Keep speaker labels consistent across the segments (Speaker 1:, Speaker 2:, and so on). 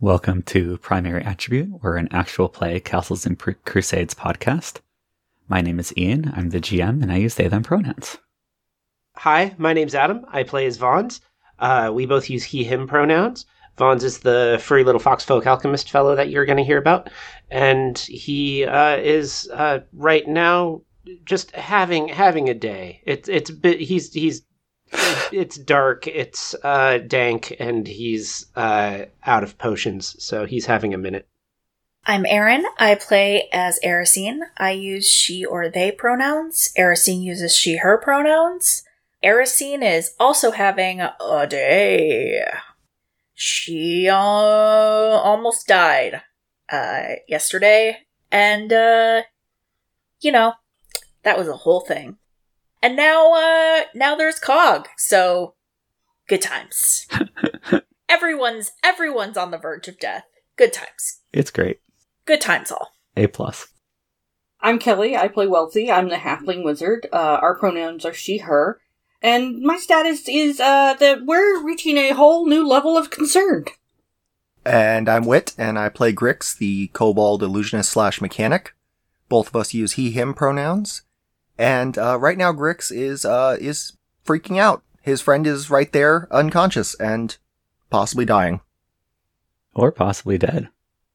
Speaker 1: Welcome to Primary Attribute, or an actual play Castles and Pr- Crusades podcast. My name is Ian, I'm the GM, and I use they them pronouns.
Speaker 2: Hi, my name's Adam. I play as Vons. Uh, we both use he, him pronouns. Vons is the furry little foxfolk alchemist fellow that you're going to hear about. And he uh, is uh, right now just having having a day. It's it's bit, he's he's it's dark, it's uh, dank, and he's uh, out of potions, so he's having a minute.
Speaker 3: I'm Erin. I play as Erisine. I use she or they pronouns. Erisine uses she her pronouns. Erisine is also having a day. She uh, almost died uh, yesterday, and uh, you know that was a whole thing. And now, uh, now there's Cog. So, good times. everyone's everyone's on the verge of death. Good times.
Speaker 1: It's great.
Speaker 3: Good times all.
Speaker 1: A plus.
Speaker 4: I'm Kelly. I play Wealthy. I'm the halfling wizard. Uh, our pronouns are she, her, and my status is uh, that we're reaching a whole new level of concern.
Speaker 5: And I'm Wit, and I play Grix, the kobold illusionist slash mechanic. Both of us use he him pronouns. And uh, right now, Grix is uh, is freaking out. His friend is right there, unconscious and possibly dying,
Speaker 1: Or possibly dead.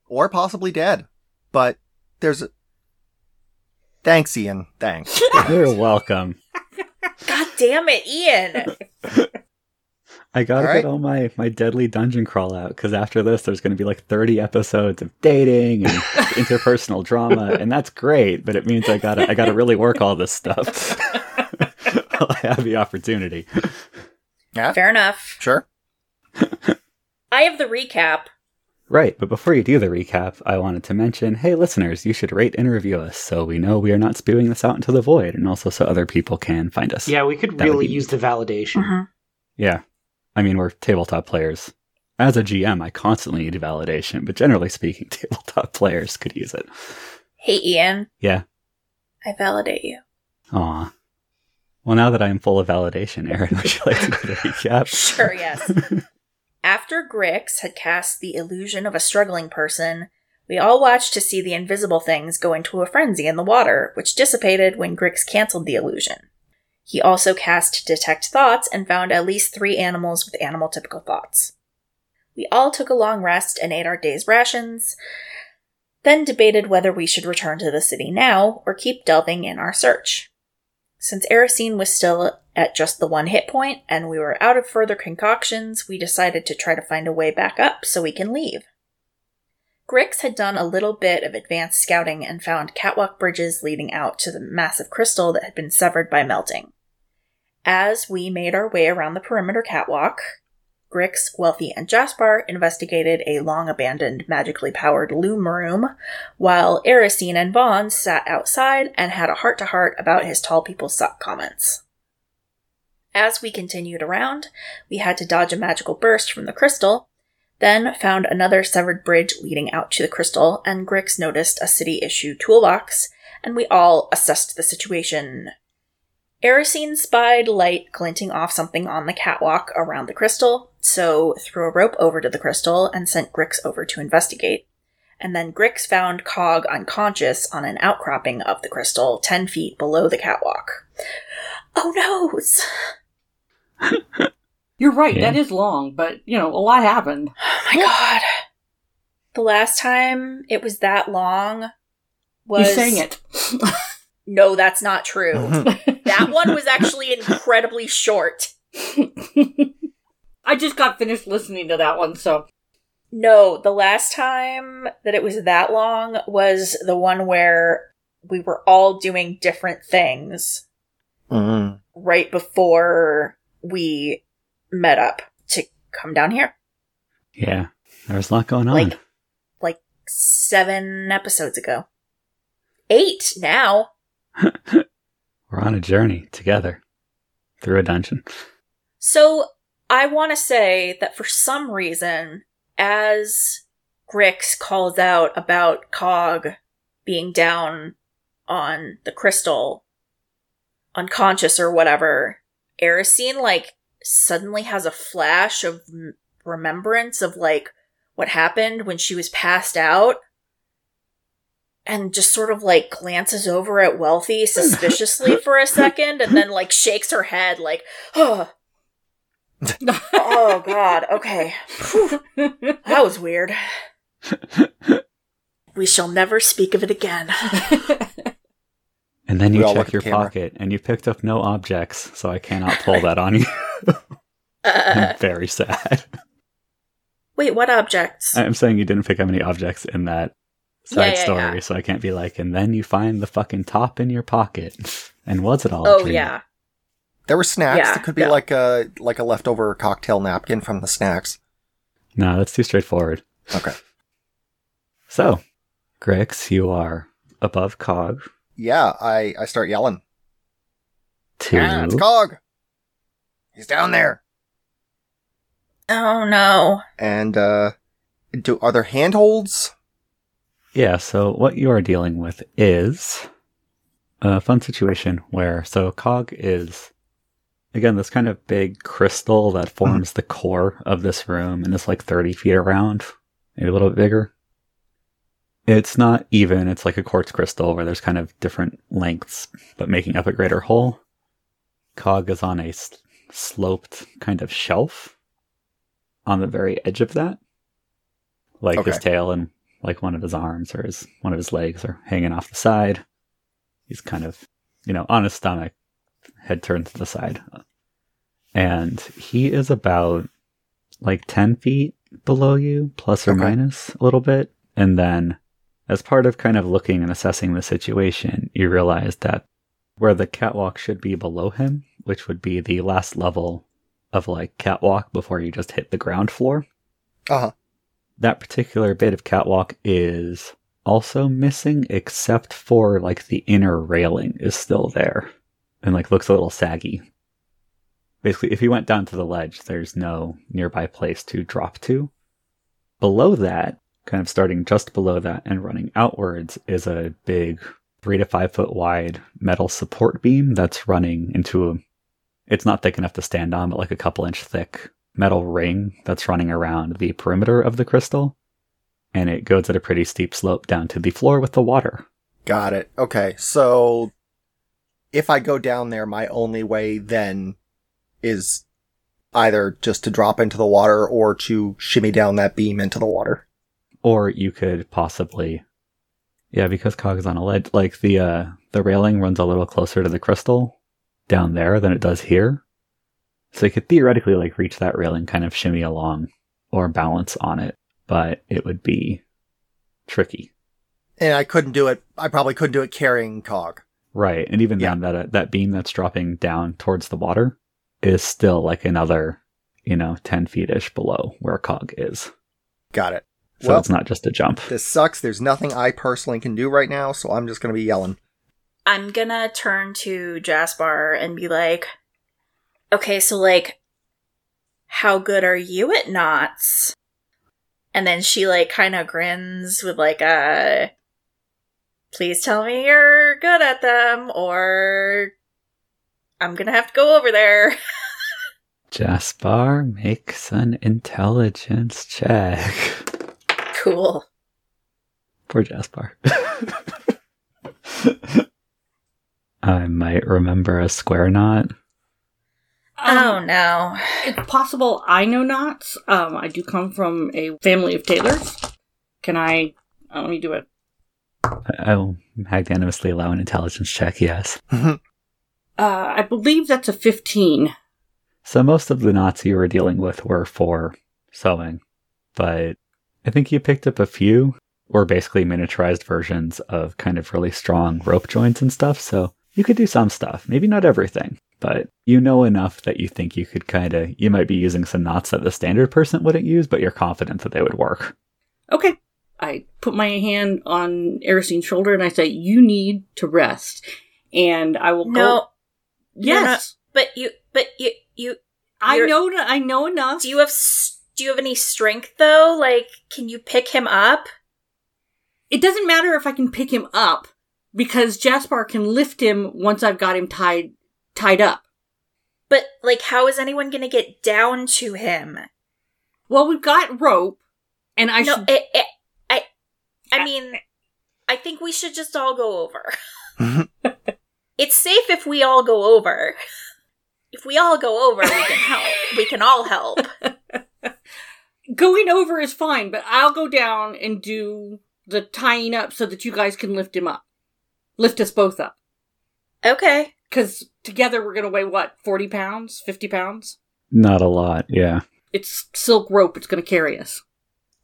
Speaker 5: or possibly dead. But there's. A... Thanks, Ian. Thanks.
Speaker 1: You're welcome.
Speaker 3: God damn it, Ian!
Speaker 1: I gotta
Speaker 5: All
Speaker 1: get
Speaker 5: right.
Speaker 1: all my, my deadly dungeon crawl out, because after this, there's gonna be like 30 episodes of dating and interpersonal drama, and that's great, but it means I gotta, I gotta really work all this stuff. I have the opportunity.
Speaker 5: yeah,
Speaker 3: Fair enough.
Speaker 5: sure.
Speaker 3: I have the recap.
Speaker 1: Right, but before you do the recap, I wanted to mention hey, listeners, you should rate and review us so we know we are not spewing this out into the void and also so other people can find us.
Speaker 2: Yeah, we could
Speaker 1: That would
Speaker 2: really
Speaker 1: be- Uh-huh.
Speaker 2: use the validation.
Speaker 1: Yeah. I mean, we're tabletop players. As a GM, I constantly need validation, but generally speaking, tabletop players could use it.
Speaker 3: Hey, Ian.
Speaker 1: Yeah.
Speaker 3: I validate you.
Speaker 1: Aw. Well, now that I'm full of validation, Aaron, would you like to do the recap?
Speaker 3: Sure, yes. After Grix had cast the illusion of a struggling person, we all watched to see the invisible things go into a frenzy in the water, which dissipated when Grix canceled the illusion. He also cast Detect Thoughts and found at least three animals with animal typical thoughts. We all took a long rest and ate our day's rations, then debated whether we should return to the city now or keep delving in our search. Since Erisine was still at just the one hit point and we were out of further concoctions, we decided to try to find a way back up so we can leave. Grix had done a little bit of advanced scouting and found catwalk bridges leading out to the massive crystal that had been severed by melting. As we made our way around the perimeter catwalk, Grix, Wealthy, and Jaspar investigated a long abandoned, magically powered loom room, while Erisine and Vaughn sat outside and had a heart to heart about his tall people suck comments. As we continued around, we had to dodge a magical burst from the crystal, then found another severed bridge leading out to the crystal, and Grix noticed a city issue toolbox, and we all assessed the situation. Erisine spied light glinting off something on the catwalk around the crystal, so threw a rope over to the crystal and sent Grix over to investigate. And then Grix found Cog unconscious on an outcropping of the crystal 10 feet below the catwalk. Oh no!
Speaker 4: You're right.
Speaker 1: Yeah.
Speaker 4: That is long, but you know a lot happened.
Speaker 3: Oh my god. The last time it was that long was.
Speaker 4: You sang it.
Speaker 3: No, that's not
Speaker 5: Mm-hmm.
Speaker 3: true. that one was actually incredibly short.
Speaker 4: I just got finished listening to that one, so
Speaker 3: No, the last time that it was that long was the one where we were all doing different things
Speaker 5: Mm.
Speaker 3: right before we met up to come down here.
Speaker 1: Yeah. There's a lot going on.
Speaker 3: Like like 7 episodes ago. 8 now.
Speaker 1: We're on a journey together through a dungeon.
Speaker 3: So I want to say that for some reason, as Grix calls out about Cog being down on the crystal, unconscious or whatever, Erisine like suddenly has a flash of m- remembrance of like what happened when she was passed out and just sort of like glances over at Wealthy suspiciously for a second and then like shakes her head like, oh,
Speaker 4: Um,
Speaker 3: oh God, okay. Phew, that was weird. We shall never speak of it again.
Speaker 1: And then
Speaker 5: We
Speaker 1: you
Speaker 5: all
Speaker 1: check
Speaker 5: look at
Speaker 1: your
Speaker 5: the camera.
Speaker 1: pocket, and you picked up no objects, so I cannot pull that on you.
Speaker 3: Uh,
Speaker 1: I'm very sad.
Speaker 3: wait, what objects?
Speaker 1: I'm saying you didn't pick up any objects in that
Speaker 3: Yeah,
Speaker 1: side
Speaker 3: yeah,
Speaker 1: story,
Speaker 3: yeah.
Speaker 1: so I can't be like, and then you find the fucking top in your pocket. And was it all? a
Speaker 3: oh,
Speaker 1: dream?
Speaker 3: yeah.
Speaker 5: There were snacks.
Speaker 3: Yeah,
Speaker 5: that could be
Speaker 3: yeah.
Speaker 5: like a like a leftover cocktail napkin from the snacks.
Speaker 1: No, that's too straightforward.
Speaker 5: Okay.
Speaker 1: So, Grix, you are above Cog
Speaker 5: Yeah, I I start yelling.
Speaker 1: two.
Speaker 5: Ah, it's Cog. He's down there.
Speaker 3: Oh, no.
Speaker 5: And uh, do are there handholds?
Speaker 1: Yeah, so what you are dealing with is a fun situation where so cog is again this kind of big crystal that forms the core of this room and is like 30 feet around, maybe a little bit bigger. It's not even, it's like a quartz crystal where there's kind of different lengths but making up a greater whole. Cog is on a s- sloped kind of shelf on the very edge of that. Like his
Speaker 5: Okay.
Speaker 1: tail and like one of his arms or his one of his legs are hanging off the side. He's kind of, you know, on his stomach, head turned to the side. And he is about like 10 feet below you, plus or
Speaker 5: Okay.
Speaker 1: minus a little bit. And then, as part of kind of looking and assessing the situation, you realize that where the catwalk should be below him, which would be the last level of like catwalk before you just hit the ground floor.
Speaker 5: Uh huh.
Speaker 1: That particular bit of catwalk is also missing, except for like the inner railing is still there and like looks a little saggy. Basically, if you went down to the ledge, there's no nearby place to drop to. Below that, kind of starting just below that and running outwards, is a big three to five foot wide metal support beam that's running into a it's not thick enough to stand on but like a couple inch thick metal ring that's running around the perimeter of the crystal and it goes at a pretty steep slope down to the floor with the water
Speaker 5: Got it. Okay, so if I go down there, my only way then is either just to drop into the water or to shimmy down that beam into the water.
Speaker 1: or you could possibly yeah because cog is on a ledge like the uh the railing runs a little closer to the crystal down there than it does here so you could theoretically like reach that railing kind of shimmy along or balance on it but it would be tricky
Speaker 5: And I couldn't do it. I probably couldn't do it carrying Cog.
Speaker 1: Right, and even
Speaker 5: Yeah.
Speaker 1: then, that uh, that beam that's dropping down towards the water is still like another, you know, ten feet ish below where Cog is.
Speaker 5: Got it.
Speaker 1: So
Speaker 5: well,
Speaker 1: it's not just a jump.
Speaker 5: this sucks. There's nothing I personally can do right now, so I'm just going to be yelling.
Speaker 3: I'm gonna turn to Jasper and be like, okay, so like, how good are you at knots? And then she like kind of grins with like a, please tell me you're good at them or I'm gonna have to go over there.
Speaker 1: Jaspar makes an intelligence check.
Speaker 3: Cool.
Speaker 1: Poor Jaspar. I might remember a square knot.
Speaker 4: Um,
Speaker 3: Oh no.
Speaker 4: It's possible I know knots. Um, I do come from a family of tailors. Can I? Uh, let me do it.
Speaker 1: I I will magnanimously allow an intelligence check. Yes.
Speaker 4: Uh, I believe that's a 15.
Speaker 1: So most of the knots you were dealing with were for sewing, but I think you picked up a few were basically miniaturized versions of kind of really strong rope joints and stuff. So you could do some stuff, maybe not everything, but you know enough that you think you could kind of you might be using some knots that the standard person wouldn't use, but you're confident that they would work.
Speaker 4: Okay. I put my hand on Aristine's shoulder and I say, You need to rest. And I will go.
Speaker 3: No,
Speaker 4: Yes.
Speaker 3: but you, but you, you,
Speaker 4: I
Speaker 3: You're-
Speaker 4: know that I know enough.
Speaker 3: do you have, s- do you have any strength though? Like, can you pick him up?
Speaker 4: it doesn't matter if I can pick him up because Jaspar can lift him once I've got him tied tied up.
Speaker 3: But like, how is anyone gonna get down to him?
Speaker 4: Well, we've got rope And I
Speaker 3: no,
Speaker 4: should
Speaker 3: it, it, I, I mean, I think we should just all go over. it's safe if we all go over. If we all go over, we can help. we can all help.
Speaker 4: going over is fine, but I'll go down and do the tying up so that you guys can lift him up. Lift us both up.
Speaker 3: Okay.
Speaker 4: Because together we're going to weigh what? 40 pounds? 50 pounds?
Speaker 1: Not a lot, yeah.
Speaker 4: It's silk rope. It's going to carry us.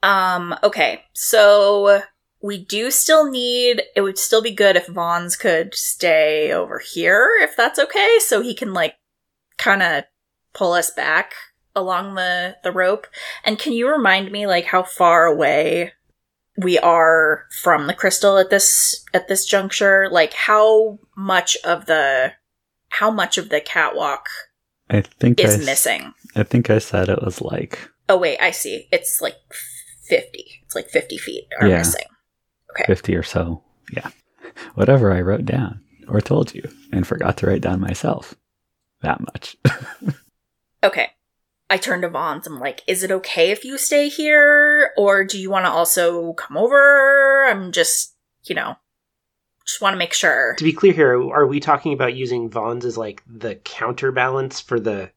Speaker 3: Um. Okay. So we do still need. It would still be good if Vaughn's could stay over here, if that's okay, so he can like kind of pull us back along the the rope. And can you remind me like how far away we are from the crystal at this at this juncture? Like how much of the how much of the catwalk
Speaker 1: I think I,
Speaker 3: is
Speaker 1: s-
Speaker 3: missing?
Speaker 1: I think I said it was like
Speaker 3: Oh wait, I see. It's like fifty. It's like fifty feet are
Speaker 1: Yeah.
Speaker 3: missing. Okay.
Speaker 1: fifty or so. Yeah, whatever I wrote down or told you, and forgot to write down myself. That much.
Speaker 3: Okay. I turn to Vons. I'm like, is it okay if you stay here? Or do you want to also come over? I'm just, you know, just want to make sure.
Speaker 2: To be clear here, are we talking about using Vaughn's as like the counterbalance for the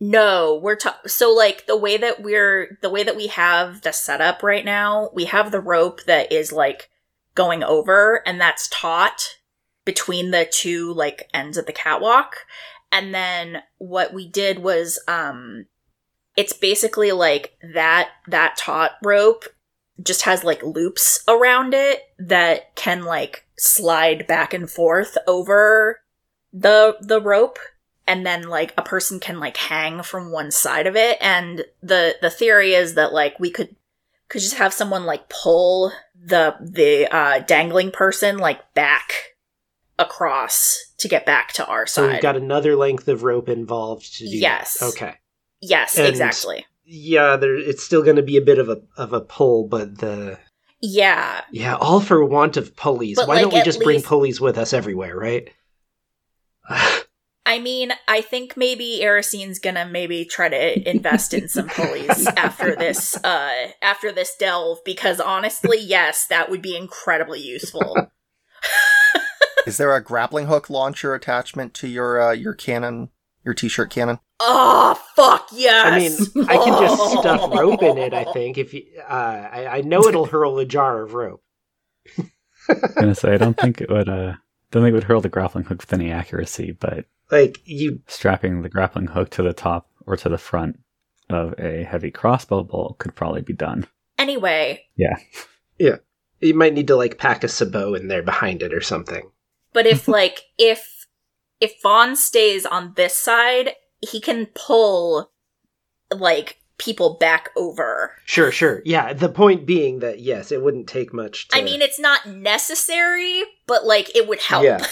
Speaker 3: No, we're ta- so like the way that we're the way that we have the setup right now, we have the rope that is like going over and that's taut between the two like ends of the catwalk. And then what we did was um it's basically like that that taut rope just has like loops around it that can like slide back and forth over the the rope and then like a person can like hang from one side of it and the the theory is that like we could could just have someone like pull the the uh dangling person like back across to get back to our
Speaker 2: So
Speaker 3: side
Speaker 2: we've got another length of rope involved to do. that.
Speaker 3: Yes.
Speaker 2: Okay.
Speaker 3: yes
Speaker 2: and-
Speaker 3: exactly
Speaker 2: Yeah, there it's still going to be a bit of a of a pull, but the
Speaker 3: yeah
Speaker 2: yeah, all for want of pulleys.
Speaker 3: But,
Speaker 2: Why
Speaker 3: like,
Speaker 2: don't we
Speaker 3: at
Speaker 2: just bring
Speaker 3: least-
Speaker 2: pulleys with us everywhere, right?
Speaker 3: I mean, I think maybe Erisine's gonna maybe try to invest in some pulleys after this uh after this delve because honestly, yes, that would be incredibly useful.
Speaker 5: Is there a grappling hook launcher attachment to your uh, your cannon, your t-shirt cannon?
Speaker 3: Oh fuck
Speaker 2: I
Speaker 3: yes.
Speaker 2: mean, I can just stuff rope in it. I think if you, uh, I, I know it'll hurl a jar of rope.
Speaker 1: I'm gonna say I don't think it would. Uh, don't think it would hurl the grappling hook with any accuracy, but
Speaker 2: Like you,
Speaker 1: strapping the grappling hook to the top or to the front of a heavy crossbow bolt could probably be done.
Speaker 3: Anyway,
Speaker 2: you might need to like pack a sabot in there behind it or something.
Speaker 3: but if like if if Vaughn stays on this side, he can pull like people back over.
Speaker 2: Sure, sure. Yeah. The point being that yes, it wouldn't take much. To,
Speaker 3: I mean, it's not necessary, but like it would help.
Speaker 2: Yeah.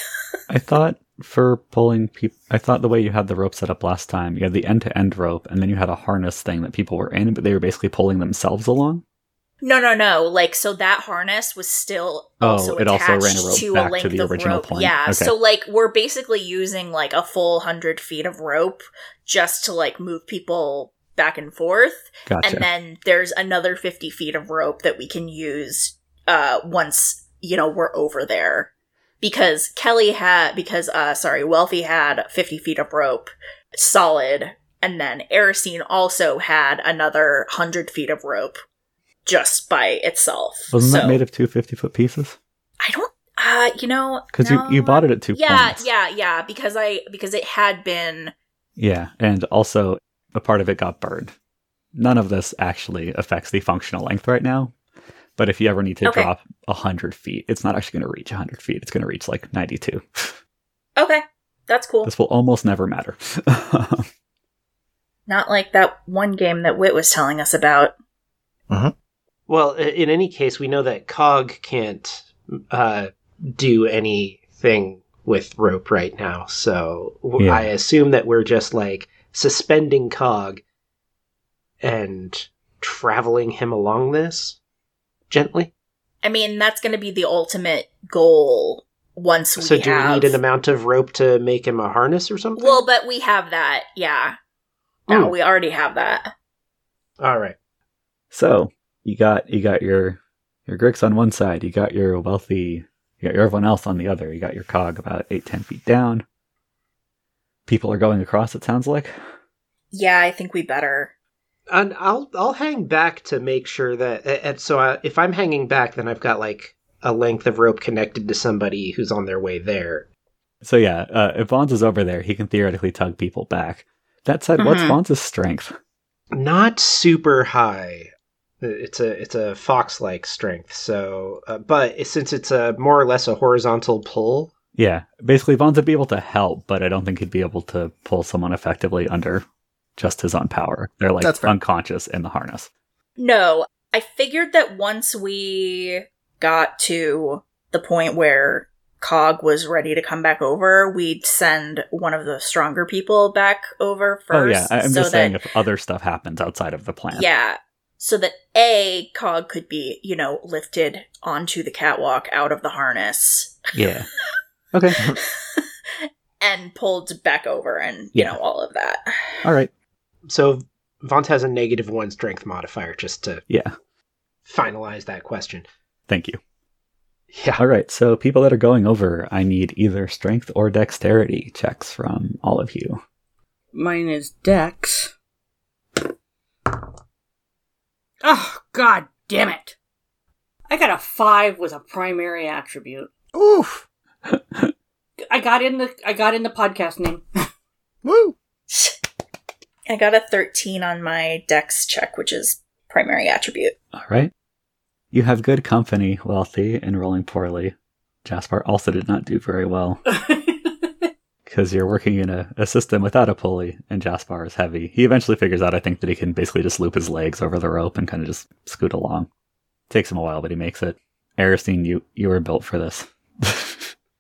Speaker 1: I thought for pulling people, I thought the way you had the rope set up last time, you had the end to end rope, and then you had a harness thing that people were in, but they were basically pulling themselves along.
Speaker 3: No, no, no. Like so that harness was still
Speaker 1: Oh,
Speaker 3: also
Speaker 1: it also
Speaker 3: attached
Speaker 1: ran a rope
Speaker 3: to
Speaker 1: back
Speaker 3: a
Speaker 1: to
Speaker 3: length
Speaker 1: the
Speaker 3: of
Speaker 1: original
Speaker 3: rope.
Speaker 1: point.
Speaker 3: Yeah.
Speaker 1: Okay.
Speaker 3: So like we're basically using like a full hundred feet of rope just to like move people back and forth.
Speaker 1: Gotcha.
Speaker 3: And then there's another fifty feet of rope that we can use uh once, you know, we're over there. Because Kelly had because uh sorry, Wealthy had fifty feet of rope solid, and then Erosine also had another hundred feet of rope just by itself.
Speaker 1: Wasn't
Speaker 3: so
Speaker 1: that made of two 50 foot pieces?
Speaker 3: I don't uh you know
Speaker 1: Because
Speaker 3: no.
Speaker 1: you, you bought it at two
Speaker 3: Yeah,
Speaker 1: points.
Speaker 3: yeah, yeah, because I because it had been
Speaker 1: Yeah, and also a part of it got burned. None of this actually affects the functional length right now. But if you ever need to
Speaker 3: Okay.
Speaker 1: drop 100 feet, it's not actually going to reach 100 feet. It's going to reach like 92.
Speaker 3: Okay. That's cool.
Speaker 1: This will almost never matter.
Speaker 3: Not like that one game that Wit was telling us about.
Speaker 2: Well, i- in any case, we know that Cog can't uh, do anything with rope right now, so w-
Speaker 1: Yeah.
Speaker 2: I assume that we're just like suspending Cog and traveling him along this gently.
Speaker 3: I mean, that's going to be the ultimate goal once we
Speaker 2: so, do
Speaker 3: have
Speaker 2: we need an amount of rope to make him a harness or something?
Speaker 3: Well, but we have that. Yeah. No,
Speaker 2: Hmm.
Speaker 3: we already have that.
Speaker 2: all right.
Speaker 1: so you got you got your your Grix on one side, you got your wealthy, you got your everyone else on the other. You got your cog about eight ten feet down. People are going across. It sounds like.
Speaker 3: Yeah, I think we better.
Speaker 2: And I'll I'll hang back to make sure that. And so I, if I'm hanging back, then I've got like a length of rope connected to somebody who's on their way there.
Speaker 1: So yeah, uh, if Vons is over there, he can theoretically tug people back. That said, what's
Speaker 3: Mhm.
Speaker 1: Vons' strength?
Speaker 2: Not super high. It's a it's a fox like strength. So, uh, but since it's a more or less a horizontal pull,
Speaker 1: Yeah, basically Vons would be able to help, but I don't think he'd be able to pull someone effectively under just his own power. They're like
Speaker 5: That's fair.
Speaker 1: unconscious in the harness.
Speaker 3: No, I figured that once we got to the point where Cog was ready to come back over, we'd send one of the stronger people back over
Speaker 1: oh
Speaker 3: first.
Speaker 1: yeah, I- I'm
Speaker 3: so
Speaker 1: just
Speaker 3: that,
Speaker 1: saying if other stuff happens outside of the plan.
Speaker 3: Yeah. So that A, Cog could be, you know, lifted onto the catwalk out of the harness
Speaker 1: Yeah. Okay.
Speaker 3: and pulled back over and, you
Speaker 1: Yeah.
Speaker 3: know, all of that.
Speaker 1: All right.
Speaker 2: so Vont has a negative one strength modifier. Just to
Speaker 1: Yeah.
Speaker 2: finalize that question.
Speaker 1: Thank you.
Speaker 2: Yeah.
Speaker 1: All right. So people that are going over, I need either strength or dexterity checks from all of you.
Speaker 4: Mine is Dex. Oh, god damn it. I got a five with a primary attribute.
Speaker 5: Oof.
Speaker 4: I got in the I got in the podcast name.
Speaker 5: Woo.
Speaker 3: I got a 13 on my dex check, which is primary attribute.
Speaker 1: All right. You have good company, wealthy, and rolling poorly. Jasper also did not do very well because you're working in a, a system without a pulley, and Jaspar is heavy. He eventually figures out, I think, that he can basically just loop his legs over the rope and kind of just scoot along. Takes him a while, but he makes it. Aristine, you you were built for this.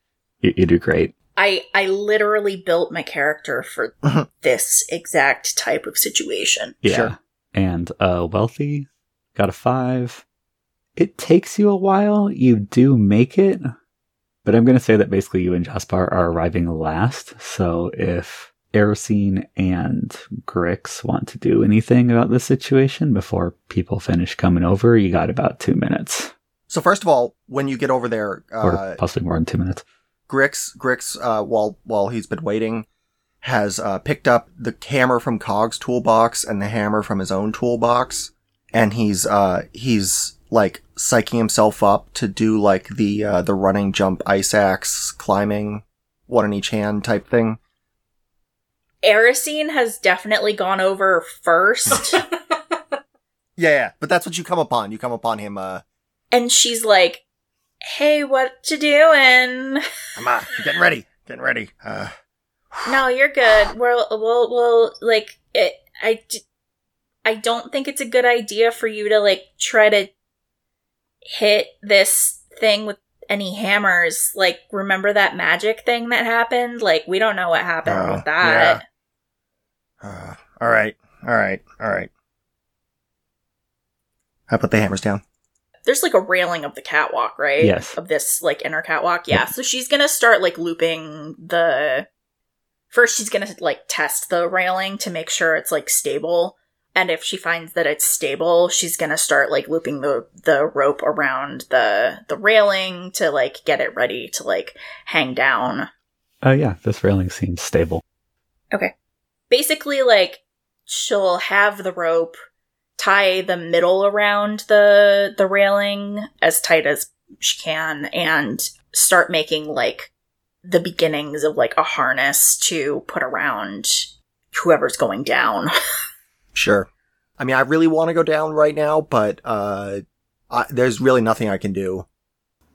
Speaker 1: you, you do great.
Speaker 3: I I literally built my character for
Speaker 5: Mhm.
Speaker 3: this exact type of situation.
Speaker 1: Yeah.
Speaker 5: Sure.
Speaker 1: And uh, wealthy, got a five. It takes you a while. You do make it, but I'm going to say that basically you and Jaspar are arriving last. So if Erosine and Grix want to do anything about this situation before people finish coming over, you got about two minutes,
Speaker 5: So first of all, when you get over there,
Speaker 1: or
Speaker 5: uh,
Speaker 1: possibly more than two minutes.
Speaker 5: Grix, Grix, uh, while while he's been waiting, has uh, picked up the hammer from Cog's toolbox and the hammer from his own toolbox, and he's uh, he's like psyching himself up to do like the uh, the running jump ice axe climbing, one in each hand type thing.
Speaker 3: Erisine has definitely gone over first,
Speaker 5: Yeah, yeah, but that's what you come upon. You come upon him. Uh,
Speaker 3: and she's like, "Hey, what you doing?
Speaker 5: come on, I'm getting ready, getting ready. Uh,
Speaker 3: No, you're good. We'll we'll we'll like it. I d- I don't think it's a good idea for you to like try to hit this thing with." Any hammers? Like, remember that magic thing that happened? Like, we don't know what happened
Speaker 5: Oh,
Speaker 3: with that.
Speaker 5: uh, all right, all right, all right. I put the hammers down.
Speaker 3: there's like a railing of the catwalk, right?
Speaker 1: Yes.
Speaker 3: Of this like inner catwalk. Yeah. So she's gonna start like looping the first she's gonna like test the railing to make sure it's like stable. And if she finds that it's stable, she's gonna start like looping the the rope around the the railing to like get it ready to like hang down.
Speaker 1: Uh, yeah, this railing seems stable.
Speaker 3: Basically like she'll have the rope tie the middle around the the railing as tight as she can and start making like the beginnings of like a harness to put around whoever's going down.
Speaker 5: Sure. I mean, I really want to go down right now, but uh, I, there's really nothing I can do.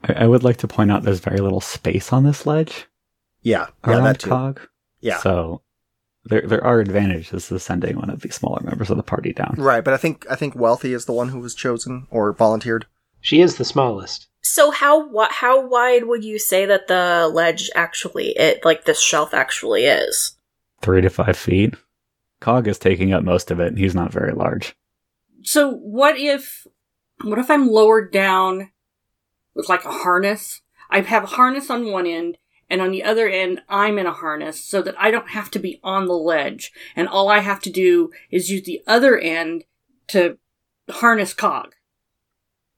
Speaker 1: I, I would like to point out there's very little space on this ledge
Speaker 5: Yeah, yeah,
Speaker 1: around
Speaker 5: that too.
Speaker 1: Cog.
Speaker 5: Yeah,
Speaker 1: So there there are advantages to sending one of the smaller members of the party down.
Speaker 5: right. But I think I think wealthy is the one who was chosen or volunteered.
Speaker 2: She is the smallest.
Speaker 3: So how what how wide would you say that the ledge actually it like this shelf actually is?
Speaker 1: Three to five feet. Cog is taking up most of it, and he's not very large.
Speaker 4: so what if what if I'm lowered down with like a harness? I have a harness on one end and on the other end I'm in a harness so that I don't have to be on the ledge and all I have to do is use the other end to harness cog.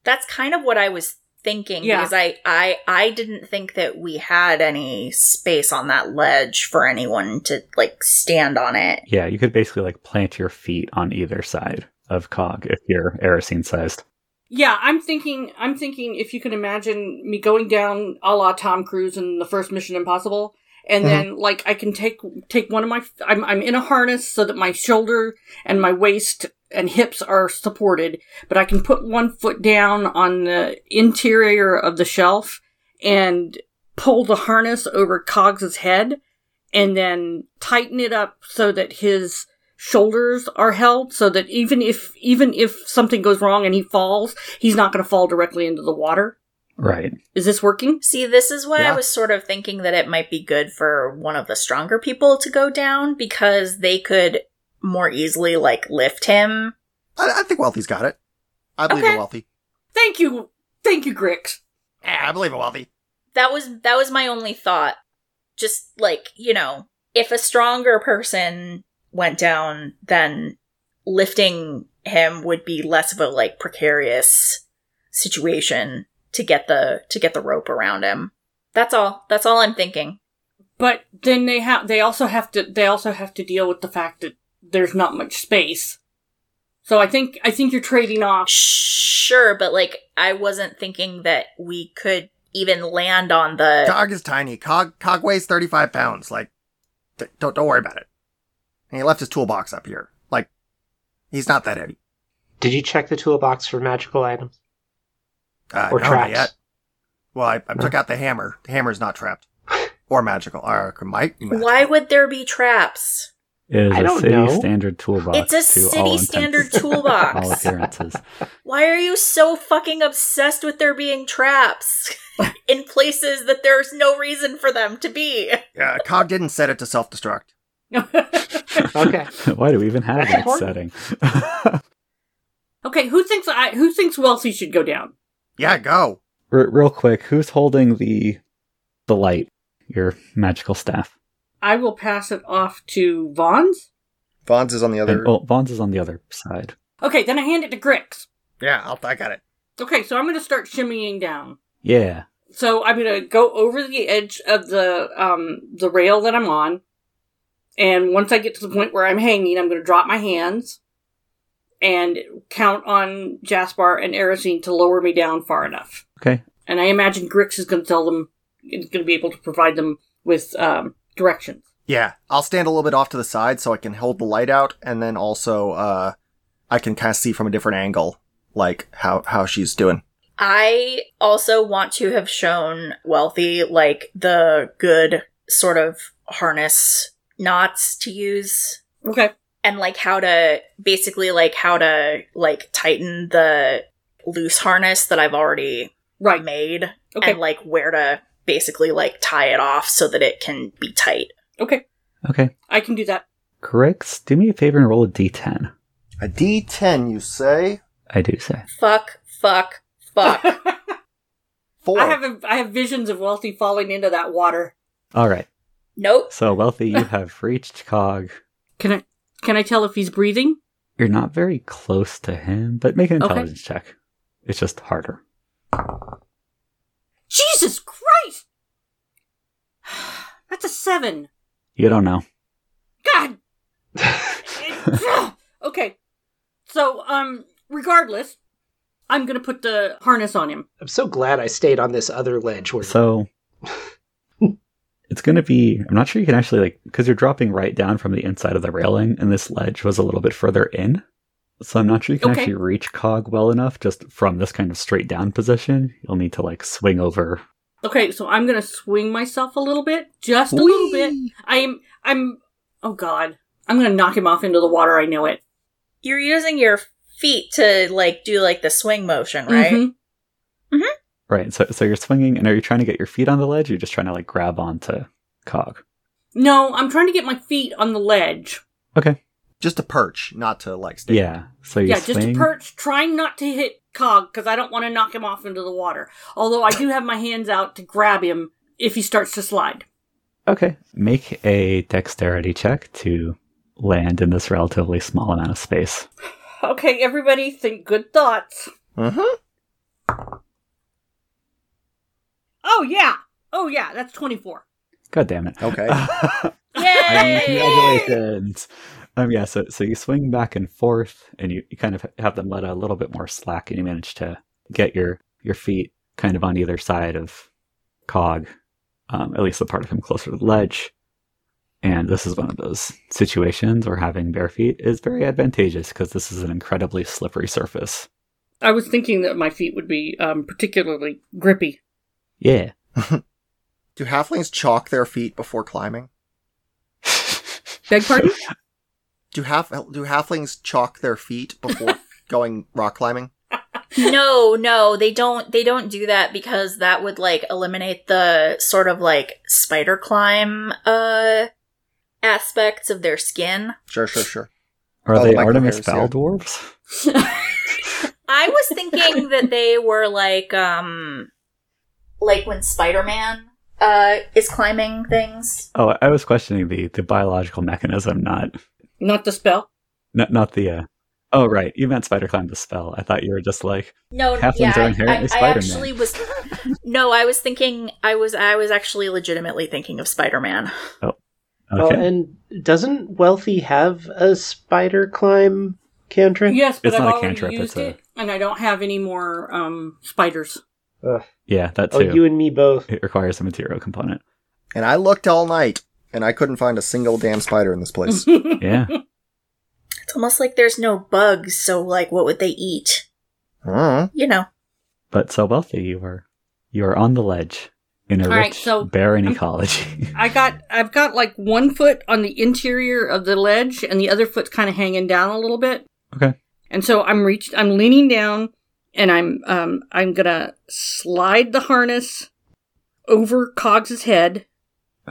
Speaker 3: That's kind of what I was thinking
Speaker 4: Yeah.
Speaker 3: because I, I I didn't think that we had any space on that ledge for anyone to like stand on it.
Speaker 1: Yeah, you could basically like plant your feet on either side of Cog if you're Aracene sized.
Speaker 4: Yeah, I'm thinking. I'm thinking if you can imagine me going down a la Tom Cruise in the first Mission Impossible, and then like I can take take one of my. I'm I'm in a harness so that my shoulder and my waist and hips are supported, but I can put one foot down on the interior of the shelf and pull the harness over Cogs's head, and then tighten it up so that his shoulders are held so that even if even if something goes wrong and he falls, he's not going to fall directly into the water.
Speaker 1: Right.
Speaker 4: Is this working?
Speaker 3: See, this is why
Speaker 5: Yeah.
Speaker 3: I was sort of thinking that it might be good for one of the stronger people to go down because they could more easily like lift him.
Speaker 5: I, I think Wealthy's got it. I believe
Speaker 3: Okay.
Speaker 5: in Wealthy.
Speaker 4: Thank you. Thank you, Grix.
Speaker 5: I believe in Wealthy.
Speaker 3: That was that was my only thought. Just like, you know, if a stronger person went down, then lifting him would be less of a like precarious situation to get the to get the rope around him. That's all. That's all I'm thinking.
Speaker 4: But then they have they also have to they also have to deal with the fact that there's not much space. So I think I think you're trading off.
Speaker 3: Sure, but like I wasn't thinking that we could even land on the
Speaker 5: Cog is tiny. Cog Cog weighs thirty five pounds. Like, th- don't don't worry about it. And he left his toolbox up here. Like, he's not that heavy.
Speaker 2: Did you check the toolbox for magical items?
Speaker 5: Uh,
Speaker 2: Or
Speaker 5: no, not
Speaker 2: traps.
Speaker 5: yet. Well, I, I took out the hammer. The hammer's not trapped or magical. Or might.
Speaker 3: why would there be traps?
Speaker 1: It is
Speaker 2: I
Speaker 1: a
Speaker 2: don't
Speaker 1: city
Speaker 2: know.
Speaker 1: standard toolbox.
Speaker 3: It's a
Speaker 1: to all
Speaker 3: city
Speaker 1: intents-
Speaker 3: standard
Speaker 1: all
Speaker 3: toolbox.
Speaker 1: appearances.
Speaker 3: Why are you so fucking obsessed with there being traps in places that there's no reason for them to be?
Speaker 5: Uh, Cog didn't set it to self destruct.
Speaker 2: Okay.
Speaker 1: Why do we even have
Speaker 2: That's
Speaker 1: that setting?
Speaker 2: important.
Speaker 4: okay, who thinks I who thinks Wealthy should go down?
Speaker 5: Yeah, go.
Speaker 1: Re- real quick, who's holding the the light? Your magical staff.
Speaker 4: I will pass it off to Vaughn's.
Speaker 5: Vons is on the
Speaker 1: And, oh, Vaughn's is on the other side.
Speaker 4: Okay, then I hand it to Grix.
Speaker 5: yeah, I'll, I got it.
Speaker 4: Okay, so I'm going to start shimmying down.
Speaker 1: Yeah.
Speaker 4: So I'm gonna go over the edge of the um the rail that I'm on, and once I get to the point where I'm hanging, I'm gonna drop my hands and count on Jasper and Erosine to lower me down far enough.
Speaker 1: Okay.
Speaker 4: And I imagine Grix is gonna tell them is gonna be able to provide them with um directions.
Speaker 5: Yeah, I'll stand a little bit off to the side so I can hold the light out, and then also uh, I can kind of see from a different angle, like how how she's doing.
Speaker 3: I also want to have shown Wealthy like the good sort of harness knots to use
Speaker 4: Okay.
Speaker 3: and like how to basically like how to like tighten the loose harness that I've already
Speaker 4: Right.
Speaker 3: made
Speaker 4: Okay.
Speaker 3: and like where to basically like tie it off so that it can be tight.
Speaker 4: Okay.
Speaker 1: Okay.
Speaker 4: I can do that.
Speaker 1: Grix, do me a favor and roll a d10.
Speaker 5: A D10, you say?
Speaker 1: I do say.
Speaker 3: Fuck, fuck, fuck.
Speaker 5: Four.
Speaker 4: I have a, I have visions of Wealthy falling into that water.
Speaker 1: All right.
Speaker 3: nope.
Speaker 1: So, Wealthy, you have reached Cog.
Speaker 4: Can I can I tell if he's breathing?
Speaker 1: You're not very close to him, but make an
Speaker 4: Okay.
Speaker 1: intelligence check. It's just harder.
Speaker 4: Jesus Christ! That's a seven.
Speaker 1: You don't know.
Speaker 4: God. okay. So, um, regardless, I'm gonna put the harness on him.
Speaker 2: I'm so glad I stayed on this other ledge where
Speaker 1: So it's going to be. I'm not sure you can actually like because you're dropping right down from the inside of the railing, and this ledge was a little bit further in. So I'm not sure you can
Speaker 4: Okay.
Speaker 1: actually reach Cog well enough just from this kind of straight down position. You'll need to like swing over.
Speaker 4: Okay, so I'm gonna swing myself a little bit, just a little bit. I'm, I'm. Oh God, I'm gonna knock him off into the water. I know it.
Speaker 3: You're using your feet to like do like the swing motion, right?
Speaker 1: Mm-hmm.
Speaker 4: Mhm.
Speaker 1: Right. So so you're swinging, and are you trying to get your feet on the ledge? Or you're just trying to like grab onto Cog.
Speaker 4: No, I'm trying to get my feet on the ledge.
Speaker 1: Okay.
Speaker 5: Just to perch, not to like stay.
Speaker 1: Yeah. So you
Speaker 4: yeah,
Speaker 1: swing.
Speaker 4: just to perch, trying not to hit Cog because I don't want to knock him off into the water. Although I do have my hands out to grab him if he starts to slide.
Speaker 1: Okay. Make a dexterity check to land in this relatively small amount of space.
Speaker 4: Okay, everybody, think good thoughts.
Speaker 5: Mm-hmm.
Speaker 4: Oh yeah. Oh yeah. That's twenty four.
Speaker 1: God damn it.
Speaker 5: Okay.
Speaker 3: Yay!
Speaker 1: Congratulations. Um, yeah, so, so you swing back and forth and you, you kind of have them let a little bit more slack and you manage to get your, your feet kind of on either side of Cog, um, at least the part of him closer to the ledge. And this is one of those situations where having bare feet is very advantageous because this is an incredibly slippery surface.
Speaker 4: I was thinking that my feet would be um, particularly grippy.
Speaker 1: Yeah.
Speaker 5: Do halflings chalk their feet before climbing?
Speaker 4: Beg pardon?
Speaker 5: Do half do halflings chalk their feet before going rock climbing?
Speaker 3: no, no, they don't. They don't do that because that would like eliminate the sort of like spider climb uh aspects of their skin.
Speaker 5: Sure, sure, sure.
Speaker 1: Are
Speaker 5: Oh,
Speaker 1: they
Speaker 5: my
Speaker 1: Artemis
Speaker 5: goodness, yeah.
Speaker 1: Fowl dwarves?
Speaker 3: I was thinking that they were like um like when Spider-Man uh is climbing things.
Speaker 1: Oh, I was questioning the, the biological mechanism, not
Speaker 4: Not the spell.
Speaker 1: not, not the. Uh... Oh, right. You meant spider climb the spell. I thought you were just like,
Speaker 3: No,
Speaker 1: Halflings
Speaker 3: yeah,
Speaker 1: are
Speaker 3: I-
Speaker 1: inherently
Speaker 3: I, I,
Speaker 1: Spider-Man.
Speaker 3: actually was No, I was thinking I was I was actually legitimately thinking of Spider-Man.
Speaker 1: okay.
Speaker 2: Well, and doesn't Wealthy have a spider climb cantrip?
Speaker 4: Yes, but
Speaker 1: It's
Speaker 4: I've
Speaker 1: not a
Speaker 4: already
Speaker 1: cantrip,
Speaker 4: used
Speaker 1: it's a-
Speaker 4: it, and I don't have any more um, spiders.
Speaker 1: yeah, that too.
Speaker 2: Oh, you and me both.
Speaker 1: It requires a material component.
Speaker 5: And I looked all night, and I couldn't find a single damn spider in this place.
Speaker 1: Yeah.
Speaker 3: It's almost like there's no bugs, so like what would they eat?
Speaker 5: Hmm.
Speaker 3: You know.
Speaker 1: but so wealthy you are. You are on the ledge in a
Speaker 4: All
Speaker 1: rich,
Speaker 4: right, so-
Speaker 1: barren
Speaker 4: I'm-
Speaker 1: ecology.
Speaker 4: I got I've got like one foot on the interior of the ledge and the other foot's kind of hanging down a little bit.
Speaker 1: okay.
Speaker 4: And so I'm reached I'm leaning down and I'm um I'm going to slide the harness over Cogs's head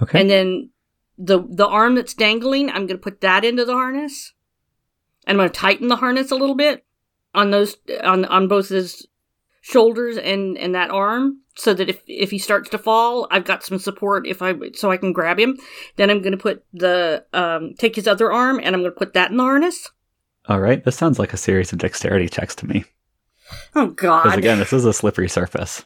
Speaker 1: Okay.
Speaker 4: and then the the arm that's dangling, I'm going to put that into the harness. And I'm going to tighten the harness a little bit on those on on both his shoulders and and that arm so that if if he starts to fall, I've got some support if I so I can grab him. Then I'm going to put the um take his other arm and I'm going to put that in the harness.
Speaker 1: All right. This sounds like a series of dexterity checks to me.
Speaker 4: Oh
Speaker 1: Because
Speaker 4: god.
Speaker 1: again, this is a slippery surface.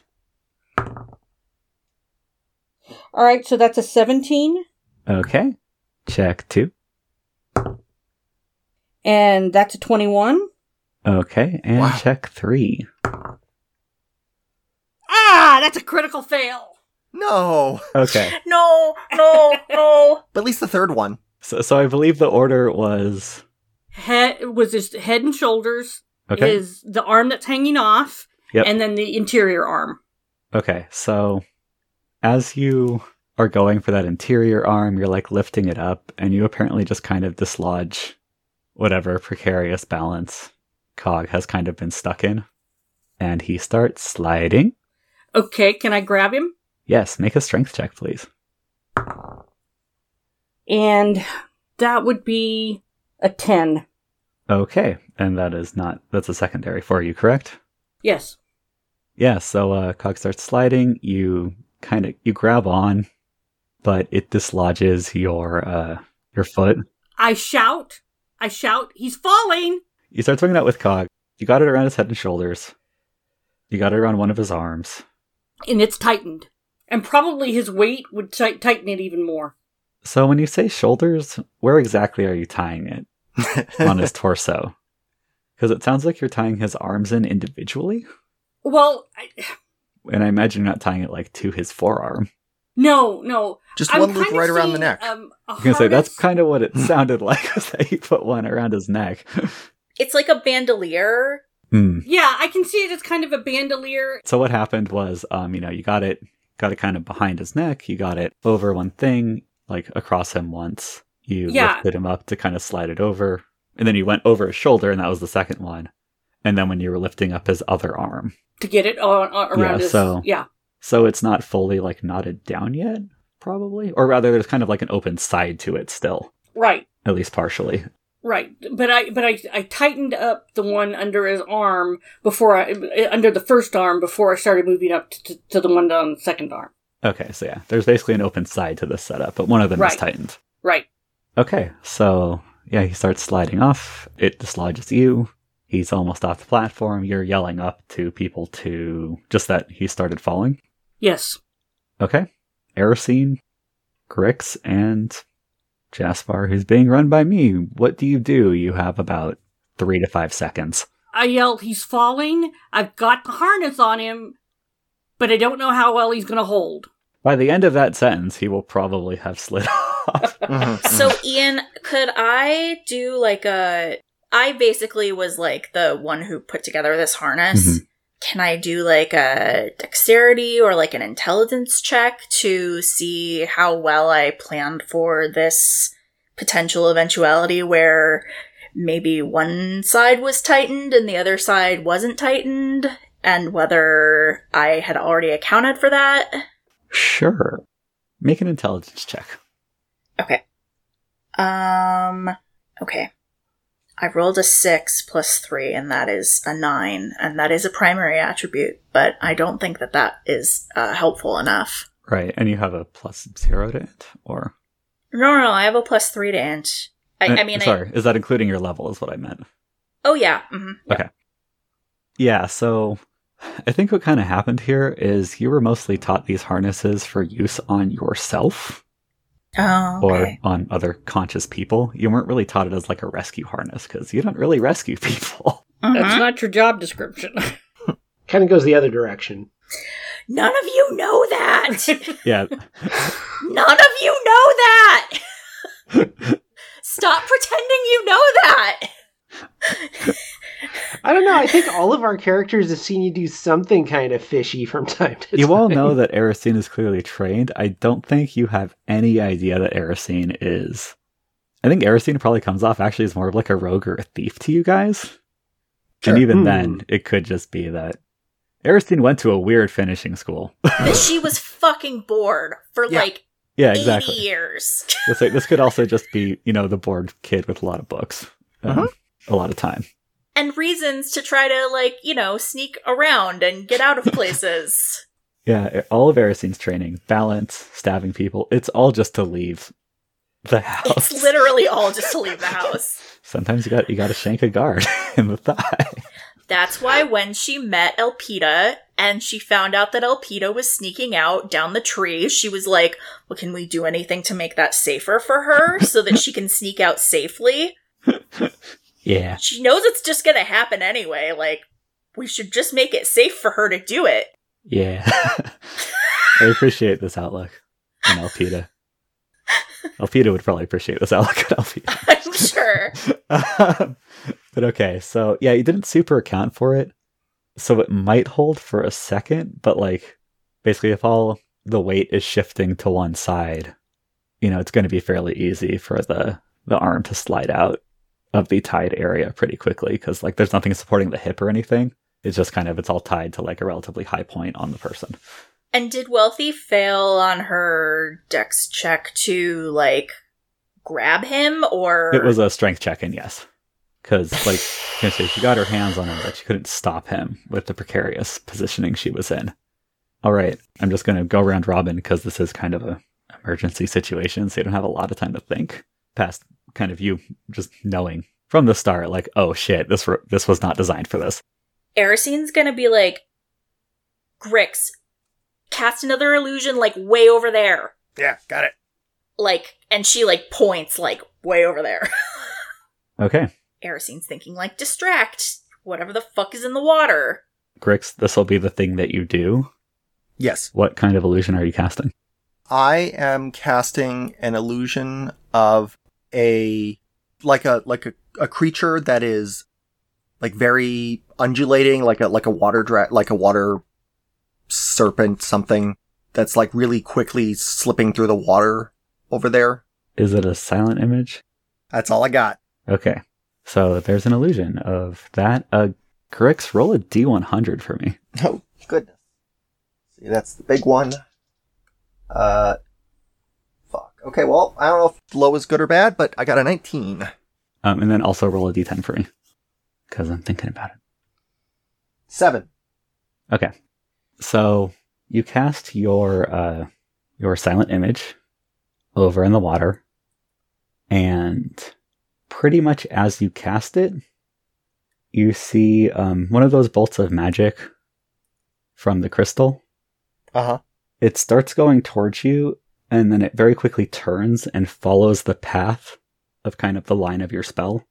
Speaker 4: All right, so that's a 17
Speaker 1: Okay. Check two.
Speaker 4: and that's a 21.
Speaker 1: Okay. And
Speaker 5: Wow.
Speaker 1: check three.
Speaker 4: Ah, that's a critical fail.
Speaker 5: No,
Speaker 1: Okay.
Speaker 3: No, no, no.
Speaker 5: but at least the third one.
Speaker 1: So, so I believe the order was
Speaker 4: Head was his head and shoulders,
Speaker 1: okay.
Speaker 4: is the arm that's hanging off
Speaker 1: Yep.
Speaker 4: and then the interior arm.
Speaker 1: Okay. So as you are going for that interior arm, you're like lifting it up, and you apparently just kind of dislodge whatever precarious balance Cog has kind of been stuck in. And he starts sliding.
Speaker 4: Okay, can I grab him?
Speaker 1: Yes, make a strength check, please.
Speaker 4: And that would be a 10.
Speaker 1: Okay. And that is not, that's a secondary for you, correct?
Speaker 4: Yes.
Speaker 1: yeah so uh cog starts sliding you kind of you grab on but it dislodges your uh your foot
Speaker 4: I shout. I shout, he's falling.
Speaker 1: you start swinging out with cog you got it around his head and shoulders you got it around one of his arms
Speaker 4: And it's tightened. And probably his weight would ti- tighten it even more.
Speaker 1: so when you say shoulders where exactly are you tying it on his torso because it sounds like you're tying his arms in individually
Speaker 4: Well, I,
Speaker 1: and i imagine you're not tying it like to his forearm
Speaker 4: no, no.
Speaker 5: Just
Speaker 4: I'm
Speaker 5: one loop
Speaker 4: kinda
Speaker 5: right around the
Speaker 4: seeing,
Speaker 5: neck.
Speaker 4: Um, a
Speaker 1: you can say that's
Speaker 4: harness-
Speaker 1: kind of what it sounded like was that you put one around his neck
Speaker 3: It's like a bandolier.
Speaker 1: Hmm.
Speaker 4: Yeah, I can see it as kind of a bandolier.
Speaker 1: So what happened was, um, you know, you got it, got it kind of behind his neck. You got it over one thing, like across him once. You
Speaker 4: Yeah.
Speaker 1: lifted him up to kind of slide it over, and then you went over his shoulder, and that was the second one. And then when you were lifting up his other arm,
Speaker 4: to get it on, on around
Speaker 1: Yeah,
Speaker 4: his
Speaker 1: so-
Speaker 4: yeah
Speaker 1: so it's not fully like knotted down yet, probably, or rather, there's kind of like an open side to it still,
Speaker 4: right
Speaker 1: at least partially.
Speaker 4: right but i but i i tightened up the one under his arm before i under the first arm before i started moving up to, to, to the one on the second arm
Speaker 1: Okay, so yeah, there's basically an open side to this setup, but one of them is
Speaker 4: Right.
Speaker 1: tightened.
Speaker 4: right
Speaker 1: Okay, so yeah, he starts sliding off. It dislodges you. He He's almost off the platform. You're yelling up to people to just that he started falling.
Speaker 4: Yes.
Speaker 1: Okay. Erosine, Grix, and Jaspar, who's being run by me. What do you do? You have about three to five seconds.
Speaker 4: I yelled, he's falling. I've got the harness on him, but I don't know how well he's going to hold.
Speaker 1: By the end of that sentence, he will probably have slid off.
Speaker 5: Mhm,
Speaker 3: So,
Speaker 5: mhm.
Speaker 3: Ian, could I do like a. I basically was like the one who put together this harness.
Speaker 1: Mhm.
Speaker 3: Can I do like a dexterity or like an intelligence check to see how well I planned for this potential eventuality where maybe one side was tightened and the other side wasn't tightened and whether I had already accounted for that?
Speaker 1: sure. Make an intelligence check.
Speaker 3: Um, okay. I rolled a six plus three, and that is a nine, and that is a primary attribute, but I don't think that that is uh, helpful enough.
Speaker 1: Right. And you have a plus zero to it? Or.
Speaker 3: No, no, no, I have a plus three to int. I, I mean, I-
Speaker 1: Uh, sorry. Is that including your level, is what I meant?
Speaker 3: oh yeah, hmm
Speaker 1: Yeah, so I think what kind of happened here is you were mostly taught these harnesses for use on yourself
Speaker 3: Oh, okay.
Speaker 1: or on other conscious people. You weren't really taught it as like a rescue harness because you don't really rescue people.
Speaker 4: That's
Speaker 3: Mhm.
Speaker 4: not your job description.
Speaker 2: Kind of goes the other direction.
Speaker 3: None of you know that.
Speaker 1: yeah.
Speaker 3: None of you know that. Stop pretending you know that.
Speaker 2: I don't know. I think all of our characters have seen you do something kind of fishy from time to time.
Speaker 1: you all know that Aristine is clearly trained. I don't think you have any idea that Aristine is. I think Aristine probably comes off actually as more of like a rogue or a thief to you guys.
Speaker 5: Sure.
Speaker 1: And even
Speaker 2: Hmm.
Speaker 1: then, it could just be that Aristine went to a weird finishing school.
Speaker 3: But she was fucking bored for
Speaker 5: Yeah.
Speaker 3: like
Speaker 1: yeah,
Speaker 3: 80
Speaker 1: exactly.
Speaker 3: years.
Speaker 1: This, this could also just be, you know, the bored kid with a lot of books, um, a lot of time.
Speaker 3: and reasons to try to like you know sneak around and get out of places
Speaker 1: Yeah, all of Aristine's training, balance, stabbing people, it's all just to leave the house.
Speaker 3: it's literally all just to leave the house
Speaker 1: Sometimes you got you got to shank a guard in the thigh.
Speaker 3: that's why when she met elpida and she found out that elpida was sneaking out down the tree she was like well can we do anything to make that safer for her so that she can sneak out safely
Speaker 1: Yeah,
Speaker 3: she knows it's just gonna happen anyway like we should just make it safe for her to do it
Speaker 1: yeah. I appreciate this outlook on Alpida. Alpida would probably appreciate this outlook on Alpida.
Speaker 3: i'm sure
Speaker 1: Um, but okay, so yeah, you didn't super account for it, so it might hold for a second. But like, basically, if all the weight is shifting to one side, you know, it's going to be fairly easy for the the arm to slide out of the tied area pretty quickly because like there's nothing supporting the hip or anything. It's just kind of it's all tied to like a relatively high point on the person.
Speaker 3: And did Wealthy fail on her dex check to like grab him or
Speaker 1: It was a strength check in, yes. Because, like, you know, so she got her hands on him, but she couldn't stop him with the precarious positioning she was in. All right, I'm just going to go round robin because this is kind of a emergency situation, so you don't have a lot of time to think. Past kind of you just knowing from the start, like, oh shit, this were, this was not designed for this.
Speaker 3: Aristine's gonna be like Grix, cast another illusion like way over there.
Speaker 5: yeah, got it.
Speaker 3: Like and she like points like way over there.
Speaker 1: Okay,
Speaker 3: Aristine's thinking like distract whatever the fuck is in the water.
Speaker 1: Grix, this will be the thing that you do.
Speaker 5: Yes.
Speaker 1: What kind of illusion are you casting?
Speaker 5: I am casting an illusion of a like a like a, a creature that is like very undulating, like a like a water dra- like a water serpent something that's like really quickly slipping through the water over there.
Speaker 1: Is it a silent image?
Speaker 5: That's all I got.
Speaker 1: Okay. So there's an illusion of that. Uh, Grix, roll a D100 for me.
Speaker 5: Oh goodness. See, that's the big one. Uh fuck. Okay, well, I don't know if low is good or bad, but I got a 19.
Speaker 1: Um, and then also roll a D10 for me. Because I'm thinking about it.
Speaker 5: 7.
Speaker 1: Okay. So you cast your, uh, your silent image over in the water. And pretty much as you cast it, you see um, one of those bolts of magic from the crystal.
Speaker 5: Uh huh.
Speaker 1: It starts going towards you, and then it very quickly turns and follows the path of kind of the line of your spell.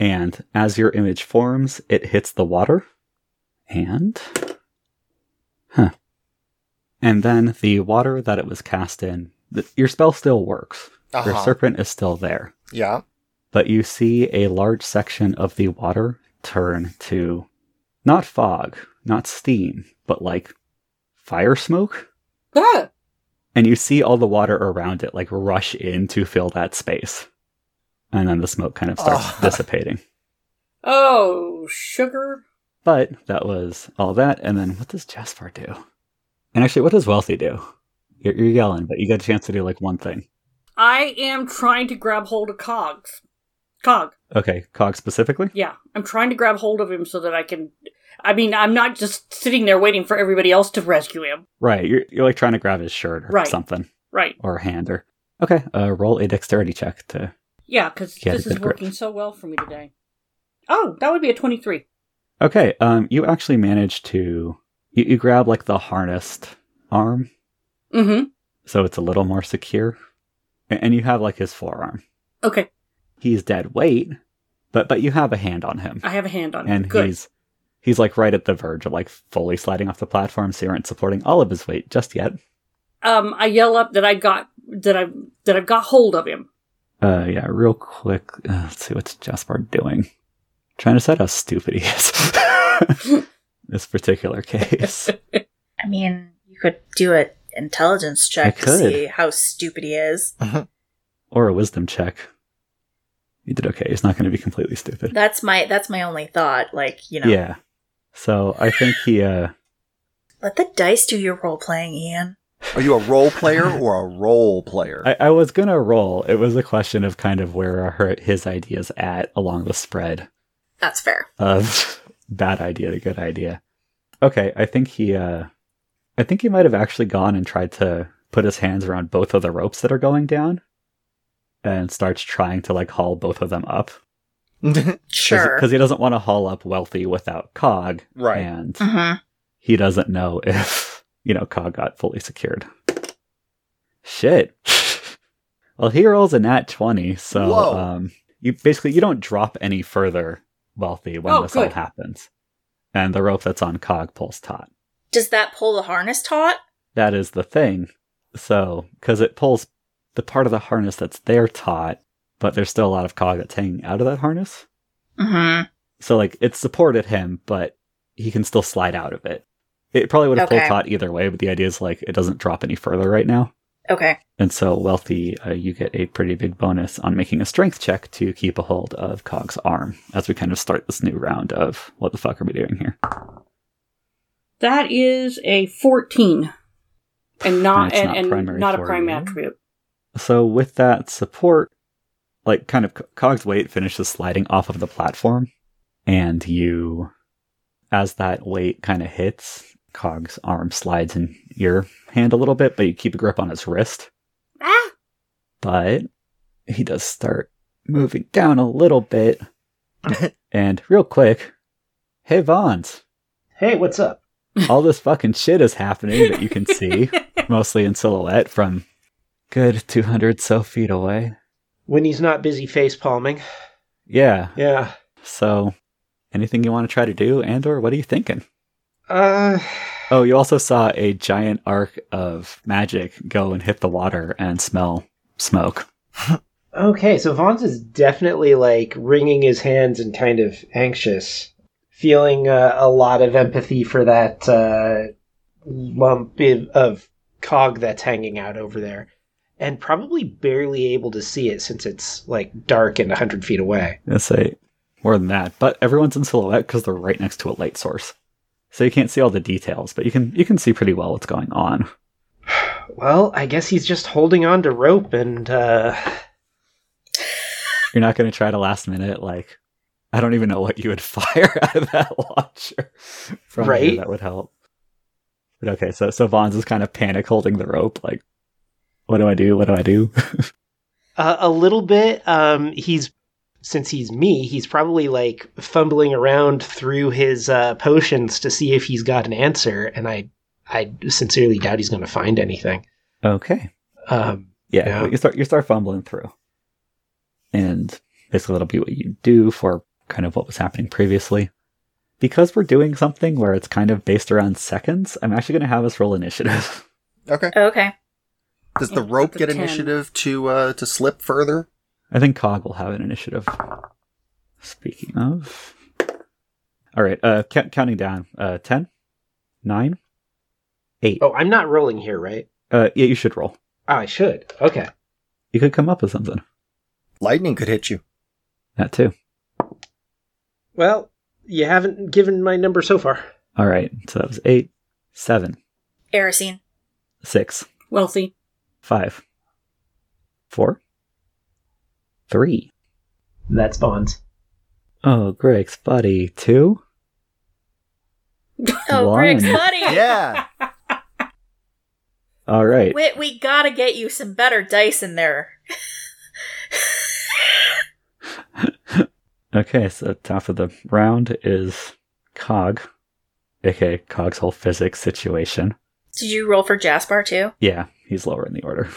Speaker 1: And as your image forms, it hits the water. And. Huh. And then the water that it was cast in, th- your spell still works. Your
Speaker 5: Uh-huh.
Speaker 1: serpent is still there
Speaker 5: Yeah.
Speaker 1: but you see a large section of the water turn to not fog, not steam, but like fire smoke.
Speaker 4: Ah!
Speaker 1: And you see all the water around it like rush in to fill that space. And then the smoke kind of starts
Speaker 5: Oh.
Speaker 1: dissipating.
Speaker 4: Oh, sugar.
Speaker 1: But that was all that. And then what does Jasper do? And actually, what does Wealthy do? You're, you're yelling, but you get a chance to do like one thing.
Speaker 4: I am trying to grab hold of Cogs. Cog.
Speaker 1: Okay, Cog specifically?
Speaker 4: Yeah, I'm trying to grab hold of him so that I can. I mean, I'm not just sitting there waiting for everybody else to rescue him.
Speaker 1: Right, you're, you're like trying to grab his shirt or
Speaker 4: Right.
Speaker 1: something.
Speaker 4: Right.
Speaker 1: or hand or okay uh, roll a dexterity check to
Speaker 4: Yeah, because
Speaker 1: Yeah,
Speaker 4: this
Speaker 1: good
Speaker 4: is
Speaker 1: grip.
Speaker 4: working so well for me today. Oh, that would be a 23.
Speaker 1: okay um you actually manage to you, you grab like the harnessed arm
Speaker 4: Mm hmm.
Speaker 1: so it's a little more secure A- and, you have like his forearm
Speaker 4: Okay,
Speaker 1: he's dead weight but but you have a hand on him
Speaker 4: I have a hand on him.
Speaker 1: and
Speaker 4: Ah, Good.
Speaker 1: he's he's like right at the verge of like fully sliding off the platform so you aren't supporting all of his weight just yet
Speaker 4: Um, I yell up that I got that I that I've got hold of him.
Speaker 1: uh yeah real quick uh, let's see what's jasper doing trying to decide how stupid he is this particular case
Speaker 3: I mean, you could do an intelligence
Speaker 1: I
Speaker 3: check to
Speaker 1: could.
Speaker 3: see how stupid he is.
Speaker 1: or a wisdom check. You did okay. He's not going to be completely stupid.
Speaker 3: That's my that's my only thought. Like you know,
Speaker 1: Yeah. So I think he. uh
Speaker 3: let the dice do your role playing, Ian.
Speaker 5: Are you a role player or a role player?
Speaker 1: I, I was gonna roll. It was a question of kind of where are her, his ideas at along the spread
Speaker 3: That's fair.
Speaker 1: of bad idea to good idea. Okay, I think he. uh I think he might have actually gone and tried to put his hands around both of the ropes that are going down, and starts trying to like haul both of them up
Speaker 3: Sure.
Speaker 1: because he doesn't want to haul up wealthy without Cog.
Speaker 5: Right.
Speaker 1: And
Speaker 3: Mhm.
Speaker 1: he doesn't know if you know Cog got fully secured. Shit. well, he rolls a nat twenty, so
Speaker 5: Whoa.
Speaker 1: um, you basically you don't drop any further wealthy when
Speaker 4: Oh,
Speaker 1: this all
Speaker 4: good.
Speaker 1: happens, and the rope that's on Cog pulls taut.
Speaker 3: Does that pull the harness taut?
Speaker 1: That is the thing. So because it pulls the part of the harness that's there taut, but there's still a lot of Cog that's hanging out of that harness.
Speaker 3: Mm-hmm.
Speaker 1: So like it supported him, but he can still slide out of it. It probably would have
Speaker 3: Okay.
Speaker 1: pulled taut either way, but the idea is like it doesn't drop any further right now.
Speaker 3: Okay.
Speaker 1: And so wealthy, uh, you get a pretty big bonus on making a strength check to keep a hold of Cog's arm as we kind of start this new round of what the fuck are we doing here?
Speaker 4: That is a 14, and not
Speaker 1: it's
Speaker 4: and,
Speaker 1: not
Speaker 4: and
Speaker 1: primary
Speaker 4: not a
Speaker 1: for
Speaker 4: prime
Speaker 1: you.
Speaker 4: attribute.
Speaker 1: So with that support, like kind of C- Cog's weight finishes sliding off of the platform, and you, as that weight kind of hits, Cog's arm slides in your hand a little bit, but you keep a grip on his wrist.
Speaker 4: Ah,
Speaker 1: But he does start moving down a little bit, and real quick, hey Vons,
Speaker 2: Hey, what's up?
Speaker 1: all this fucking shit is happening that you can see, mostly in silhouette from good two hundred so feet away.
Speaker 2: When he's not busy face palming.
Speaker 1: Yeah,
Speaker 2: Yeah.
Speaker 1: So, anything you want to try to do, and or what are you thinking?
Speaker 2: Uh,
Speaker 1: Oh, you also saw a giant arc of magic go and hit the water and smell smoke.
Speaker 2: okay, so Vons is definitely like wringing his hands and kind of anxious, feeling uh, a lot of empathy for that uh, lump i- of cog that's hanging out over there, and probably barely able to see it since it's like dark and 100 feet away.
Speaker 1: Let's say more than that, but everyone's in silhouette because they're right next to a light source, so you can't see all the details, but you can you can see pretty well what's going on.
Speaker 2: Well, I guess he's just holding on to rope and uh,
Speaker 1: You're not going to try to last minute like I don't even know what you would fire out of that launcher from here
Speaker 2: Right.
Speaker 1: that would help. But okay, so so Vons is kind of panic holding the rope, like, what do I do? What do I do?
Speaker 2: Uh, a little bit. Um, he's since he's me, he's probably like fumbling around through his uh, potions to see if he's got an answer, and I, I sincerely doubt he's going to find anything.
Speaker 1: Okay.
Speaker 2: Um,
Speaker 1: Yeah,
Speaker 2: Yeah.
Speaker 1: but you start you start fumbling through, and basically that'll be what you do for kind of what was happening previously. Because we're doing something where it's kind of based around seconds, I'm actually going to have us roll initiative.
Speaker 5: Okay.
Speaker 3: Okay.
Speaker 5: Does the
Speaker 4: Yeah,
Speaker 5: rope
Speaker 4: that's a
Speaker 5: get
Speaker 4: 10.
Speaker 5: initiative to uh to slip further?
Speaker 1: I think Cog will have an initiative. Speaking of, all right, uh, c- counting down: uh, ten, nine, eight.
Speaker 2: Oh, I'm not rolling here, right?
Speaker 1: Uh, yeah, you should roll.
Speaker 2: Oh, I should. Okay.
Speaker 1: You could come up with something.
Speaker 5: Lightning could hit you.
Speaker 1: That too.
Speaker 2: Well, you haven't given my number so far.
Speaker 1: All right, so that was eight, seven,
Speaker 3: Erisine.
Speaker 1: six.
Speaker 4: Wealthy.
Speaker 1: Five. Four. Three.
Speaker 2: That's Bonds.
Speaker 1: Oh, Greg's buddy. Two.
Speaker 3: Oh,
Speaker 1: One.
Speaker 3: Griggs, buddy.
Speaker 5: Yeah.
Speaker 1: All right.
Speaker 3: Wait, we gotta get you some better dice in there.
Speaker 1: Okay, so top of the round is Cog, aka Cog's whole physics situation.
Speaker 3: Did you roll for Jaspar too?
Speaker 1: Yeah, he's lower in the order.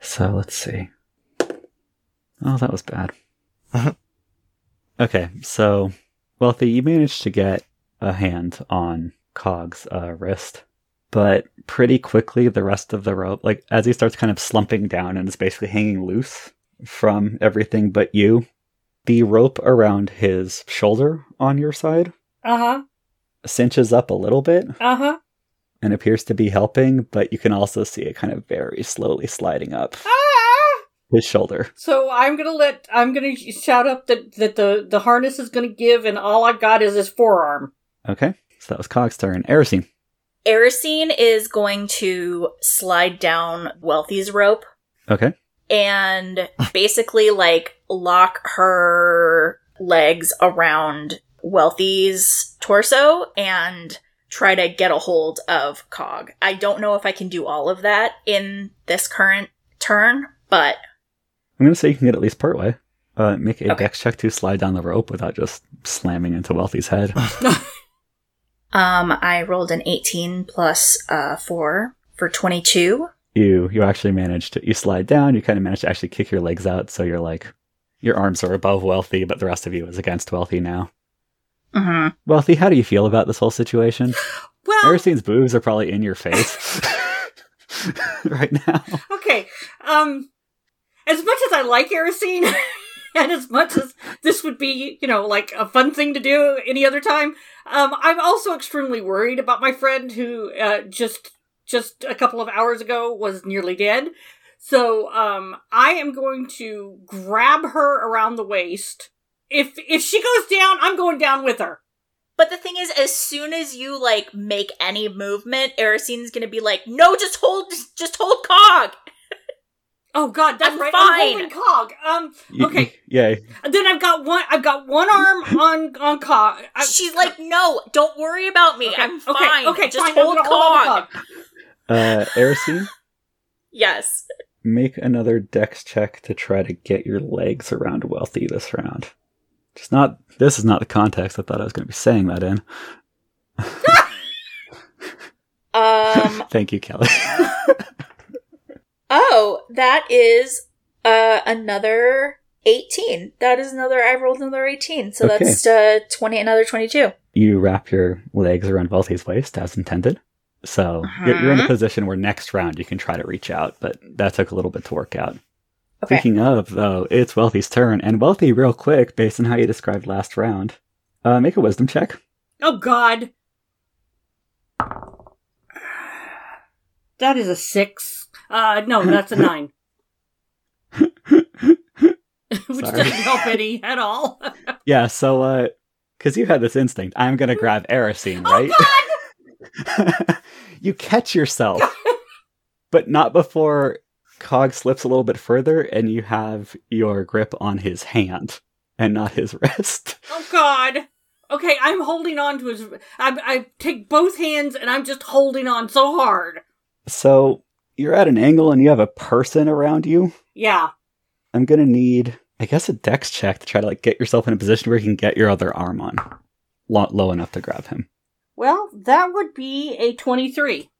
Speaker 1: So let's see. Oh, that was bad. okay, so Wealthy, you managed to get a hand on Cog's uh, wrist, but pretty quickly the rest of the rope, like as he starts kind of slumping down and is basically hanging loose from everything but you, the rope around his shoulder on your side
Speaker 4: Uh huh.
Speaker 1: cinches up a little bit
Speaker 4: Uh huh.
Speaker 1: and appears to be helping, but you can also see it kind of very slowly sliding up
Speaker 4: Ah!
Speaker 1: his shoulder.
Speaker 4: So I'm gonna let I'm gonna shout up that that the the harness is gonna give, and all I got is his forearm.
Speaker 1: Okay, so that was Cog's turn. Erisine.
Speaker 3: Erisine is going to slide down Wealthy's rope
Speaker 1: Okay,
Speaker 3: and basically like lock her legs around Wealthy's torso and try to get a hold of Cog. I don't know if I can do all of that in this current turn, but
Speaker 1: I'm gonna say you can get at least partway. Uh, make a
Speaker 3: Okay.
Speaker 1: dex check to slide down the rope without just slamming into Wealthy's head.
Speaker 3: um I rolled an 18 plus uh 4 for 22.
Speaker 1: you you actually managed to you slide down. You kind of managed to actually kick your legs out, so you're like your arms are above Wealthy, but the rest of you is against Wealthy now.
Speaker 3: Mhm.
Speaker 1: Wealthy, how do you feel about this whole situation?
Speaker 4: Well,
Speaker 1: Erisine's boobs are probably in your face right now.
Speaker 4: okay. Um, as much as I like Erisine, and as much as this would be, you know, like a fun thing to do any other time, um, I'm also extremely worried about my friend who uh, just just a couple of hours ago was nearly dead. So um, I am going to grab her around the waist. If if she goes down, I'm going down with her.
Speaker 3: But the thing is, as soon as you like make any movement, Erisine's gonna be like, "No, just hold, just hold Cog."
Speaker 4: Oh God, that's
Speaker 3: I'm
Speaker 4: right.
Speaker 3: fine.
Speaker 4: I'm holding cog. Um,
Speaker 1: You-
Speaker 4: Okay.
Speaker 1: Yeah,
Speaker 4: then I've got one. I've got one arm on on cog. I-
Speaker 3: She's like, "No, don't worry about me.
Speaker 4: Okay,
Speaker 3: I'm
Speaker 4: okay,
Speaker 3: fine.
Speaker 4: Okay,
Speaker 3: just
Speaker 4: fine, I'm
Speaker 3: hold Cog."
Speaker 4: gonna hold on to cog.
Speaker 1: Uh, Erisine,
Speaker 3: Yes.
Speaker 1: make another dex check to try to get your legs around Wealthy this round. Just not. This is not the context I thought I was going to be saying that in.
Speaker 3: Um.
Speaker 1: Thank you, Kelly.
Speaker 3: oh, that is uh another eighteen. That is another. I rolled another eighteen, so
Speaker 1: Okay.
Speaker 3: that's uh twenty. Another twenty-two.
Speaker 1: you wrap your legs around Wealthy's waist as intended. So you're, you're in a
Speaker 3: Mhm.
Speaker 1: position where next round you can try to reach out, but that took a little bit to work out.
Speaker 3: Okay.
Speaker 1: Speaking of, though, it's Wealthy's turn, and Wealthy, real quick, based on how you described last round, uh, make a wisdom check.
Speaker 4: Oh God, that is a six. Uh, no, that's a nine. Which
Speaker 1: Sorry.
Speaker 4: doesn't help any at all. Oh,
Speaker 1: Yeah, so uh because you had this instinct, I'm gonna
Speaker 3: Hmm?
Speaker 1: grab Erisine,
Speaker 3: Oh,
Speaker 1: right? you catch yourself. but not before Cog slips a little bit further and you have your grip on his hand and not his wrist.
Speaker 4: Oh God. Okay, I'm holding on to his. I, I take both hands and I'm just holding on so hard.
Speaker 1: So you're at an angle and you have a person around you.
Speaker 4: Yeah.
Speaker 1: I'm gonna need I guess a dex check to try to like get yourself in a position where you can get your other arm on, low, low enough to grab him.
Speaker 4: Well, that would be a 23.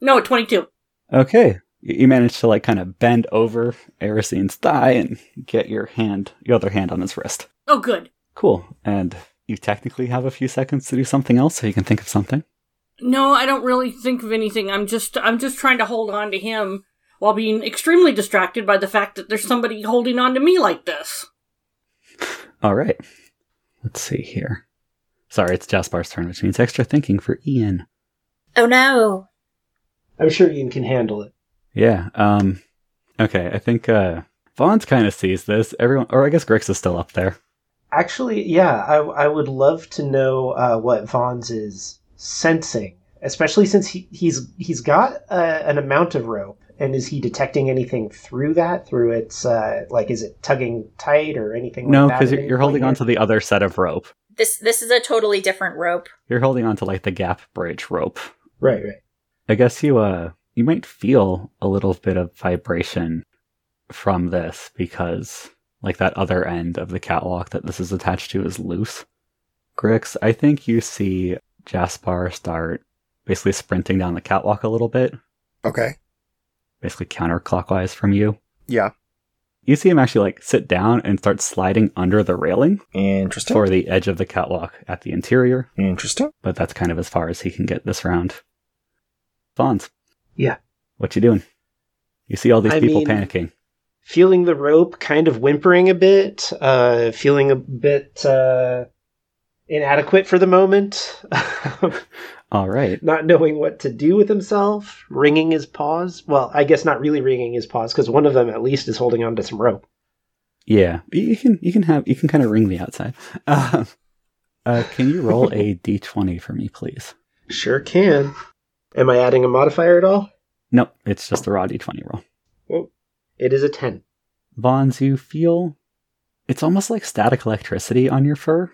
Speaker 4: No, a 22.
Speaker 1: Okay, you, you manage to like kind of bend over Erisine's thigh and get your hand, your other hand on his wrist.
Speaker 4: Oh, good.
Speaker 1: Cool, and you technically have a few seconds to do something else, so you can think of something.
Speaker 4: No, I don't really think of anything. I'm just I'm just trying to hold on to him while being extremely distracted by the fact that there's somebody holding on to me like this.
Speaker 1: All right, let's see here. Sorry, it's Jaspar's turn, which means extra thinking for Ian.
Speaker 3: Oh no.
Speaker 2: I'm sure Ian can handle it.
Speaker 1: Yeah. Um. Okay, I think uh, Vaughn's kind of sees this. Everyone, or I guess Grix is still up there.
Speaker 2: Actually, yeah, I, I would love to know uh, what Vaughn's is sensing, especially since he, he's he's got uh, an amount of rope. And is he detecting anything through that? Through its uh, like, is it tugging tight or anything?
Speaker 1: no,
Speaker 2: like that
Speaker 1: because
Speaker 2: at
Speaker 1: you're,
Speaker 2: any
Speaker 1: you're
Speaker 2: point
Speaker 1: holding
Speaker 2: yet?
Speaker 1: on to the other set of rope.
Speaker 3: This this is a totally different rope.
Speaker 1: You're holding on to like the gap bridge rope.
Speaker 2: right, right.
Speaker 1: I guess you uh you might feel a little bit of vibration from this because like that other end of the catwalk that this is attached to is loose. Grix, I think you see Jaspar start basically sprinting down the catwalk a little bit,
Speaker 5: Okay.
Speaker 1: basically counterclockwise from you.
Speaker 5: Yeah.
Speaker 1: You see him actually like sit down and start sliding under the railing
Speaker 5: Interesting.
Speaker 1: for the edge of the catwalk at the interior,
Speaker 5: Interesting.
Speaker 1: but that's kind of as far as he can get this round. Fonz.
Speaker 2: Yeah.
Speaker 1: What you doing? You see all these
Speaker 2: I
Speaker 1: people
Speaker 2: mean-
Speaker 1: panicking.
Speaker 2: Feeling the rope, kind of whimpering a bit, uh, feeling a bit uh, inadequate for the moment,
Speaker 1: All right.
Speaker 2: not knowing what to do with himself, wringing his paws. Well, I guess not really wringing his paws because one of them at least is holding on to some rope.
Speaker 1: Yeah. You you can you can have you can kind of ring the outside. Um, uh, can you roll a d20 for me, please?
Speaker 2: Sure can. Am I adding a modifier at all?
Speaker 1: Nope, it's just a raw d20 roll.
Speaker 2: It is a ten.
Speaker 1: Bonds, you feel it's almost like static electricity on your fur.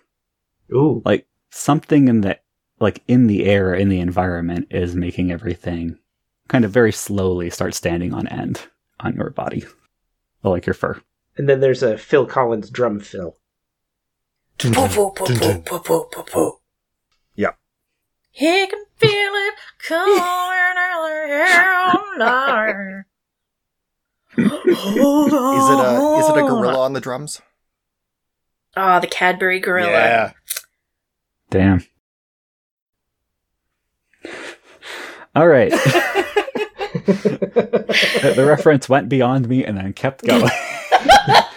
Speaker 2: Ooh,
Speaker 1: Like something in the like in the air in the environment is making everything kind of very slowly start standing on end on your body, or like your fur.
Speaker 2: and then there's a Phil Collins drum fill.
Speaker 3: Poo, poo, poo, poo, poo, poo, poo, poo.
Speaker 5: Mm-hmm. Yeah.
Speaker 3: He can feel it coming on. Hold on.
Speaker 5: Is it a is it a gorilla Oh, on the drums?
Speaker 3: Ah, the Cadbury gorilla.
Speaker 5: Yeah.
Speaker 1: Damn. All right. the, the reference went beyond me and then kept going.
Speaker 2: Ah.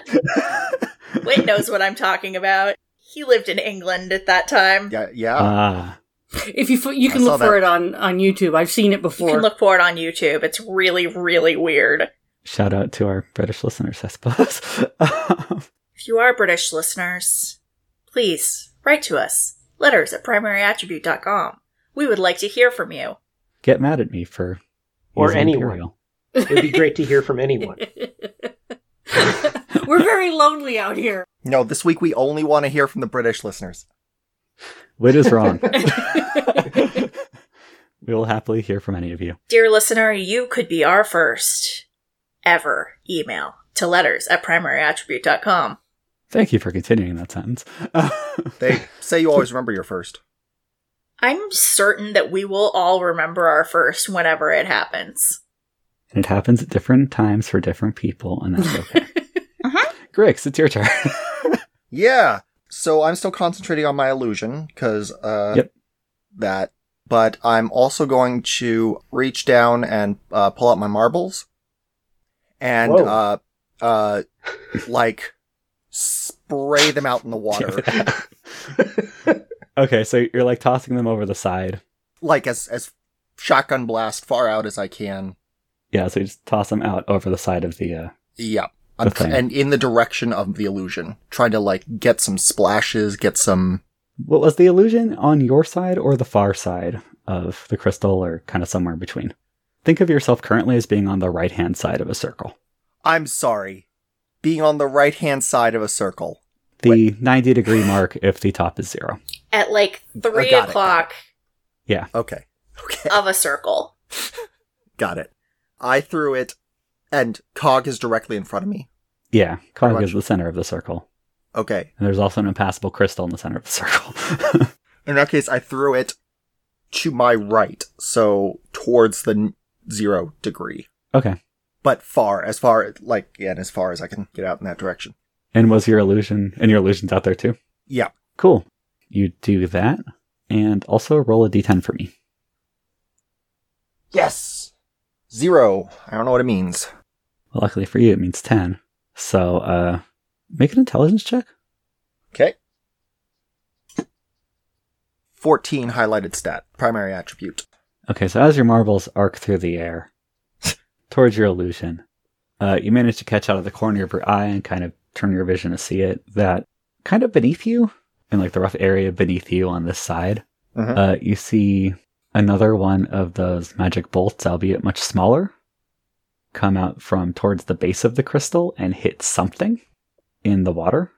Speaker 3: Wit knows what I'm talking about. He lived in England at that time.
Speaker 5: Yeah. Yeah.
Speaker 1: Ah,
Speaker 4: If you f- you can
Speaker 5: I
Speaker 4: look
Speaker 5: saw
Speaker 4: for
Speaker 5: that.
Speaker 4: it on on YouTube. I've seen it
Speaker 3: You
Speaker 4: before.
Speaker 3: can look for it on YouTube. It's really, really weird.
Speaker 1: shout out to our British listeners, I suppose. Um,
Speaker 3: If you are British listeners, please write to us. Letters at primaryattribute.com. We would like to hear from you.
Speaker 1: get mad at me for
Speaker 2: Or
Speaker 1: using
Speaker 2: anyone.
Speaker 1: Imperial.
Speaker 2: It would be great to hear from anyone.
Speaker 4: We're very lonely out here.
Speaker 5: No, this week we only want to hear from the British listeners.
Speaker 1: Wit is wrong. we will happily hear from any of you.
Speaker 3: Dear listener, you could be our first ever email to letters at primaryattribute.com.
Speaker 1: Thank you for continuing that sentence.
Speaker 5: They say you always remember your first.
Speaker 3: I'm certain that we will all remember our first whenever it happens.
Speaker 1: And it happens at different times for different people, and that's okay. Grix, it's your turn.
Speaker 5: Yeah. So I'm still concentrating on my illusion because uh,
Speaker 1: Yep.
Speaker 5: that. But I'm also going to reach down and uh, pull out my marbles, and
Speaker 2: Whoa.
Speaker 5: uh, uh, like spray them out in the water,
Speaker 1: okay, so you're like tossing them over the side.
Speaker 5: like as as shotgun blast far out as I can.
Speaker 1: Yeah, so you just toss them out over the side of the. Uh...
Speaker 5: Yeah. I'm
Speaker 1: Okay.
Speaker 5: and in the direction of the illusion, trying to like get some splashes, get some
Speaker 1: What was the illusion on your side or the far side of the crystal, or kind of somewhere in between? Think of yourself currently as being on the right hand side of a circle.
Speaker 5: I'm sorry. Being on the right hand side of a circle.
Speaker 1: The 90 degree mark if the top is zero.
Speaker 3: At like three
Speaker 5: got it.
Speaker 3: o'clock
Speaker 5: Okay. Okay.
Speaker 3: of a circle.
Speaker 5: Got it. I threw it and Cog is directly in front of me.
Speaker 1: Yeah,
Speaker 5: Pretty
Speaker 1: Cog
Speaker 5: much.
Speaker 1: is the center of the circle.
Speaker 5: Okay.
Speaker 1: And there's also an impassable crystal in the center of the circle.
Speaker 5: In that case, I threw it to my right, so towards the n- zero degree,
Speaker 1: okay.
Speaker 5: but far, as far, like, yeah, and as far as I can get out in that direction.
Speaker 1: And was your illusion and your illusion's out there too?
Speaker 5: Yeah.
Speaker 1: Cool. You do that. And also roll a D10 for me.
Speaker 5: Yes! Zero. I don't know what it means.
Speaker 1: Well, luckily for you, it means 10. So uh make an intelligence check.
Speaker 5: Okay. 14 highlighted stat, primary attribute.
Speaker 1: Okay, so as your marbles arc through the air towards your illusion, uh, you manage to catch out of the corner of your eye and kind of turn your vision to see it that kind of beneath you, in like the rough area beneath you on this side,
Speaker 5: Mhm.
Speaker 1: uh, you see another one of those magic bolts, albeit much smaller, come out from towards the base of the crystal and hit something in the water.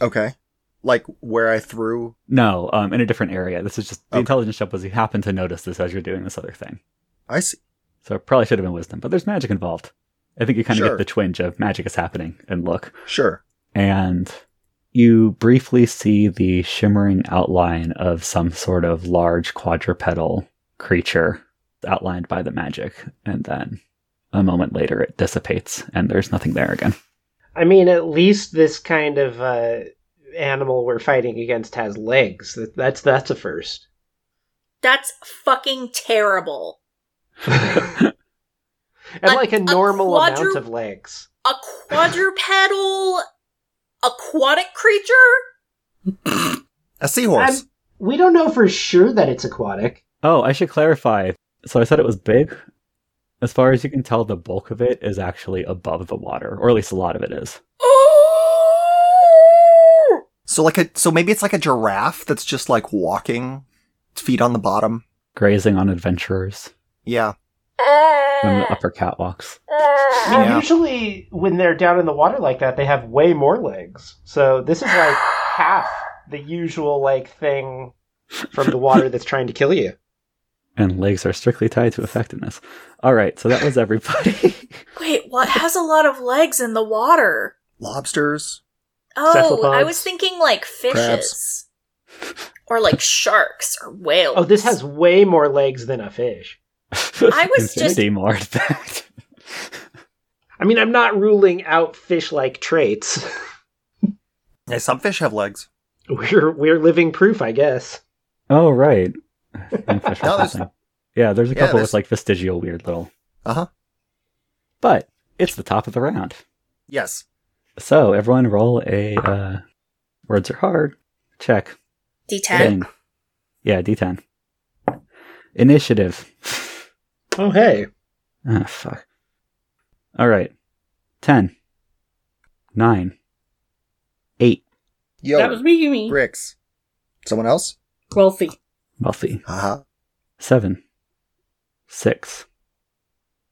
Speaker 5: Okay. Like where I threw.
Speaker 1: No, um, in a different area. This is just the
Speaker 5: Okay.
Speaker 1: intelligence check was you happen to notice this as you're doing this other thing.
Speaker 5: I see.
Speaker 1: So it probably should have been wisdom, but there's magic involved. I think you kind of
Speaker 5: Sure.
Speaker 1: get the twinge of magic is happening and look.
Speaker 5: Sure.
Speaker 1: And you briefly see the shimmering outline of some sort of large quadrupedal creature outlined by the magic. And then a moment later it dissipates and there's nothing there again.
Speaker 2: I mean, at least this kind of uh, animal we're fighting against has legs. That- That's that's a first.
Speaker 3: That's fucking terrible.
Speaker 2: and
Speaker 3: A-
Speaker 2: like a
Speaker 3: a
Speaker 2: normal amount
Speaker 3: quadru-
Speaker 2: of legs.
Speaker 3: A quadrupedal aquatic creature?
Speaker 5: A seahorse.
Speaker 2: I'm- We don't know for sure that it's aquatic.
Speaker 1: Oh, I should clarify. So I said it was big. As far as you can tell, the bulk of it is actually above the water, or at least a lot of it is.
Speaker 3: Ooh!
Speaker 5: So like a so maybe it's like a giraffe that's just like walking, feet on the bottom.
Speaker 1: Grazing on adventurers
Speaker 5: Yeah.
Speaker 1: on the upper catwalks.
Speaker 2: Well,
Speaker 5: Yeah.
Speaker 2: usually when they're down in the water like that, they have way more legs. So this is like half the usual like thing from the water that's trying to kill you.
Speaker 1: and legs are strictly tied to effectiveness. All right, so that was everybody.
Speaker 3: Wait, what has a lot of legs in the water?
Speaker 5: Lobsters.
Speaker 3: Oh,
Speaker 2: Cephalopods.
Speaker 3: I was thinking like fishes. Or like sharks or whales.
Speaker 2: Oh, this has way more legs than a fish.
Speaker 3: I was just-
Speaker 1: Infinity more in fact.
Speaker 2: I mean, I'm not ruling out fish-like traits.
Speaker 5: Yeah, some fish have legs.
Speaker 2: We're we're living proof, I guess.
Speaker 1: Oh right, And fish or
Speaker 5: No, there's-
Speaker 1: something. Yeah, there's a
Speaker 5: Yeah,
Speaker 1: couple
Speaker 5: there's-
Speaker 1: with like vestigial weird little.
Speaker 5: Uh-huh.
Speaker 1: But it's the top of the round,
Speaker 5: Yes.
Speaker 1: so everyone roll a uh, words are hard check
Speaker 3: D10.
Speaker 1: thing. Yeah, d10. Initiative.
Speaker 2: Oh, hey.
Speaker 1: Ah, fuck. All right, ten, nine, eight.
Speaker 5: Yo.
Speaker 4: that was me, you mean?
Speaker 5: Bricks. Someone else?
Speaker 4: Wealthy.
Speaker 1: Wealthy.
Speaker 5: Uh-huh.
Speaker 1: seven, six,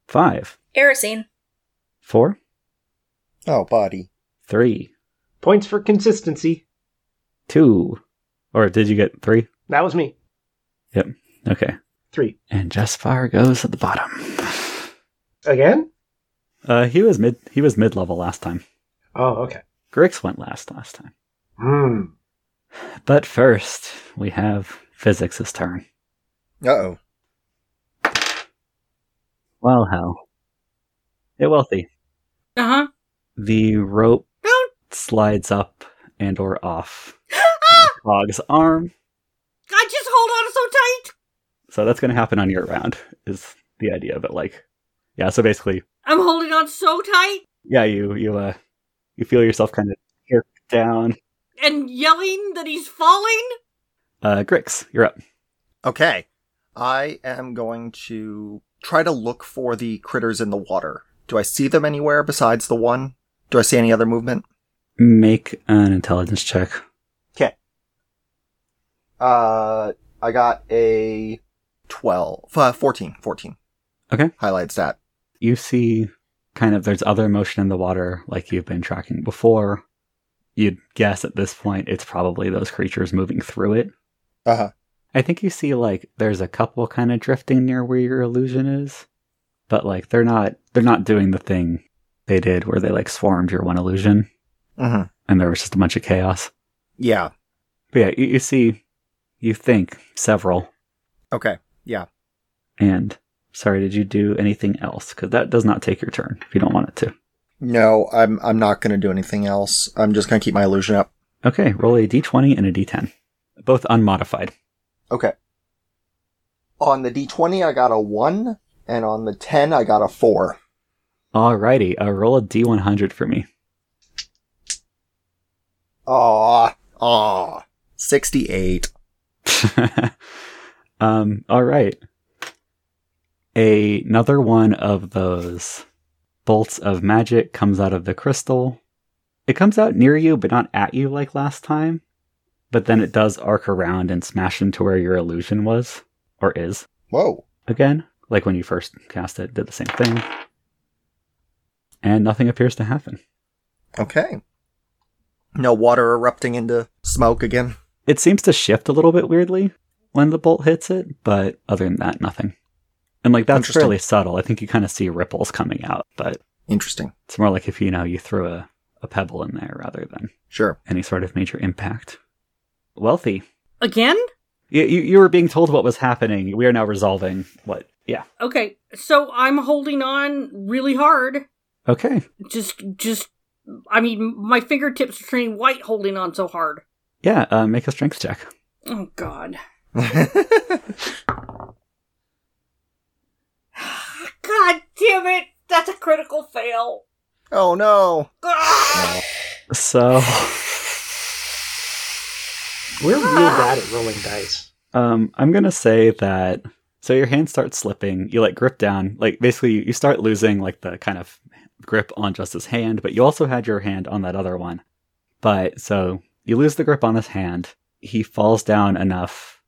Speaker 1: five,
Speaker 3: Erosine.
Speaker 1: four,
Speaker 5: Oh, body.
Speaker 1: three,
Speaker 2: Points for consistency.
Speaker 1: two. Or did you get three?
Speaker 2: That was me.
Speaker 1: Okay.
Speaker 2: Three
Speaker 1: And Jaspar goes at the bottom.
Speaker 2: again.
Speaker 1: Uh, he was mid. He was mid level last time.
Speaker 2: Oh, okay.
Speaker 1: Grix went last last time.
Speaker 2: Hmm.
Speaker 1: But first, we have physics's turn.
Speaker 5: Uh-oh.
Speaker 1: Well, hell. Hey, wealthy.
Speaker 4: Uh huh.
Speaker 1: The rope
Speaker 4: Don't.
Speaker 1: slides up and or off Cog's arm.
Speaker 4: I just hold on so tight.
Speaker 1: So that's going to happen on your round. Is the idea of it? Like, yeah. So basically,
Speaker 4: I'm holding on so tight
Speaker 1: yeah, you you uh you feel yourself kind of jerked down.
Speaker 4: and yelling that he's falling.
Speaker 1: Uh Grix, you're up.
Speaker 5: Okay. I am going to try to look for the critters in the water. Do I see them anywhere besides the one? Do I see any other movement?
Speaker 1: Make an intelligence check.
Speaker 5: Uh, I got a 12, uh, 14, 14.
Speaker 1: Okay.
Speaker 5: Highlight stat.
Speaker 1: You see kind of there's other motion in the water like you've been tracking before. You'd guess at this point it's probably those creatures moving through it.
Speaker 5: Uh-huh.
Speaker 1: I think you see like there's a couple kind of drifting near where your illusion is, but like they're not they're not doing the thing they did where they like swarmed your one illusion
Speaker 5: hmm
Speaker 1: and there was just a bunch of chaos.
Speaker 5: Yeah.
Speaker 1: But yeah, you, you see, you think several.
Speaker 5: Okay.
Speaker 1: And sorry, did you do anything else? Because that does not take your turn if you don't want it to.
Speaker 5: No, I'm I'm not gonna do anything else. I'm just gonna keep my illusion up.
Speaker 1: Okay, roll a d20 and a d10, both unmodified.
Speaker 5: Okay. On the D20, I got a one, and on the 10, I got a four.
Speaker 1: Alrighty, uh, roll a d100 for me.
Speaker 5: Aw, aw, 68.
Speaker 1: um, all right. A- another one of those bolts of magic comes out of the crystal. It comes out near you, but not at you like last time. But then it does arc around and smash into where your illusion was, or is,
Speaker 5: Whoa.
Speaker 1: again. Like when you first cast it, did the same thing. And nothing appears to happen.
Speaker 5: Okay. No water erupting into smoke again.
Speaker 1: It seems to shift a little bit weirdly when the bolt hits it, but other than that, nothing. And like that's
Speaker 5: Interesting.
Speaker 1: fairly subtle. I think you kind of see ripples coming out, but
Speaker 5: Interesting.
Speaker 1: it's more like if you know you threw a, a pebble in there rather than
Speaker 5: Sure.
Speaker 1: any sort of major impact. Wealthy,
Speaker 4: Again?
Speaker 1: you, you you were being told what was happening. We are now resolving what. Yeah.
Speaker 4: Okay, so I'm holding on really hard.
Speaker 1: Okay.
Speaker 4: Just, just, I mean, my fingertips are turning white holding on so hard.
Speaker 1: Yeah. Uh, make a strength check.
Speaker 4: Oh, God. God damn it! That's a critical fail.
Speaker 5: oh no.
Speaker 4: Ah!
Speaker 1: So,
Speaker 2: We're real bad at rolling dice.
Speaker 1: um, I'm gonna say that. So your hands start slipping. You like grip down. Like basically, you, you start losing like the kind of grip on just his hand, but you also had your hand on that other one. But so you lose the grip on his hand. He falls down enough.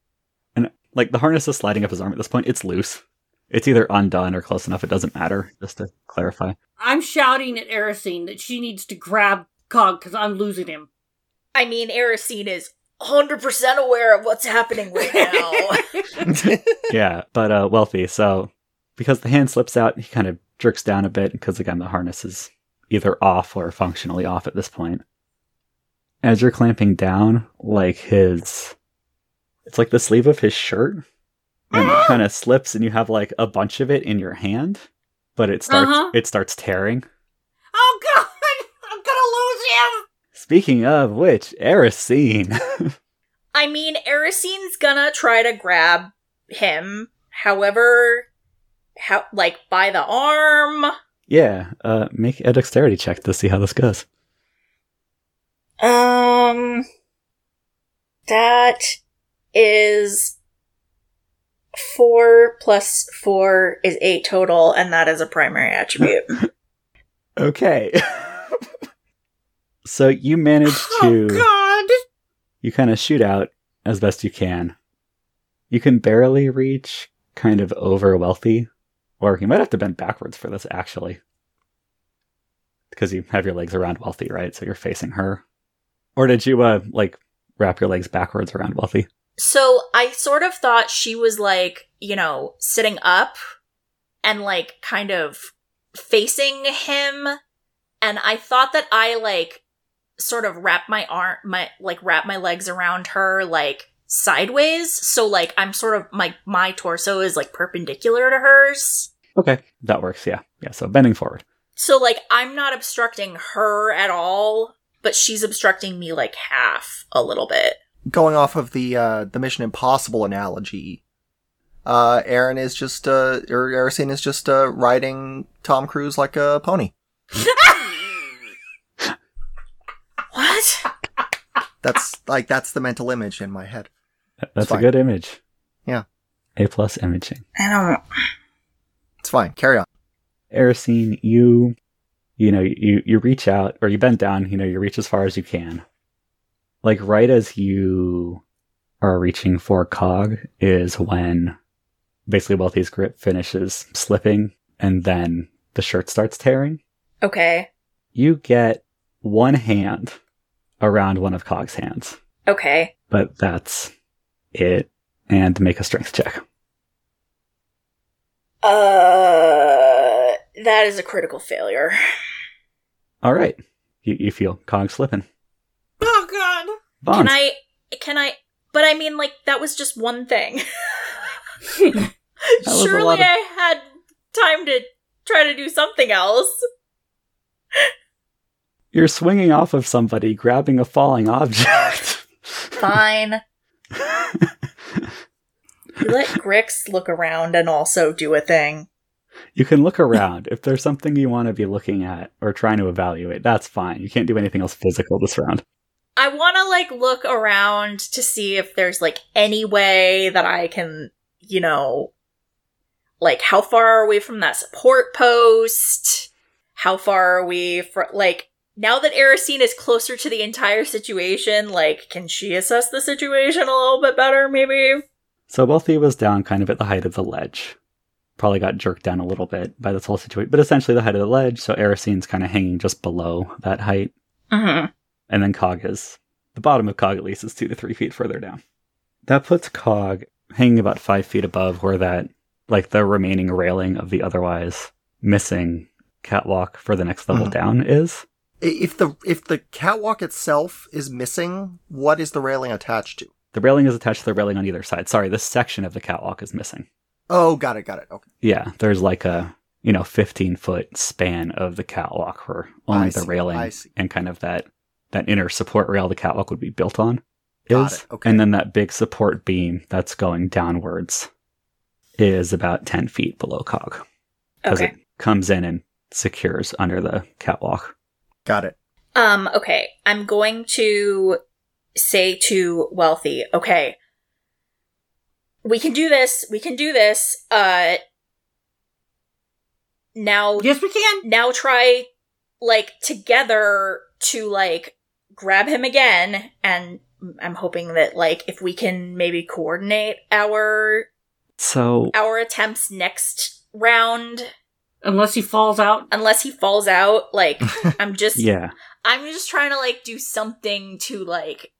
Speaker 1: And like the harness is sliding up his arm at this point. It's loose. It's either undone or close enough. It doesn't matter, just to clarify.
Speaker 4: I'm shouting at Erisine that she needs to grab Cog because I'm losing him.
Speaker 3: I mean, Aracene is 100% aware of what's happening right now.
Speaker 1: yeah, but uh, wealthy. So because the hand slips out, he kind of jerks down a bit because again the harness is either off or functionally off at this point. As you're clamping down, like his, it's like the sleeve of his shirt, and it kind of slips, and you have like a bunch of it in your hand, but it starts
Speaker 4: Uh-huh.
Speaker 1: it starts tearing.
Speaker 4: oh God! I'm gonna lose him.
Speaker 1: Speaking of which, Erisine.
Speaker 3: I mean, Aracene's gonna try to grab him. However, how like by the arm.
Speaker 1: yeah, uh, make a dexterity check to see how this goes.
Speaker 3: Um, that is four plus four is eight total, and that is a primary attribute.
Speaker 1: Okay. so you manage to.
Speaker 4: Oh God!
Speaker 1: you kind of shoot out as best you can. You can barely reach kind of over wealthy, or you might have to bend backwards for this actually. Because you have your legs around wealthy, right? So you're facing her. Or did you uh like wrap your legs backwards around wealthy?
Speaker 3: So I sort of thought she was like, you know, sitting up and like kind of facing him. And I thought that I like sort of wrapped my arm, my like wrapped my legs around her like sideways. So like I'm sort of my my torso is like perpendicular to hers.
Speaker 1: Okay. That works, yeah. Yeah, so bending forward.
Speaker 3: So like I'm not obstructing her at all, but she's obstructing me like half a little bit.
Speaker 5: Going off of the uh, the Mission Impossible analogy, uh, Aaron is just uh, or Aracene is just uh, riding Tom Cruise like a pony.
Speaker 3: What?
Speaker 5: That's like that's the mental image in my head.
Speaker 1: That- That's a
Speaker 5: fine.
Speaker 1: good image.
Speaker 5: Yeah.
Speaker 1: A plus imaging.
Speaker 3: I don't
Speaker 5: It's fine. Carry on.
Speaker 1: Erosine, you you know, you you reach out or you bend down, you know, you reach as far as you can. Like right as you are reaching for cog is when basically Wealthy's grip finishes slipping and then the shirt starts tearing.
Speaker 3: Okay.
Speaker 1: You get one hand around one of Cog's hands.
Speaker 3: Okay.
Speaker 1: But that's it. And make a strength check.
Speaker 3: Uh, that is a critical failure.
Speaker 1: All right. You, you feel Cog slipping.
Speaker 4: Oh god.
Speaker 1: Vaughn,
Speaker 3: Can I? Can I? But I mean, like that was just one thing.
Speaker 1: was a
Speaker 3: Surely
Speaker 1: lot of-
Speaker 3: I had time to try to do something else.
Speaker 1: you're swinging off of somebody, grabbing a falling object.
Speaker 3: Fine. You let Grix look around and also do a thing.
Speaker 1: you can look around. If there's something you want to be looking at or trying to evaluate, that's fine. You can't do anything else physical this round.
Speaker 3: I want to like look around to see if there's like any way that I can, you know, like how far are we from that support post? How far are we from like now that Erosine is closer to the entire situation, like can she assess the situation a little bit better maybe?
Speaker 1: So Wealthy was down kind of at the height of the ledge. Probably got jerked down a little bit by this whole situation, but essentially the height of the ledge. So Erosine's kind of hanging just below that height.
Speaker 3: Mm-hmm.
Speaker 1: And then Cog is, the bottom of Cog at least, is two to three feet further down. That puts Cog hanging about five feet above where that, like the remaining railing of the otherwise missing catwalk for the next level
Speaker 5: Mhm.
Speaker 1: down is.
Speaker 5: I- If the if the catwalk itself is missing, what is the railing attached to?
Speaker 1: The railing is attached to the railing on either side. Sorry, this section of the catwalk is missing.
Speaker 5: Oh, got it, got it. Okay.
Speaker 1: Yeah, there's like a you know 15 foot span of the catwalk where only
Speaker 5: I
Speaker 1: the
Speaker 5: see, I
Speaker 1: railing
Speaker 5: see.
Speaker 1: and kind of that that inner support rail the catwalk would be built on
Speaker 5: Got
Speaker 1: is,
Speaker 5: it, okay.
Speaker 1: and then that big support beam that's going downwards is about 10 feet below cog because
Speaker 3: Okay.
Speaker 1: it comes in and secures under the catwalk.
Speaker 5: Got it.
Speaker 3: Um, okay. I'm going to say to Wealthy, okay, we can do this. We can do this. Uh, now,
Speaker 4: Yes, we can.
Speaker 3: now try, like, together to, like, grab him again. And I'm hoping that, like, if we can maybe coordinate our,
Speaker 1: So
Speaker 3: our attempts next round,
Speaker 4: Unless he falls out.
Speaker 3: unless he falls out, like, I'm just,
Speaker 1: yeah,
Speaker 3: I'm just trying to like do something to like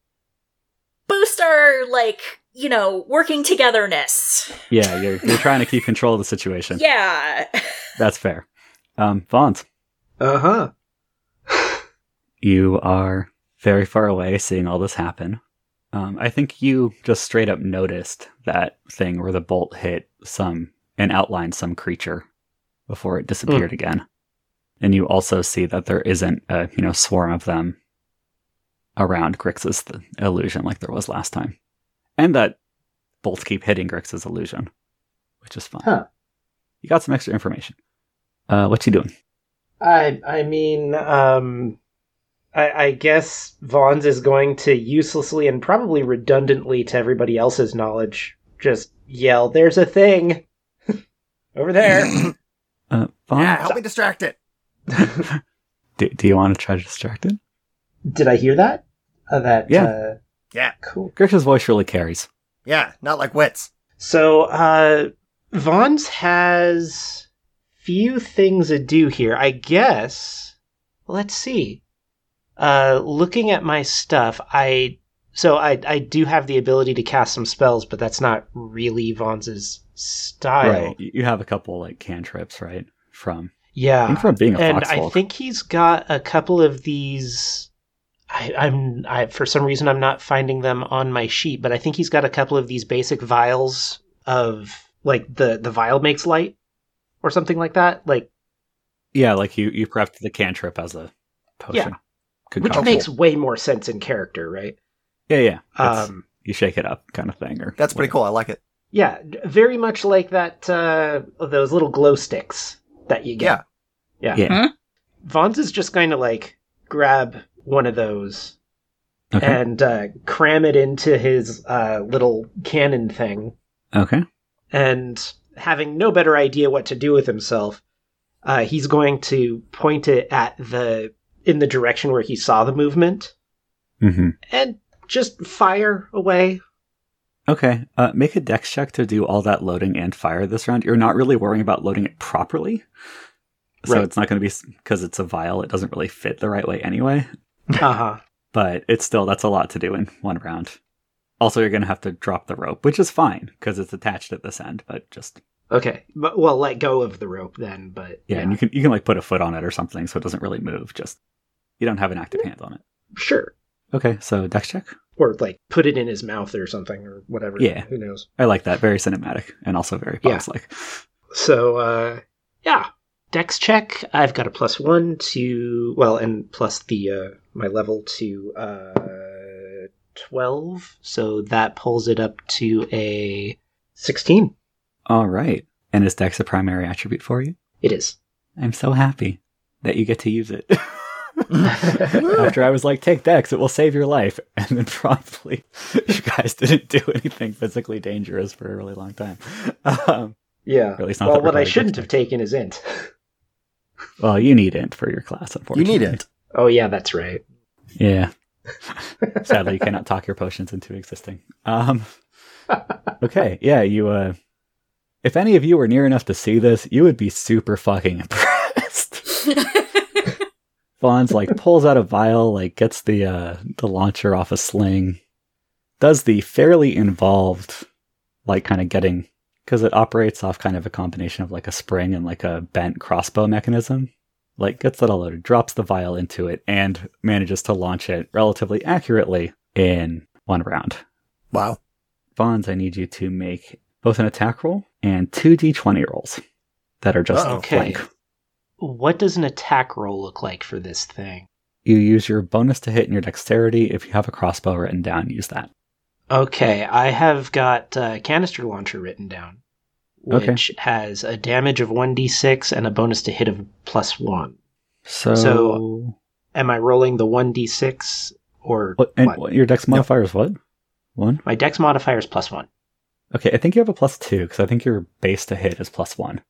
Speaker 3: boost our like you know working togetherness.
Speaker 1: yeah, you're you're trying to keep control of the situation.
Speaker 3: Yeah.
Speaker 1: That's fair. Um, Vaughn,
Speaker 2: Uh huh.
Speaker 1: you are very far away seeing all this happen. Um, I think you just straight up noticed that thing where the bolt hit some and outlined some creature before it disappeared again. And you also see that there isn't a you know swarm of them around Grix's th- illusion like there was last time, and that bolts keep hitting Grix's illusion, which is fine.
Speaker 2: Huh.
Speaker 1: You got some extra information. Uh, what you doing?
Speaker 2: I I mean, um, I, I guess Vaughn's is going to uselessly and probably redundantly to everybody else's knowledge just yell, "There's a thing over there."
Speaker 1: Uh, Vaughn,
Speaker 5: Yeah, help me distract it.
Speaker 1: do, do you want to try to distract it?
Speaker 2: Did I hear that? Uh, that
Speaker 1: Yeah.
Speaker 2: Uh,
Speaker 5: Yeah.
Speaker 2: Cool.
Speaker 1: Grish's voice really carries.
Speaker 5: Yeah, not like wits.
Speaker 2: So, uh, Vaughn's has few things ado here. I guess. Let's see. Uh, looking at my stuff, I so I I do have the ability to cast some spells, but that's not really Vaughn's style.
Speaker 1: Right. You you have a couple like cantrips, right? From I think
Speaker 2: Yeah,
Speaker 1: from being a
Speaker 2: Uh, and I
Speaker 1: foxhole.
Speaker 2: think he's got a couple of these. I, I'm I for some reason I'm not finding them on my sheet, but I think he's got a couple of these basic vials of like the the vial makes light or something like that, like
Speaker 1: yeah, like you you prepped the cantrip as a potion.
Speaker 2: Yeah. which
Speaker 1: Concoction.
Speaker 2: makes way more sense in character, right?
Speaker 1: yeah yeah. It's-
Speaker 2: Um,
Speaker 1: you shake it up, kind of thing. Or
Speaker 5: That's pretty cool. I like it.
Speaker 2: yeah, d- very much like that uh, those little glow sticks that you get.
Speaker 5: Yeah.
Speaker 2: Yeah.
Speaker 1: Yeah.
Speaker 3: Mhm.
Speaker 2: Vaughn's is just going to like grab one of those
Speaker 1: Okay.
Speaker 2: and uh, cram it into his uh, little cannon thing.
Speaker 1: okay.
Speaker 2: And having no better idea what to do with himself, uh, he's going to point it at the in the direction where he saw the movement
Speaker 1: Mm-hmm.
Speaker 2: and just fire away.
Speaker 1: Okay. Uh, make a dex check to do all that loading and fire this round. You're not really worrying about loading it properly. So
Speaker 2: Right.
Speaker 1: it's not going to be because it's a vial. It doesn't really fit the right way anyway.
Speaker 2: Uh
Speaker 1: Uh-huh.
Speaker 2: huh.
Speaker 1: but it's still that's a lot to do in one round. Also, you're going to have to drop the rope, which is fine because it's attached at this end. But just
Speaker 2: Okay. But, well, let go of the rope then. But
Speaker 1: yeah, and you can you can like put a foot on it or something, so it doesn't really move. Just You don't have an active hand on it.
Speaker 2: Sure.
Speaker 1: Okay, so dex check.
Speaker 2: Or like put it in his mouth or something or whatever.
Speaker 1: Yeah.
Speaker 2: Who knows?
Speaker 1: I like that. Very cinematic and also very
Speaker 2: Yeah.
Speaker 1: box like.
Speaker 2: So uh yeah. Dex check. I've got a plus one to well, and plus the uh my level to uh twelve. So that pulls it up to a sixteen.
Speaker 1: All right. And is dex a primary attribute for you?
Speaker 2: It is.
Speaker 1: I'm so happy that you get to use it. After I was like, take Dex, it will save your life. And then promptly, you guys didn't do anything physically dangerous for a really long time. Um,
Speaker 2: Yeah.
Speaker 1: or at least not
Speaker 2: Well
Speaker 1: that
Speaker 2: what
Speaker 1: we're
Speaker 2: I
Speaker 1: playing
Speaker 2: shouldn't
Speaker 1: Dex
Speaker 2: have taken is int.
Speaker 1: check. Well, you need int for your class,
Speaker 5: you
Speaker 1: unfortunately.
Speaker 5: need it.
Speaker 2: Oh yeah, that's right.
Speaker 1: Yeah. Sadly, you cannot talk your potions into existing. Um, okay. Yeah. You, uh, if any of you were near enough to see this, you would be super fucking impressed. Vaughn's like pulls out a vial, like gets the uh the launcher off a sling, does the fairly involved, like kind of getting because it operates off kind of a combination of like a spring and like a bent crossbow mechanism. Like gets that all loaded, drops the vial into it, and manages to launch it relatively accurately in one round.
Speaker 5: Wow.
Speaker 1: Vaughn's, I need you to make both an attack roll and two d20 rolls that are just
Speaker 5: Uh-oh.
Speaker 2: Okay.
Speaker 1: flank.
Speaker 2: What does an attack roll look like for this thing?
Speaker 1: You use your bonus to hit and your dexterity. If you have a crossbow written down, use that.
Speaker 2: Okay, I have got uh, canister launcher written down,
Speaker 1: Okay.
Speaker 2: which has a damage of one d six and a bonus to hit of plus one.
Speaker 1: So,
Speaker 2: So- Am I rolling the one d six or
Speaker 1: what, Oh, and
Speaker 2: what?
Speaker 1: what- your dex modifier is what? One.
Speaker 2: My dex modifier is plus one.
Speaker 1: Okay, I think you have a plus two because I think your base to hit is plus one.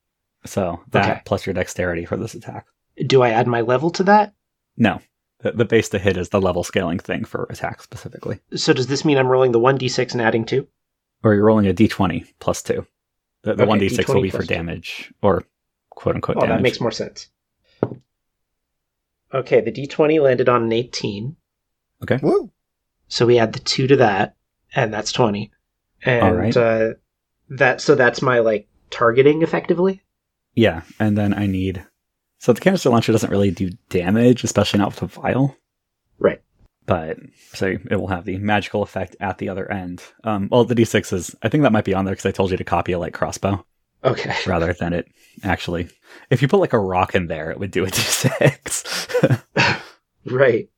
Speaker 1: So that
Speaker 2: Okay.
Speaker 1: plus your dexterity for this attack.
Speaker 2: Do I add my level to that?
Speaker 1: No, the, the base to hit is the level scaling thing for attack specifically.
Speaker 2: So does this mean I'm rolling the one d six and adding two?
Speaker 1: Or you're rolling a d20 plus two. The, the
Speaker 2: Okay,
Speaker 1: 1d6 will
Speaker 2: D20
Speaker 1: be for
Speaker 2: plus two.
Speaker 1: damage or quote unquote
Speaker 2: Oh,
Speaker 1: damage.
Speaker 2: that makes more sense. Okay, the d twenty landed on an eighteen,
Speaker 5: Woo.
Speaker 2: so we add the two to that, and that's twenty. And
Speaker 1: right.
Speaker 2: uh, that so that's my like targeting effectively.
Speaker 1: Yeah, and then I need. So the canister launcher doesn't really do damage, especially not with a vial.
Speaker 2: Right.
Speaker 1: But so it will have the magical effect at the other end. Um, well, the d6 is. I think that might be on there because I told you to copy a light crossbow
Speaker 2: Okay.
Speaker 1: rather than it actually. If you put like a rock in there, it would do a d6.
Speaker 2: Right.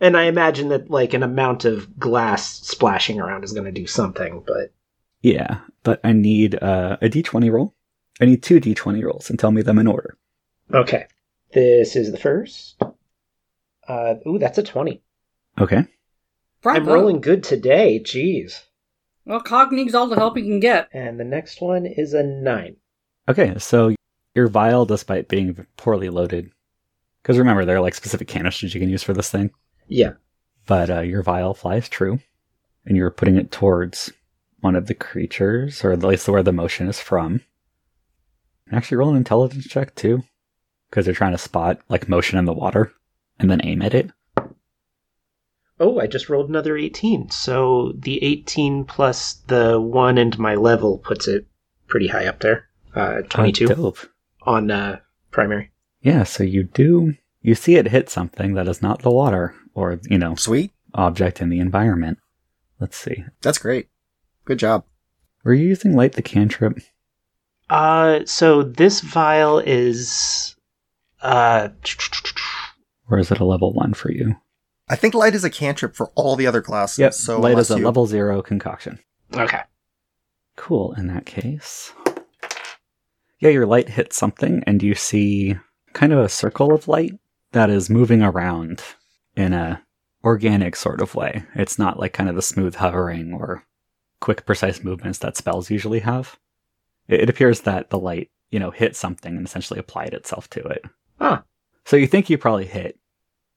Speaker 2: And I imagine that like an amount of glass splashing around is going to do something, but
Speaker 1: yeah, but I need uh, a d20 roll. I need two d20 rolls and tell me them in order.
Speaker 2: okay. This is the first. Uh, ooh, that's a 20.
Speaker 1: Okay.
Speaker 2: I'm rolling good today. Jeez.
Speaker 4: Well, Cog needs all the help he can get.
Speaker 2: And the next one is a 9.
Speaker 1: Okay, so your vial, despite being poorly loaded, because remember there are like specific canisters you can use for this thing,
Speaker 2: Yeah.
Speaker 1: but uh, your vial flies true, and you're putting it towards one of the creatures, or at least where the motion is from. Actually, roll an intelligence check too, because they're trying to spot like motion in the water, and then aim at it.
Speaker 2: Oh, I just rolled another 18. So the 18 plus the 1 and my level puts it pretty high up there. Uh, 22
Speaker 1: Oh, dope.
Speaker 2: on uh, primary.
Speaker 1: Yeah, so you do you see it hit something that is not the water or you know
Speaker 5: Sweet.
Speaker 1: object in the environment. Let's see.
Speaker 5: That's great. Good job.
Speaker 1: Were you using light the cantrip?
Speaker 2: Uh, so this vial is uh,
Speaker 1: or is it a level one for you?
Speaker 5: I think light is a cantrip for all the other classes. So
Speaker 1: light
Speaker 5: unless
Speaker 1: is a
Speaker 5: you-
Speaker 1: level zero concoction.
Speaker 2: okay.
Speaker 1: Cool. In that case, yeah, your light hits something, and you see kind of a circle of light that is moving around in a organic sort of way. It's not like kind of the smooth hovering or quick, precise movements that spells usually have. It, it appears that the light, you know, hit something and essentially applied itself to it.
Speaker 2: Huh.
Speaker 1: So you think you probably hit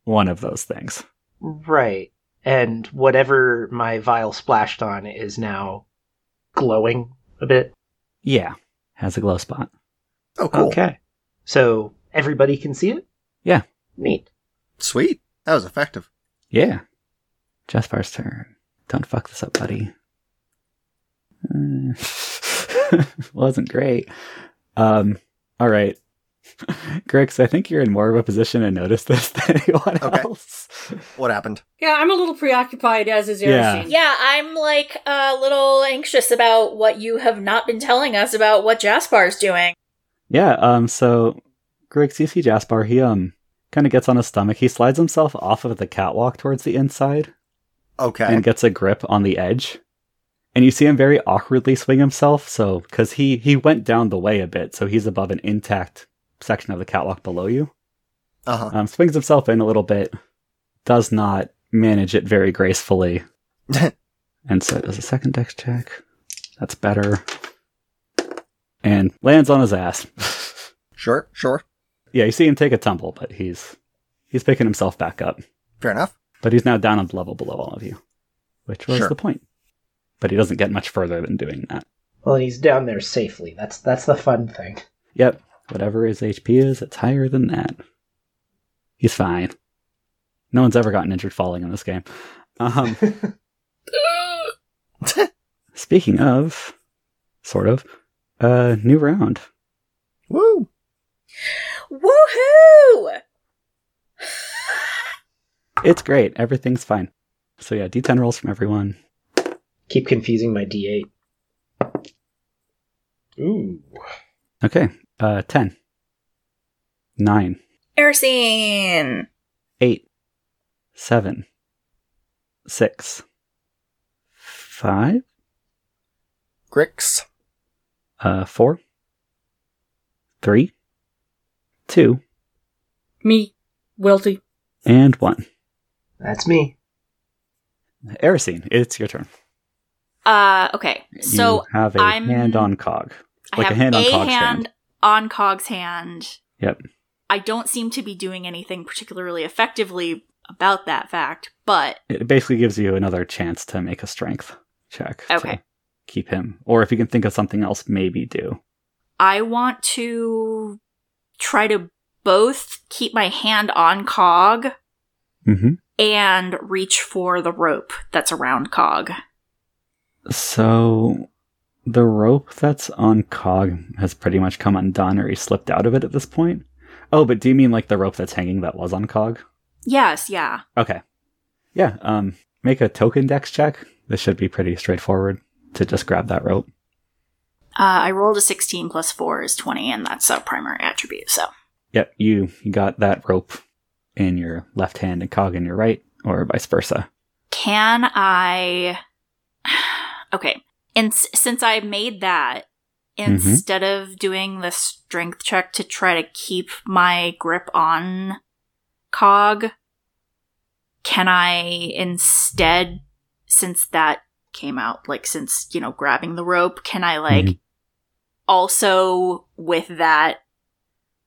Speaker 1: one of those things.
Speaker 2: Right. And whatever my vial splashed on is now glowing a bit.
Speaker 1: Yeah, has a glow spot.
Speaker 5: Oh, cool.
Speaker 2: Okay. So everybody can see it?
Speaker 1: Yeah.
Speaker 2: Neat.
Speaker 5: Sweet. That was effective.
Speaker 1: Yeah. Jaspar's turn. Don't fuck this up, buddy. Uh, wasn't great. Um, all right. Grix, I think you're in more of a position to notice this than anyone
Speaker 5: Okay.
Speaker 1: else.
Speaker 5: What happened?
Speaker 4: Yeah, I'm a little preoccupied, as is
Speaker 1: Yeah.
Speaker 4: Erosine.
Speaker 6: Yeah, I'm like a little anxious about what you have not been telling us about what Jaspar's doing.
Speaker 1: Yeah, um, so Grix, you see Jasper, he um kind of gets on his stomach. He slides himself off of the catwalk towards the inside
Speaker 5: Okay.
Speaker 1: and gets a grip on the edge. And you see him very awkwardly swing himself, so because he he went down the way a bit, so he's above an intact section of the catwalk below you.
Speaker 5: Uh huh.
Speaker 1: Um, swings himself in a little bit, does not manage it very gracefully,
Speaker 5: Uh-huh.
Speaker 1: and so does a second dex check. That's better, and lands on his ass.
Speaker 5: Sure. Sure.
Speaker 1: Yeah, you see him take a tumble, but he's he's picking himself back up.
Speaker 5: Fair enough.
Speaker 1: But he's now down on the level below all of you, which was
Speaker 5: Sure.
Speaker 1: the point. But he doesn't get much further than doing that.
Speaker 2: Well, he's down there safely. That's that's the fun thing.
Speaker 1: Yep, whatever his HP is, it's higher than that. He's fine. No one's ever gotten injured falling in this game. Um, speaking of, sort of, uh, new round.
Speaker 5: Woo.
Speaker 6: Woohoo!
Speaker 1: It's great. Everything's fine. So yeah, D10 rolls from everyone.
Speaker 2: Keep confusing my D8. Ooh.
Speaker 1: Okay, uh, 10, 9,
Speaker 6: Ersine!
Speaker 1: eight, seven, six, five,
Speaker 5: Grix.
Speaker 1: uh, four, three, two,
Speaker 4: Me, Wilty.
Speaker 1: and one.
Speaker 2: That's me.
Speaker 1: Erisine, it's your turn.
Speaker 3: Uh, okay. So
Speaker 1: you have a
Speaker 3: I'm-
Speaker 1: hand on cog.
Speaker 3: I
Speaker 1: Like
Speaker 3: have
Speaker 1: a hand on
Speaker 3: a
Speaker 1: cog's
Speaker 3: hand
Speaker 1: hand.
Speaker 3: on Cog's hand.
Speaker 1: Yep.
Speaker 3: I don't seem to be doing anything particularly effectively about that fact, but
Speaker 1: It basically gives you another chance to make a strength check. to
Speaker 3: Okay.
Speaker 1: keep him. Or if you can think of something else, maybe do.
Speaker 3: I want to try to both keep my hand on Cog
Speaker 1: Mm-hmm.
Speaker 3: and reach for the rope that's around Cog.
Speaker 1: So the rope that's on Cog has pretty much come undone or he slipped out of it at this point. Oh, but do you mean like the rope that's hanging that was on Cog?
Speaker 3: Yes, yeah.
Speaker 1: Okay. Yeah, um make a token dex check. This should be pretty straightforward to just grab that rope.
Speaker 3: Uh, I rolled a 16 plus 4 is 20, and that's a primary attribute, so.
Speaker 1: Yep, you you got that rope in your left hand and Cog in your right, or vice versa.
Speaker 3: Can I. Okay. And s- since I made that, instead of doing the strength check to try to keep my grip on Cog, can I instead, since that came out, like since, you know, grabbing the rope, can I, like,
Speaker 1: Mhm.
Speaker 3: also with that,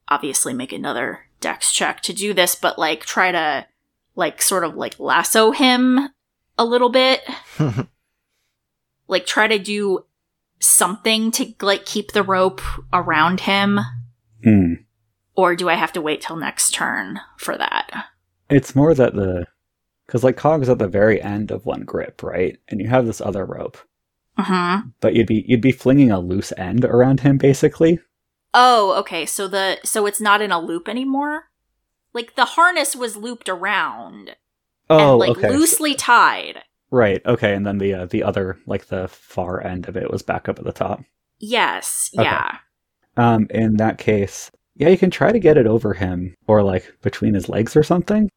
Speaker 3: obviously make another dex check to do this, but, like, try to, like, sort of, like, lasso him a little bit? like try to do something to like keep the rope around him
Speaker 1: Hmm.
Speaker 3: or do i have to wait till next turn for that
Speaker 1: It's more that the because like Cog is at the very end of one grip, right? And you have this other rope.
Speaker 3: hmm
Speaker 1: but you'd be you'd be flinging a loose end around him basically.
Speaker 3: oh okay so the so it's not in a loop anymore like the harness was looped around and like loosely tied
Speaker 1: Oh, right. Okay, and then the uh, the other like the far end of it was back up at the top.
Speaker 3: yes
Speaker 1: Okay.
Speaker 3: yeah
Speaker 1: Um, in that case, yeah, you can try to get it over him or like between his legs or something.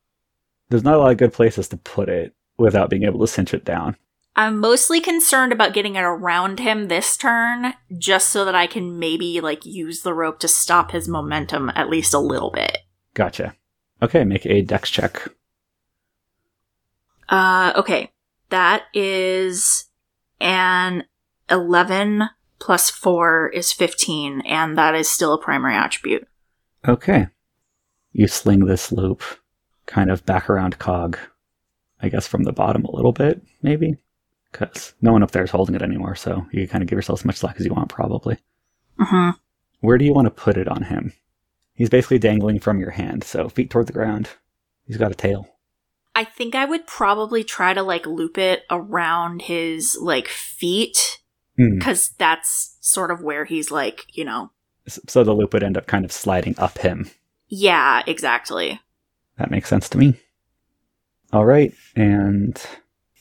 Speaker 1: There's not a lot of good places to put it without being able to cinch it down.
Speaker 3: i'm mostly concerned about getting it around him this turn just so that i can maybe like use the rope to stop his momentum at least a little bit
Speaker 1: Gotcha. Okay, make a dex check.
Speaker 3: Uh, okay. That is an 11 plus 4 is 15, and that is still a primary attribute.
Speaker 1: Okay. You sling this loop kind of back around Cog, I guess from the bottom a little bit, maybe? Because no one up there is holding it anymore, so you can kind of give yourself as much slack as you want, probably.
Speaker 3: Mm-hmm.
Speaker 1: Where do you want to put it on him? He's basically dangling from your hand, so feet toward the ground. He's got a tail.
Speaker 3: I think I would probably try to, like, loop it around his, like, feet,
Speaker 1: Hmm.
Speaker 3: because that's sort of where he's, like, you know,
Speaker 1: So the loop would end up kind of sliding up him.
Speaker 7: Yeah, exactly.
Speaker 1: That makes sense to me. All right, and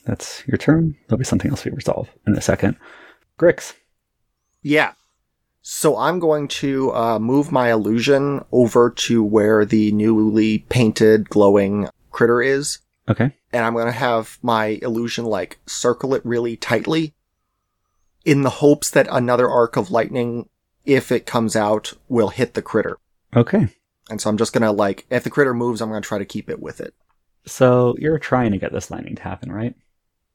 Speaker 1: that's your turn. There'll be something else we resolve in a second. Grix.
Speaker 5: Yeah. So I'm going to uh, move my illusion over to where the newly painted glowing critter is,
Speaker 1: Okay.
Speaker 5: and I'm going to have my illusion like circle it really tightly in the hopes that another arc of lightning, if it comes out, will hit the critter.
Speaker 1: Okay.
Speaker 5: And so I'm just going to like, if the critter moves, I'm going to try to keep it with it.
Speaker 1: So you're trying to get this lightning to happen, right?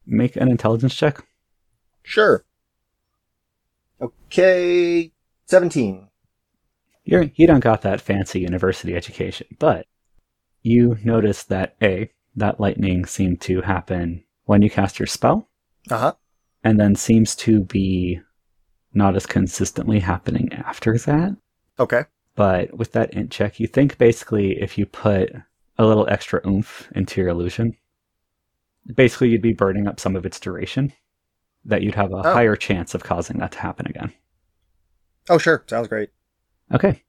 Speaker 1: Make an intelligence check.
Speaker 5: Sure. Okay. 17.
Speaker 1: You're, you don't got that fancy university education, but you notice that A, that lightning seemed to happen when you cast your spell,
Speaker 5: Uh huh.
Speaker 1: and then seems to be not as consistently happening after that.
Speaker 5: Okay.
Speaker 1: But with that int check, you think basically if you put a little extra oomph into your illusion, basically you'd be burning up some of its duration, that you'd have a
Speaker 5: Oh.
Speaker 1: higher chance of causing that to happen again.
Speaker 5: Oh, sure. Sounds great.
Speaker 1: Okay.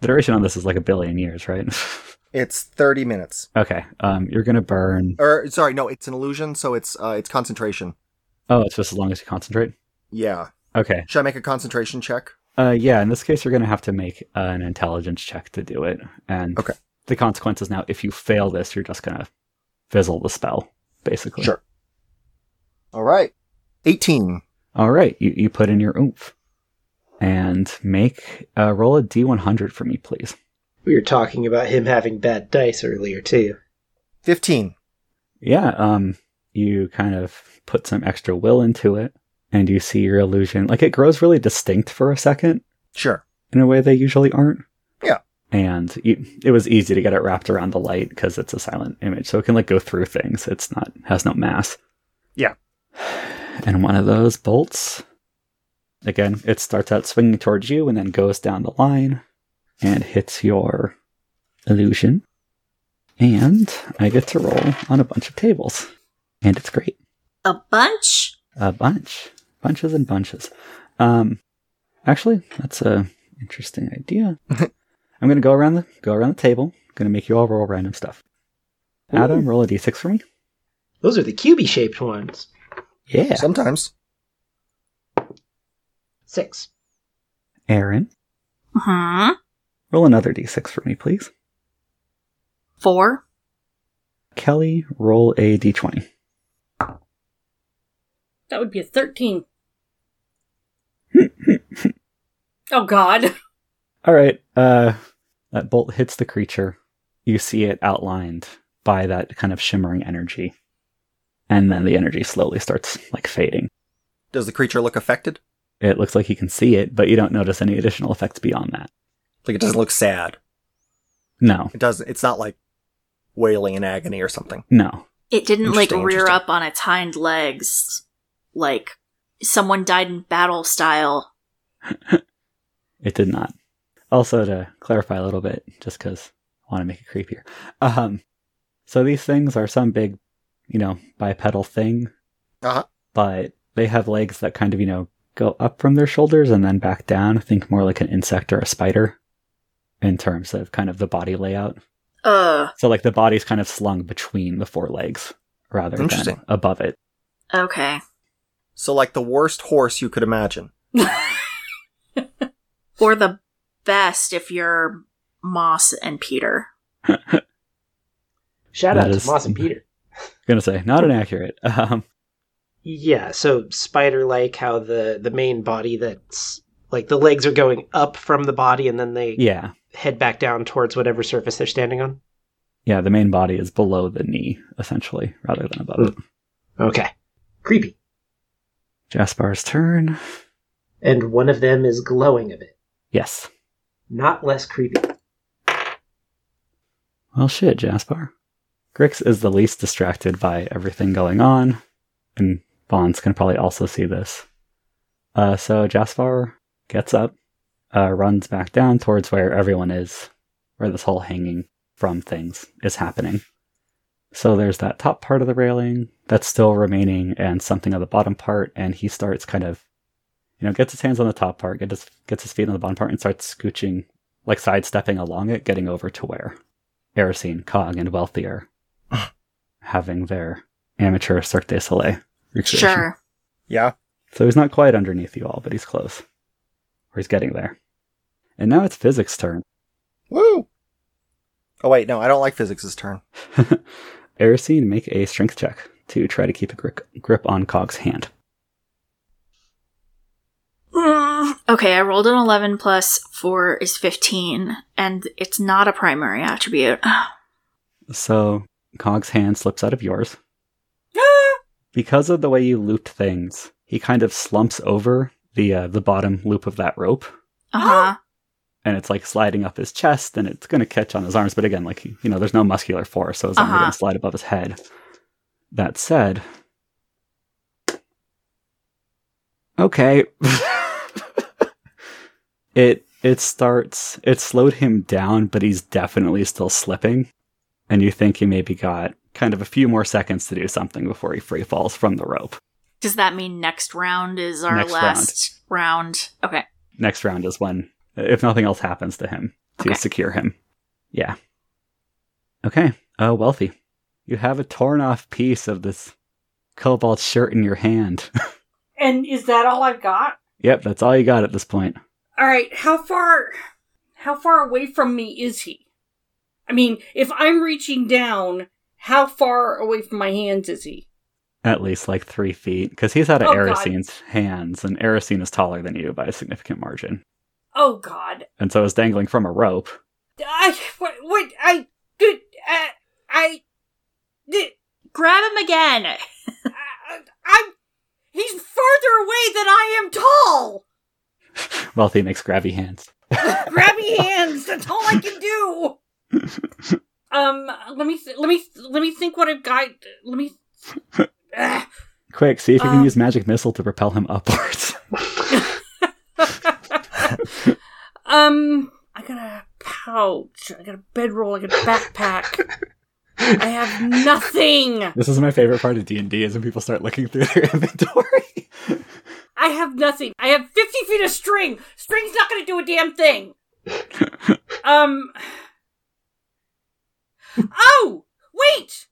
Speaker 1: The duration on this is like a billion years, right?
Speaker 5: It's 30 minutes.
Speaker 1: okay. Um, you're going to burn.
Speaker 5: Or sorry, no, it's an illusion, so it's uh, it's concentration.
Speaker 1: Oh, it's just as long as you concentrate?
Speaker 5: Yeah.
Speaker 1: Okay.
Speaker 5: Should I make a concentration check?
Speaker 1: Uh, yeah, in this case, you're going to have to make an intelligence check to do it. And
Speaker 5: Okay.
Speaker 1: the consequence is now if you fail this, you're just going to fizzle the spell, basically.
Speaker 5: Sure. All right. 18.
Speaker 1: All right, you, you put in your oomph and make uh, roll a d100 for me, please.
Speaker 2: We were talking about him having bad dice earlier too.
Speaker 5: 15.
Speaker 1: Yeah, um, you kind of put some extra will into it, and you see your illusion like it grows really distinct for a second
Speaker 5: Sure.
Speaker 1: in a way they usually aren't.
Speaker 5: Yeah.
Speaker 1: and you, it was easy to get it wrapped around the light because it's a silent image, so it can like go through things. It's not has no mass.
Speaker 5: Yeah.
Speaker 1: and one of those bolts. Again, it starts out swinging towards you and then goes down the line and hits your illusion. And I get to roll on a bunch of tables. And it's great.
Speaker 7: A bunch?
Speaker 1: A bunch. Bunches and bunches. Um actually, that's a interesting idea. I'm gonna go around the go around the table. gonna make you all roll random stuff. Adam, roll a D six for me.
Speaker 2: Those are the cubey shaped ones.
Speaker 1: Yeah.
Speaker 5: Sometimes.
Speaker 2: Six.
Speaker 1: Aaron,
Speaker 7: Hmm.
Speaker 1: roll another D six for me, please.
Speaker 7: Four?
Speaker 1: Kelly, roll a D twenty.
Speaker 4: That would be a 13. oh, God.
Speaker 1: All right. Uh, that bolt hits the creature. You see it outlined by that kind of shimmering energy, and then the energy slowly starts like fading.
Speaker 5: Does the creature look affected?
Speaker 1: It looks like you can see it, but you don't notice any additional effects beyond that.
Speaker 5: Like it doesn't look sad.
Speaker 1: No,
Speaker 5: It doesn't it's not like wailing in agony or something.
Speaker 1: no.
Speaker 7: It didn't like
Speaker 5: Interesting,
Speaker 7: rear
Speaker 5: interesting.
Speaker 7: up on its hind legs like someone died in battle style.
Speaker 1: It did not. Also, to clarify a little bit, just because I want to make it creepier. Um, so these things are some big, you know, bipedal thing,
Speaker 5: Uh-huh.
Speaker 1: but they have legs that kind of, you know, go up from their shoulders and then back down. Think more like an insect or a spider in terms of kind of the body layout.
Speaker 7: Ugh.
Speaker 1: So, like, the body's kind of slung between the four legs rather
Speaker 5: Interesting.
Speaker 1: than above it.
Speaker 7: Okay.
Speaker 5: So like the worst horse you could imagine.
Speaker 7: Or the best if you're Moss and Peter.
Speaker 2: Shout
Speaker 1: That
Speaker 2: out
Speaker 1: is-
Speaker 2: to Moss and Peter.
Speaker 1: Gonna say, not inaccurate. Um,
Speaker 2: Yeah, so spider like how the the main body that's like the legs are going up from the body and then they
Speaker 1: yeah.
Speaker 2: head back down towards whatever surface they're standing on.
Speaker 1: Yeah, the main body is below the knee, essentially, rather than above it.
Speaker 2: Okay. Creepy.
Speaker 1: Jaspar's turn.
Speaker 2: And one of them is glowing a bit.
Speaker 1: Yes.
Speaker 2: Not less creepy.
Speaker 1: Well, shit, Jaspar. Grix is the least distracted by everything going on, and Bonds can probably also see this. Uh, so Jaspar gets up, uh, runs back down towards where everyone is, where this whole hanging from things is happening. So there's that top part of the railing that's still remaining, and something of the bottom part, and he starts kind of you know, gets his hands on the top part, gets his, gets his feet on the bottom part, and starts scooching, like sidestepping along it, getting over to where Erisine, Cog, and Wealthier having their amateur Cirque du Soleil. recreation.
Speaker 7: Sure.
Speaker 5: Yeah.
Speaker 1: So he's not quite underneath you all, but he's close. Or he's getting there. And now it's physics' turn.
Speaker 5: Woo! Oh, wait, no, I don't like physics' turn.
Speaker 1: Erisine, make a strength check to try to keep a grip, grip on Cog's hand.
Speaker 7: Mm, Okay, I rolled an 11 plus 4 is 15, and it's not a primary attribute.
Speaker 1: So Cog's hand slips out of yours. Because of the way you looped things, he kind of slumps over the uh, the bottom loop of that rope,
Speaker 7: Uh huh.
Speaker 1: and it's like sliding up his chest, and it's going to catch on his arms. But again, like he- you know, there's no muscular force, so it's only
Speaker 7: Uh-huh.
Speaker 1: going to slide above his head. That said, okay, it it starts. It slowed him down, but he's definitely still slipping, and you think he maybe got kind of a few more seconds to do something before he free falls from the rope.
Speaker 7: Does that mean next round is our
Speaker 1: Next
Speaker 7: last round? Okay.
Speaker 1: next round is when, if nothing else happens to him, to
Speaker 7: Okay.
Speaker 1: secure him. Yeah. Okay. Uh, wealthy. You have a torn off piece of this cobalt shirt in your hand.
Speaker 4: And is that all I've got?
Speaker 1: yep, that's all you got at this point.
Speaker 4: All right, how far how far away from me is he? I mean, if I'm reaching down, how far away from my hands is he?
Speaker 1: At least like three feet, because he's out of
Speaker 4: Oh, God.
Speaker 1: Erisine's hands, and Erisine is taller than you by a significant margin,
Speaker 4: Oh god.
Speaker 1: and so is dangling from a rope.
Speaker 4: I what what I did uh, I did
Speaker 7: Grab him again!
Speaker 4: uh, I'm he's farther away than I am tall.
Speaker 1: Wealthy makes grabby hands.
Speaker 4: Grabby hands, that's all I can do. Um let me th- let me let me think what I've got. Let me Ah.
Speaker 1: Quick, see if you can
Speaker 4: Um.
Speaker 1: use magic missile to propel him upwards.
Speaker 4: um, I got a pouch. I got a bedroll. I got a backpack. I have nothing.
Speaker 1: this is my favorite part of D and D is when people start looking through their inventory.
Speaker 4: I have nothing. I have fifty feet of string. String's not going to do a damn thing. um. Oh wait,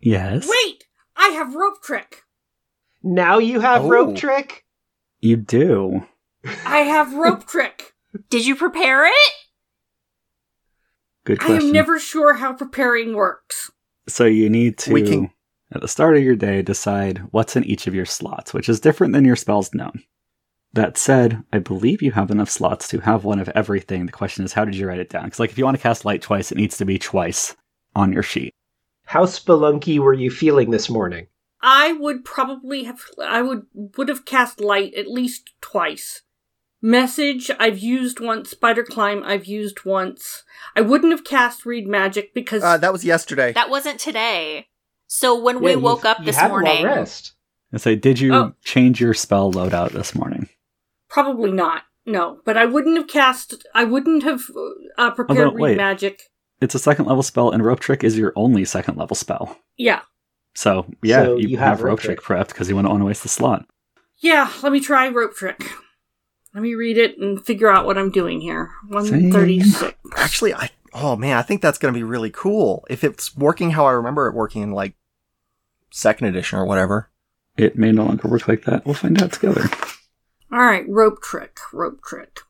Speaker 1: yes.
Speaker 4: wait! I have rope trick.
Speaker 2: Now you have
Speaker 5: Oh.
Speaker 2: rope trick.
Speaker 1: You do.
Speaker 4: I have rope trick.
Speaker 7: Did you prepare it?
Speaker 1: Good
Speaker 4: I
Speaker 1: question.
Speaker 4: am never sure how preparing works.
Speaker 1: so you need to
Speaker 5: We can-
Speaker 1: at the start of your day decide what's in each of your slots, which is different than your spells known. That said, I believe you have enough slots to have one of everything. The question is, how did you write it down? Because like if you want to cast light twice, it needs to be twice on your sheet.
Speaker 2: How spelunky were you feeling this morning?
Speaker 4: I would probably have I would would have cast light at least twice. Message I've used once, spider climb I've used once. I wouldn't have cast read magic because
Speaker 5: Uh, that was yesterday.
Speaker 7: That wasn't today. So when we
Speaker 2: Yeah, you-
Speaker 7: woke up
Speaker 2: you
Speaker 7: this
Speaker 2: had a long
Speaker 7: morning,
Speaker 2: rest.
Speaker 1: And say, did you
Speaker 4: Oh.
Speaker 1: change your spell loadout this morning?
Speaker 4: probably not. No, but I wouldn't have cast I wouldn't have uh, prepared
Speaker 1: Although,
Speaker 4: read
Speaker 1: wait.
Speaker 4: magic.
Speaker 1: It's a second level spell, and rope trick is your only second level spell.
Speaker 4: Yeah.
Speaker 1: So yeah,
Speaker 2: So
Speaker 1: you,
Speaker 2: you
Speaker 1: have,
Speaker 2: have
Speaker 1: rope
Speaker 2: Rope
Speaker 1: trick, prepped because you wouldn't want to waste the slot.
Speaker 4: Yeah, let me try rope trick. Let me read it and figure out what I'm doing here. 136.
Speaker 5: Actually, I oh man, I think that's going to be really cool if it's working how I remember it working in like second edition or whatever.
Speaker 1: It may no longer work like that. We'll find out together.
Speaker 4: All right, rope trick, rope trick.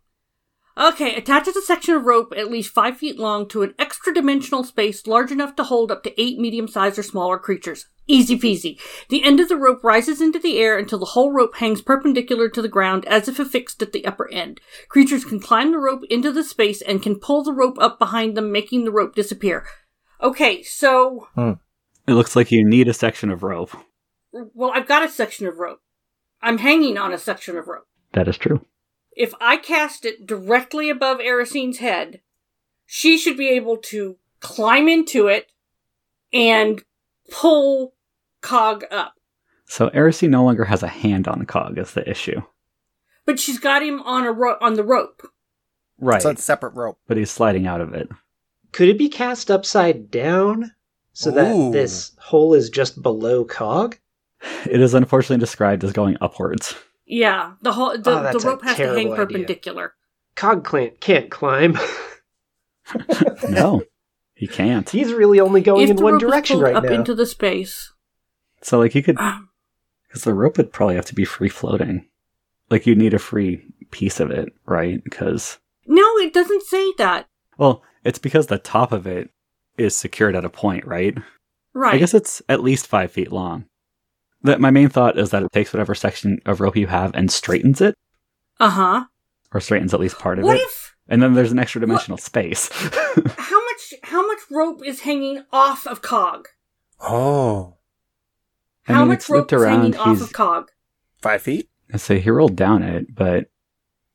Speaker 4: Okay, attaches a section of rope at least five feet long to an extra dimensional space large enough to hold up to eight medium sized or smaller creatures. Easy peasy. The end of the rope rises into the air until the whole rope hangs perpendicular to the ground as if affixed at the upper end. Creatures can climb the rope into the space and can pull the rope up behind them, making the rope disappear. Okay, so,
Speaker 1: It looks like you need a section of rope.
Speaker 4: well, I've got a section of rope. I'm hanging on a section of rope.
Speaker 1: That is true.
Speaker 4: if I cast it directly above Erisine's head, she should be able to climb into it and pull Cog up.
Speaker 1: So Erisy no longer has a hand on Cog is the issue.
Speaker 4: But she's got him on a ro- on the rope.
Speaker 1: Right.
Speaker 5: So it's separate rope.
Speaker 1: but he's sliding out of it.
Speaker 2: Could it be cast upside down so that
Speaker 5: Ooh.
Speaker 2: this hole is just below cog?
Speaker 1: It is unfortunately described as going upwards.
Speaker 4: Yeah, the whole the,
Speaker 2: Oh,
Speaker 4: the
Speaker 2: that's a
Speaker 4: rope has to hang
Speaker 2: terrible idea.
Speaker 4: perpendicular.
Speaker 2: Cogclant can't climb.
Speaker 1: No, he can't.
Speaker 2: He's really only going
Speaker 4: if
Speaker 2: in
Speaker 4: the
Speaker 2: one
Speaker 4: rope is
Speaker 2: direction
Speaker 4: pulled
Speaker 2: right
Speaker 4: up
Speaker 2: now.
Speaker 4: into the space.
Speaker 1: So like you could
Speaker 4: Um,
Speaker 1: Because the rope would probably have to be free floating. Like you'd need a free piece of it, right? Because,
Speaker 4: no, it doesn't say that.
Speaker 1: well, it's because the top of it is secured at a point, right?
Speaker 4: Right.
Speaker 1: I guess it's at least five feet long. That my main thought is that it takes whatever section of rope you have and straightens it,
Speaker 4: uh huh.
Speaker 1: or straightens at least part of
Speaker 4: What
Speaker 1: it.
Speaker 4: if
Speaker 1: and then there's an extra dimensional space.
Speaker 4: how much how much rope is hanging off of cog?
Speaker 5: Oh,
Speaker 1: I
Speaker 4: How
Speaker 1: mean,
Speaker 4: much
Speaker 1: it's looped
Speaker 4: rope is hanging
Speaker 1: around,
Speaker 4: off
Speaker 1: he's-
Speaker 4: of cog?
Speaker 5: five feet?
Speaker 1: I say he rolled down it, but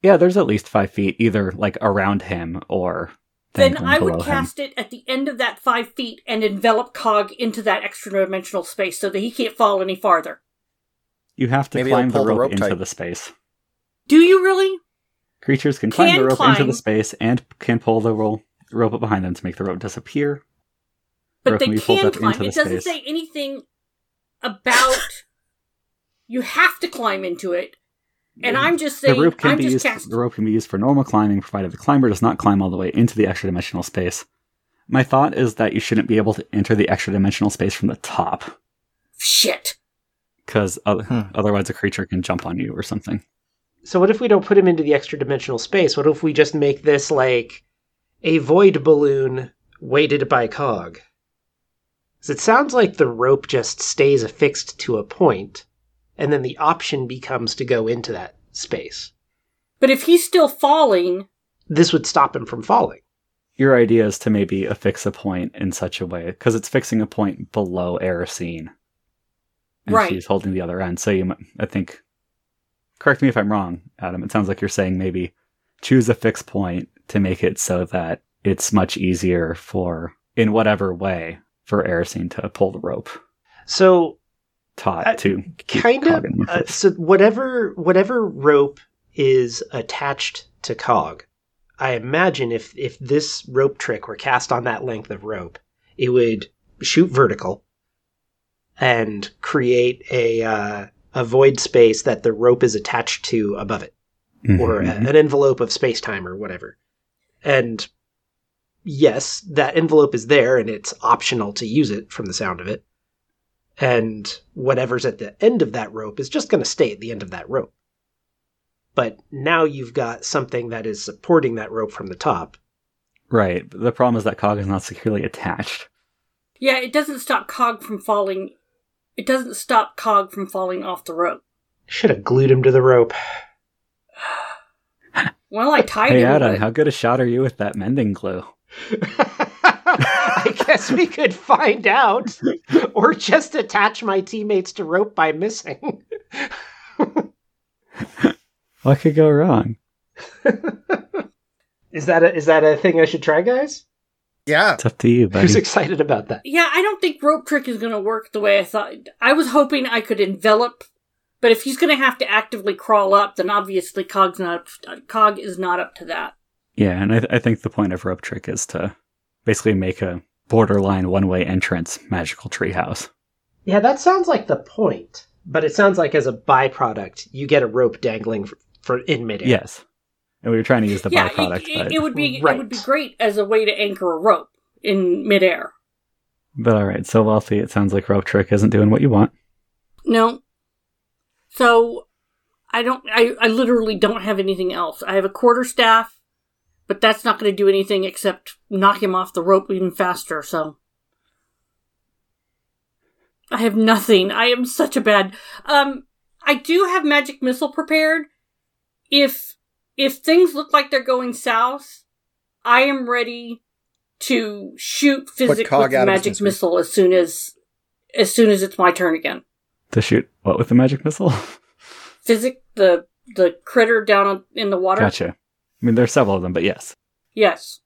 Speaker 1: yeah, there's at least five feet either like around him or
Speaker 4: Then
Speaker 1: dangling
Speaker 4: I would
Speaker 1: below him.
Speaker 4: cast it at the end of that five feet and envelop cog into that extra dimensional space so that he can't fall any farther.
Speaker 1: You have to
Speaker 5: Maybe it'll
Speaker 1: climb the
Speaker 5: pull
Speaker 1: rope,
Speaker 5: the rope
Speaker 1: into
Speaker 5: tight.
Speaker 1: the space.
Speaker 4: Do you really?
Speaker 1: Creatures can climb
Speaker 4: Can
Speaker 1: the rope into
Speaker 4: climb.
Speaker 1: the space and can pull the roll, rope up behind them to make the rope disappear.
Speaker 4: But
Speaker 1: Rope
Speaker 4: they
Speaker 1: can be pulled
Speaker 4: can
Speaker 1: up into
Speaker 4: climb.
Speaker 1: the
Speaker 4: It doesn't
Speaker 1: space.
Speaker 4: say anything about you have to climb into it. And I'm just
Speaker 1: The
Speaker 4: saying
Speaker 1: rope can
Speaker 4: I'm
Speaker 1: be
Speaker 4: just
Speaker 1: used.
Speaker 4: casting
Speaker 1: The rope can be used for normal climbing, provided the climber does not climb all the way into the extra dimensional space. My thought is that you shouldn't be able to enter the extra dimensional space from the top,
Speaker 4: shit.
Speaker 1: because oth-
Speaker 5: Hmm.
Speaker 1: otherwise a creature can jump on you or something.
Speaker 2: So what if we don't put him into the extra dimensional space? What if we just make this like a void balloon weighted by cog? 'Cause it sounds like the rope just stays affixed to a point, and then the option becomes to go into that space.
Speaker 4: But if he's still falling,
Speaker 2: This would stop him from falling.
Speaker 1: Your idea is to maybe affix a point in such a way, because it's fixing a point below Aracene. and
Speaker 4: Right.
Speaker 1: she's holding the other end. So you, mi- I think, correct me if I'm wrong, Adam. It sounds like you're saying maybe choose a fixed point to make it so that it's much easier for, in whatever way, for Aracene to pull the rope
Speaker 2: So
Speaker 1: taut
Speaker 2: Uh,
Speaker 1: to keep
Speaker 2: kind of
Speaker 1: Cog in the
Speaker 2: uh,
Speaker 1: place.
Speaker 2: so whatever whatever rope is attached to cog i imagine if if this rope trick were cast on that length of rope it would shoot vertical and create a uh, a void space that the rope is attached to above it or a,
Speaker 1: Mhm.
Speaker 2: an envelope of space time or whatever and yes that envelope is there and it's optional to use it from the sound of it and whatever's at the end of that rope is just going to stay at the end of that rope. But now you've got something that is supporting that rope from the top.
Speaker 1: right. But the problem is that cog is not securely attached.
Speaker 4: yeah, it doesn't stop cog from falling. It doesn't stop cog from falling off the rope.
Speaker 2: Should have glued him to the rope.
Speaker 4: Well, I tied
Speaker 1: hey,
Speaker 4: him.
Speaker 1: Adam,
Speaker 4: but-
Speaker 1: how good a shot are you with that mending glue?
Speaker 2: I guess we could find out, or just attach my teammates to rope by missing.
Speaker 1: What could go wrong?
Speaker 2: Is that a, is that a thing I should try, guys?
Speaker 5: Yeah.
Speaker 1: It's up to you, buddy.
Speaker 2: Who's excited about that?
Speaker 4: Yeah, I don't think rope trick is going to work the way I thought. I was hoping I could envelop, but if he's going to have to actively crawl up, then obviously cog's not cog is not up to that.
Speaker 1: Yeah, and I, I think the point of rope trick is to basically make a borderline one-way entrance magical treehouse.
Speaker 2: Yeah, that sounds like the point, but it sounds like as a byproduct, you get a rope dangling for, for in midair.
Speaker 1: Yes, and we were trying to use the
Speaker 4: yeah,
Speaker 1: byproduct,
Speaker 4: it, it,
Speaker 1: but,
Speaker 4: it would be it
Speaker 2: Right.
Speaker 4: would be great as a way to anchor a rope in midair.
Speaker 1: but all right. So wealthy, it sounds like rope trick isn't doing what you want.
Speaker 4: No, so I don't. I I literally don't have anything else. I have a quarter staff, but that's not going to do anything except knock him off the rope even faster. So. I have nothing. I am such a bad. Um, I do have magic missile prepared. If if things look like they're going south, I am ready to shoot physic
Speaker 5: cog
Speaker 4: with the
Speaker 5: out of
Speaker 4: magic
Speaker 5: his misery.
Speaker 4: missile as soon as as soon as it's my turn again.
Speaker 1: To shoot what with the magic missile?
Speaker 4: Physic the the critter down on- in the water.
Speaker 1: gotcha. I mean, there's several of them, but yes,
Speaker 4: Yes.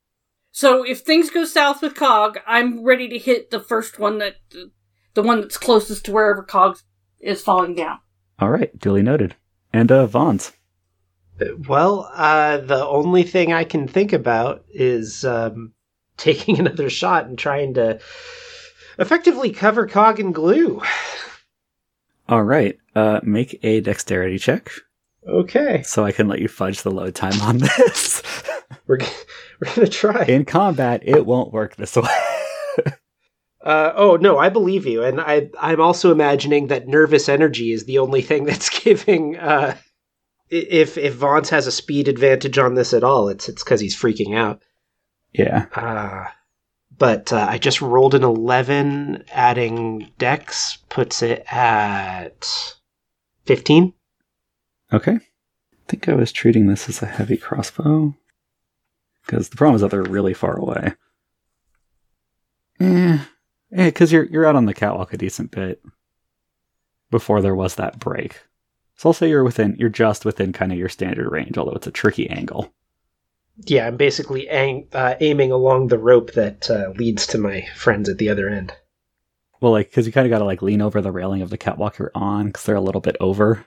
Speaker 4: So if things go south with Cog, I'm ready to hit the first one that the one that's closest to wherever Cog is falling down.
Speaker 1: all right, duly noted. And uh, Vaughn's.
Speaker 2: Well, uh, the only thing I can think about is um, taking another shot and trying to effectively cover Cog and glue.
Speaker 1: All right, uh, make a dexterity check
Speaker 2: Okay,
Speaker 1: so I can let you fudge the load time on this.
Speaker 2: we're g- we're gonna try.
Speaker 1: In combat, it won't work this way.
Speaker 2: Uh, oh no, I believe you, and I I'm also imagining that nervous energy is the only thing that's giving. Uh, i- if if Vance has a speed advantage on this at all, it's it's because he's freaking out.
Speaker 1: yeah.
Speaker 2: Uh, but uh, I just rolled an eleven, adding Dex puts it at fifteen.
Speaker 1: Okay. I think I was treating this as a heavy crossbow. Because the problem is that they're really far away. Eh. Eh, because you're, you're out on the catwalk a decent bit before there was that break. So I'll say you're within, you're just within kind of your standard range, although it's a tricky angle.
Speaker 2: Yeah, I'm basically ang- uh, aiming along the rope that uh, leads to my friends at the other end.
Speaker 1: Well, like, because you kind of got to like lean over the railing of the catwalk you're on because they're a little bit over.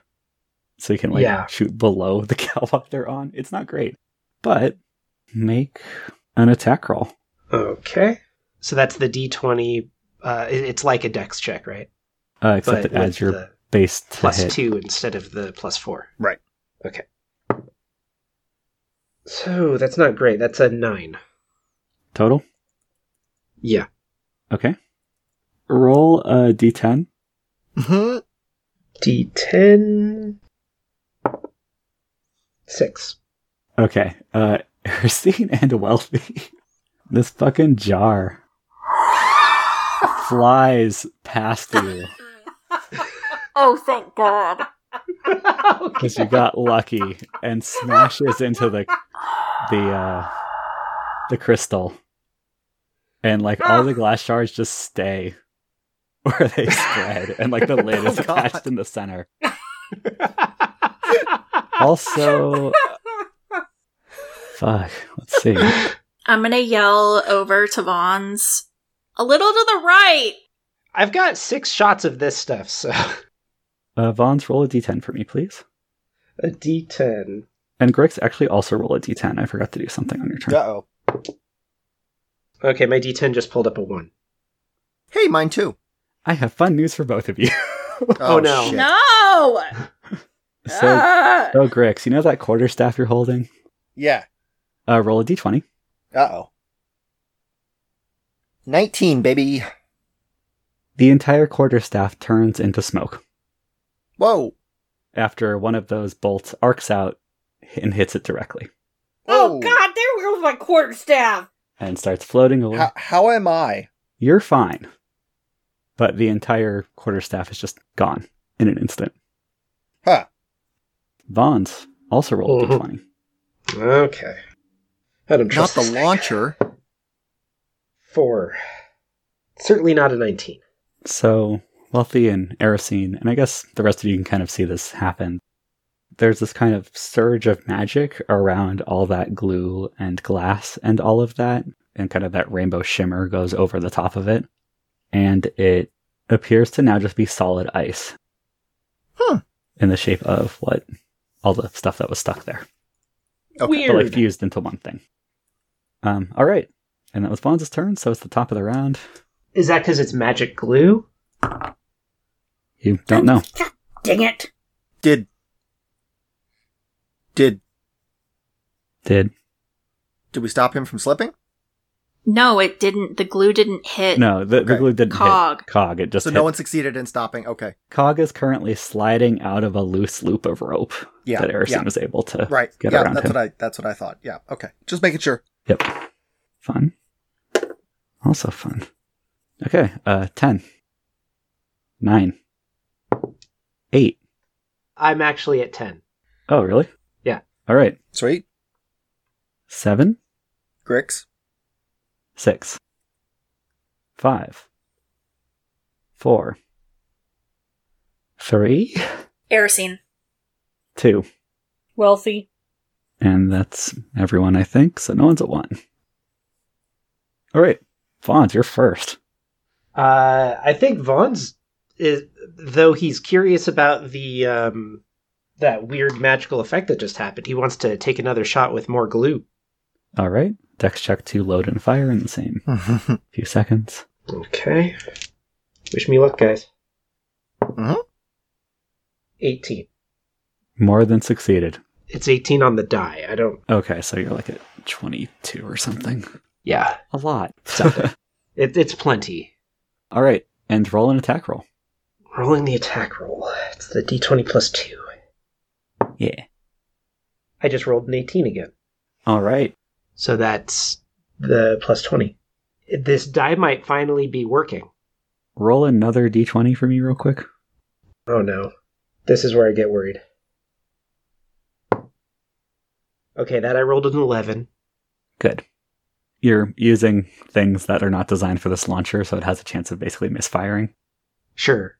Speaker 1: So you can like
Speaker 2: Yeah.
Speaker 1: shoot below the catwalk they're on. It's not great. But make an attack roll.
Speaker 2: Okay. So that's the d20. Uh, it- it's like a dex check, right?
Speaker 1: Uh, except
Speaker 2: But
Speaker 1: it adds
Speaker 2: with
Speaker 1: your
Speaker 2: the
Speaker 1: base to
Speaker 2: plus
Speaker 1: hit.
Speaker 2: two instead of the plus four.
Speaker 5: Right.
Speaker 2: Okay. So that's not great. That's a nine.
Speaker 1: Total?
Speaker 2: Yeah.
Speaker 1: Okay. Roll a d10.
Speaker 5: Mhm.
Speaker 2: D10. Six.
Speaker 1: Okay. Uh, Erstine and Wealthy. this fucking jar flies past you
Speaker 7: Oh, thank God.
Speaker 1: because you got lucky and smashes into the the uh, the crystal, and like all the glass shards just stay where they spread, and like the lid is
Speaker 5: Oh, God.
Speaker 1: attached in the center. Also, fuck. Let's see.
Speaker 7: I'm gonna yell over to Vaughn's. A little to the right.
Speaker 2: I've got six shots of this stuff, so.
Speaker 1: Uh, Vons, roll a d10 for me, please.
Speaker 2: A d10.
Speaker 1: And Grix actually also roll a d10. I forgot to do something on your turn.
Speaker 5: Uh-oh.
Speaker 2: Okay, my d10 just pulled up a one.
Speaker 5: Hey, mine too.
Speaker 1: I have fun news for both of you.
Speaker 2: Oh, no.
Speaker 5: shit.
Speaker 7: No.
Speaker 1: so,
Speaker 7: Ah!
Speaker 1: so Grix, you know that quarter staff you're holding?
Speaker 5: Yeah.
Speaker 1: Uh, roll a d20.
Speaker 5: Uh-oh. 19, baby.
Speaker 1: The entire quarter staff turns into smoke
Speaker 5: Whoa.
Speaker 1: after one of those bolts arcs out and hits it directly
Speaker 4: Oh
Speaker 5: Whoa.
Speaker 4: God, there goes my quarterstaff.
Speaker 1: and starts floating away.
Speaker 5: How, how am I?
Speaker 1: You're fine, but the entire quarter staff is just gone in an instant.
Speaker 5: Huh.
Speaker 1: Vons also roll a
Speaker 2: Mhm.
Speaker 1: d20.
Speaker 2: Okay. I don't
Speaker 5: Not
Speaker 2: trust
Speaker 5: the
Speaker 2: this thing.
Speaker 5: launcher.
Speaker 2: Four. Certainly not a 19.
Speaker 1: So, Wealthy and Erosine, and I guess the rest of you can kind of see this happen. There's this kind of surge of magic around all that glue and glass and all of that, and kind of that rainbow shimmer goes over the top of it. And it appears to now just be solid ice.
Speaker 5: Huh.
Speaker 1: In the shape of what? All the stuff that was stuck there.
Speaker 5: Okay.
Speaker 1: But like
Speaker 4: Weird.
Speaker 1: fused into one thing. Um, all right. And that was Bonds' turn, so it's the top of the round.
Speaker 2: Is that because it's magic glue?
Speaker 1: You don't know.
Speaker 4: God dang it!
Speaker 5: Did. Did.
Speaker 1: Did
Speaker 5: Did we stop him from slipping?
Speaker 7: No, it didn't. The glue didn't hit.
Speaker 1: No, the, the
Speaker 5: Okay.
Speaker 1: glue didn't
Speaker 7: Cog.
Speaker 1: hit cog. It just
Speaker 5: so
Speaker 1: hit.
Speaker 5: no one succeeded in stopping. Okay.
Speaker 1: cog is currently sliding out of a loose loop of rope
Speaker 5: Yeah.
Speaker 1: that Erison
Speaker 5: yeah.
Speaker 1: was able to
Speaker 5: Right.
Speaker 1: get
Speaker 5: yeah,
Speaker 1: around
Speaker 5: that's
Speaker 1: him.
Speaker 5: what I that's what I thought. Yeah. Okay. Just making sure.
Speaker 1: Yep, fun. Also fun. Okay, uh, ten, nine, eight.
Speaker 2: I'm actually at 10.
Speaker 1: Oh, really?
Speaker 2: Yeah.
Speaker 1: All right,
Speaker 5: Sweet.
Speaker 1: seven,
Speaker 5: Grix.
Speaker 1: six, five, four, three,
Speaker 3: Erosine.
Speaker 1: two.
Speaker 4: Wealthy.
Speaker 1: And that's everyone, I think. So no one's at one. All right, Vaughn, you're first.
Speaker 2: Uh, I think Vaughn's is though he's curious about the um, that weird magical effect that just happened. He wants to take another shot with more glue.
Speaker 1: All right, dex check to load and fire in the same
Speaker 5: Mhm.
Speaker 1: few seconds.
Speaker 2: Okay. Wish me luck, guys.
Speaker 5: Mhm.
Speaker 2: Eighteen.
Speaker 1: More than succeeded.
Speaker 2: It's 18 on the die. I don't.
Speaker 1: Okay, so you're like at 22 or something.
Speaker 2: Yeah,
Speaker 1: A lot.
Speaker 2: Something. it, it's plenty.
Speaker 1: All right, and roll an attack roll.
Speaker 2: Rolling the attack roll. It's the d20 plus 2.
Speaker 1: Yeah.
Speaker 2: I just rolled an 18 again.
Speaker 1: All right.
Speaker 2: So that's the plus 20. This die might finally be working.
Speaker 1: Roll another d20 for me, real quick.
Speaker 2: Oh no. This is where I get worried. Okay, that I rolled an 11.
Speaker 1: Good. You're using things that are not designed for this launcher, so it has a chance of basically misfiring.
Speaker 2: Sure.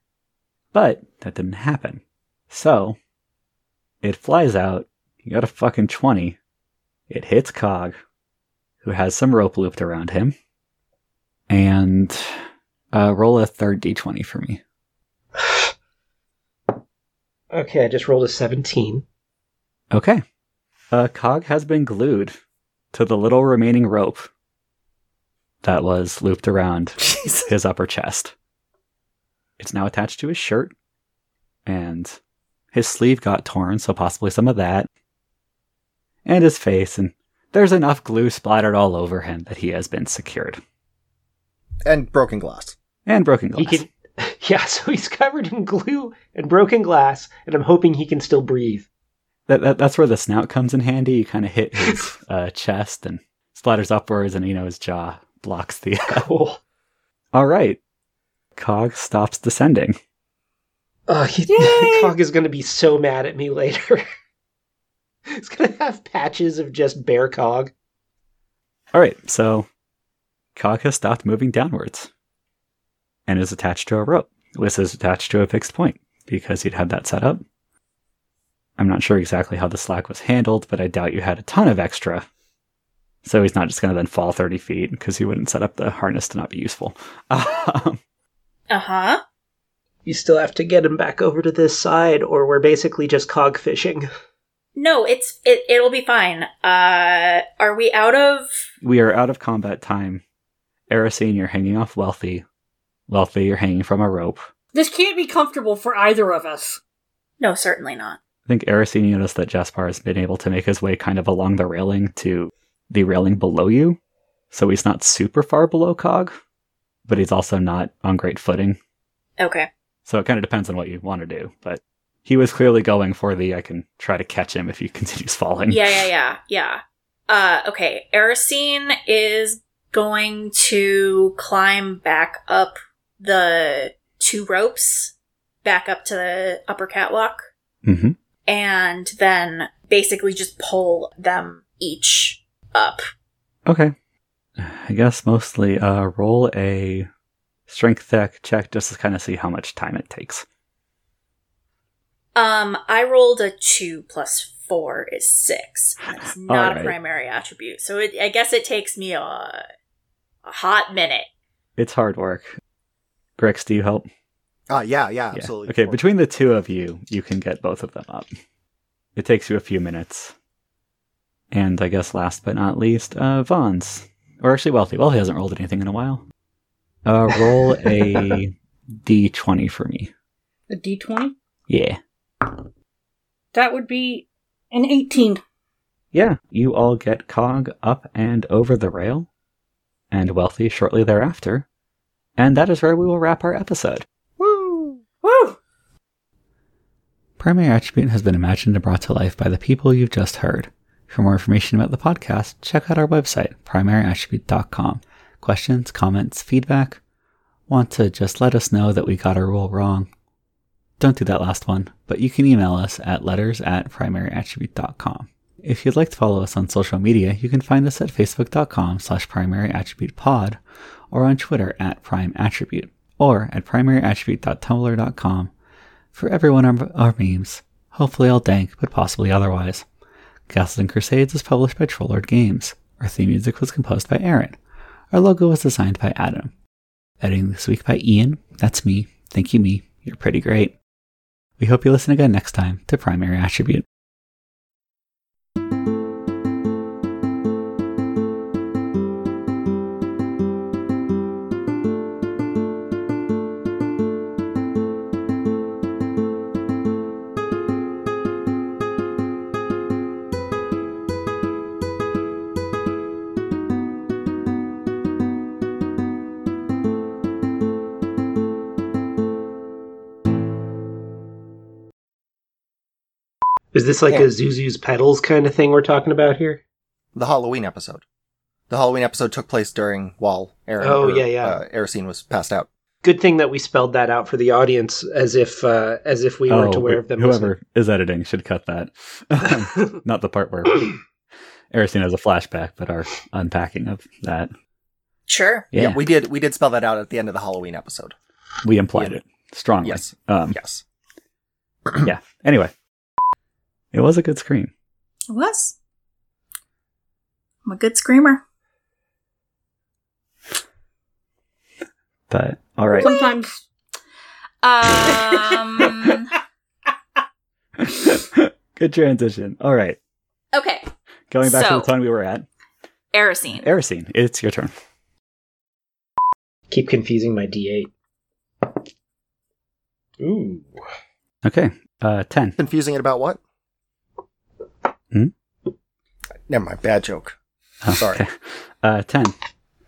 Speaker 1: But that didn't happen. So it flies out. You got a fucking 20. It hits Cog, who has some rope looped around him. And uh, roll a third d20 for me.
Speaker 2: Okay, I just rolled a 17.
Speaker 1: Okay. Uh, Cog has been glued to the little remaining rope that was looped around
Speaker 7: Jeez.
Speaker 1: his upper chest. It's now attached to his shirt, and his sleeve got torn, so possibly some of that, and his face, and there's enough glue splattered all over him that he has been secured
Speaker 5: And broken glass.
Speaker 1: and broken glass.
Speaker 2: He can Yeah, so he's covered in glue and broken glass, and I'm hoping he can still breathe.
Speaker 1: that, that that's where the snout comes in handy. You kind of hit his uh, chest and splatters upwards, and you know his jaw blocks the.
Speaker 2: Cool.
Speaker 1: all right, Cog stops descending.
Speaker 2: Oh, he,
Speaker 4: Yay!
Speaker 2: Cog is going to be so mad at me later. He's going to have patches of just bear Cog.
Speaker 1: All right, so Cog has stopped moving downwards and is attached to a rope. This is attached to a fixed point because you'd had that set up. I'm not sure exactly how the slack was handled, but I doubt you had a ton of extra. So he's not just going to then fall 30 feet because he wouldn't set up the harness to not be useful. Um,
Speaker 3: Uh
Speaker 7: Uh-huh.
Speaker 3: huh.
Speaker 2: You still have to get him back over to this side, or we're basically just Cog fishing.
Speaker 3: No, it's it. It'll be fine. Uh, are we out of?
Speaker 1: we are out of combat time. Erosine, you're hanging off Wealthy. Wealthy, you're hanging from a rope.
Speaker 4: This can't be comfortable for either of us.
Speaker 3: No, certainly not.
Speaker 1: I think Erosine noticed that Jaspar has been able to make his way kind of along the railing to the railing below you. So he's not super far below Cog, but he's also not on great footing.
Speaker 3: Okay.
Speaker 1: So it kind of depends on what you want to do. But he was clearly going for the I can try to catch him if he continues falling.
Speaker 3: Yeah, yeah, yeah, yeah. Uh, okay. Erosine is going to climb back up the two ropes, back up to the upper catwalk.
Speaker 1: Mm-hmm.
Speaker 3: and then basically just pull them each up.
Speaker 1: Okay. I guess mostly uh, roll a strength check, check just to kind of see how much time it takes.
Speaker 3: Um, I rolled a two plus four is six. That's not a
Speaker 1: Alright.
Speaker 3: primary attribute, so it, I guess it takes me a, a hot minute.
Speaker 1: It's hard work. Grex, do you help?
Speaker 5: Ah, yeah, yeah,
Speaker 1: Yeah.
Speaker 5: absolutely.
Speaker 1: Okay, between the two of you, you can get both of them up. It takes you a few minutes. And I guess last but not least, uh, Vaughn's. Or actually, Wealthy. Wealthy hasn't rolled anything in a while. Uh, roll a d20 for me.
Speaker 4: A d20?
Speaker 1: Yeah.
Speaker 4: That would be an 18.
Speaker 1: Yeah, you all get Cog up and over the rail, and Wealthy shortly thereafter. And that is where we will wrap our episode.
Speaker 4: Woo!
Speaker 1: Primary Attribute has been imagined and brought to life by the people you've just heard. For more information about the podcast, check out our website, primaryattribute.com. Questions, comments, feedback? Want to just let us know that we got a rule wrong? Don't do that last one, but you can email us at letters at primaryattribute.com. If you'd like to follow us on social media, you can find us at facebook.com slash primaryattributepod or on Twitter at primeattribute or at primaryattribute.tumblr.com for every one of our memes, hopefully all dank, but possibly otherwise. Castles and Crusades is published by Trollord Games. Our theme music was composed by Aaron. Our logo was designed by Adam. Editing this week by Ian. That's me. Thank you, me. You're pretty great. We hope you listen again next time to Primary Attribute.
Speaker 2: Is this like
Speaker 5: Yeah.
Speaker 2: a Zuzu's pedals kind of thing we're talking about here?
Speaker 5: the Halloween episode. The Halloween episode took place during while Aaron.
Speaker 2: Oh,
Speaker 5: or,
Speaker 2: yeah, yeah.
Speaker 5: Uh, Erosine was passed out.
Speaker 2: Good thing that we spelled that out for the audience, as if uh, as if we weren't aware
Speaker 1: Oh, wait,
Speaker 2: of them.
Speaker 1: Whoever is editing should cut that.
Speaker 2: listening.
Speaker 1: Not the part where Erosine has a flashback, but our unpacking of that.
Speaker 3: Sure.
Speaker 1: Yeah,
Speaker 5: we did. We did spell that out at the end of the Halloween episode.
Speaker 1: we implied
Speaker 5: Yeah.
Speaker 1: it strongly.
Speaker 5: Yes,
Speaker 1: Um,
Speaker 5: yes.
Speaker 1: yeah. Anyway, it was a good scream.
Speaker 7: It was. I'm a good screamer.
Speaker 1: But all right,
Speaker 4: Sometimes
Speaker 7: Um.
Speaker 1: good transition. All right,
Speaker 7: okay.
Speaker 1: going back
Speaker 7: So-
Speaker 1: to the time we were at.
Speaker 7: Erosine.
Speaker 1: Erosine, it's your turn.
Speaker 2: Keep confusing my D8. Ooh.
Speaker 1: Okay, uh, ten.
Speaker 5: Confusing it about what?
Speaker 1: Hmm?
Speaker 5: Never mind. Bad joke. Sorry.
Speaker 1: Okay. Oh, Uh, ten.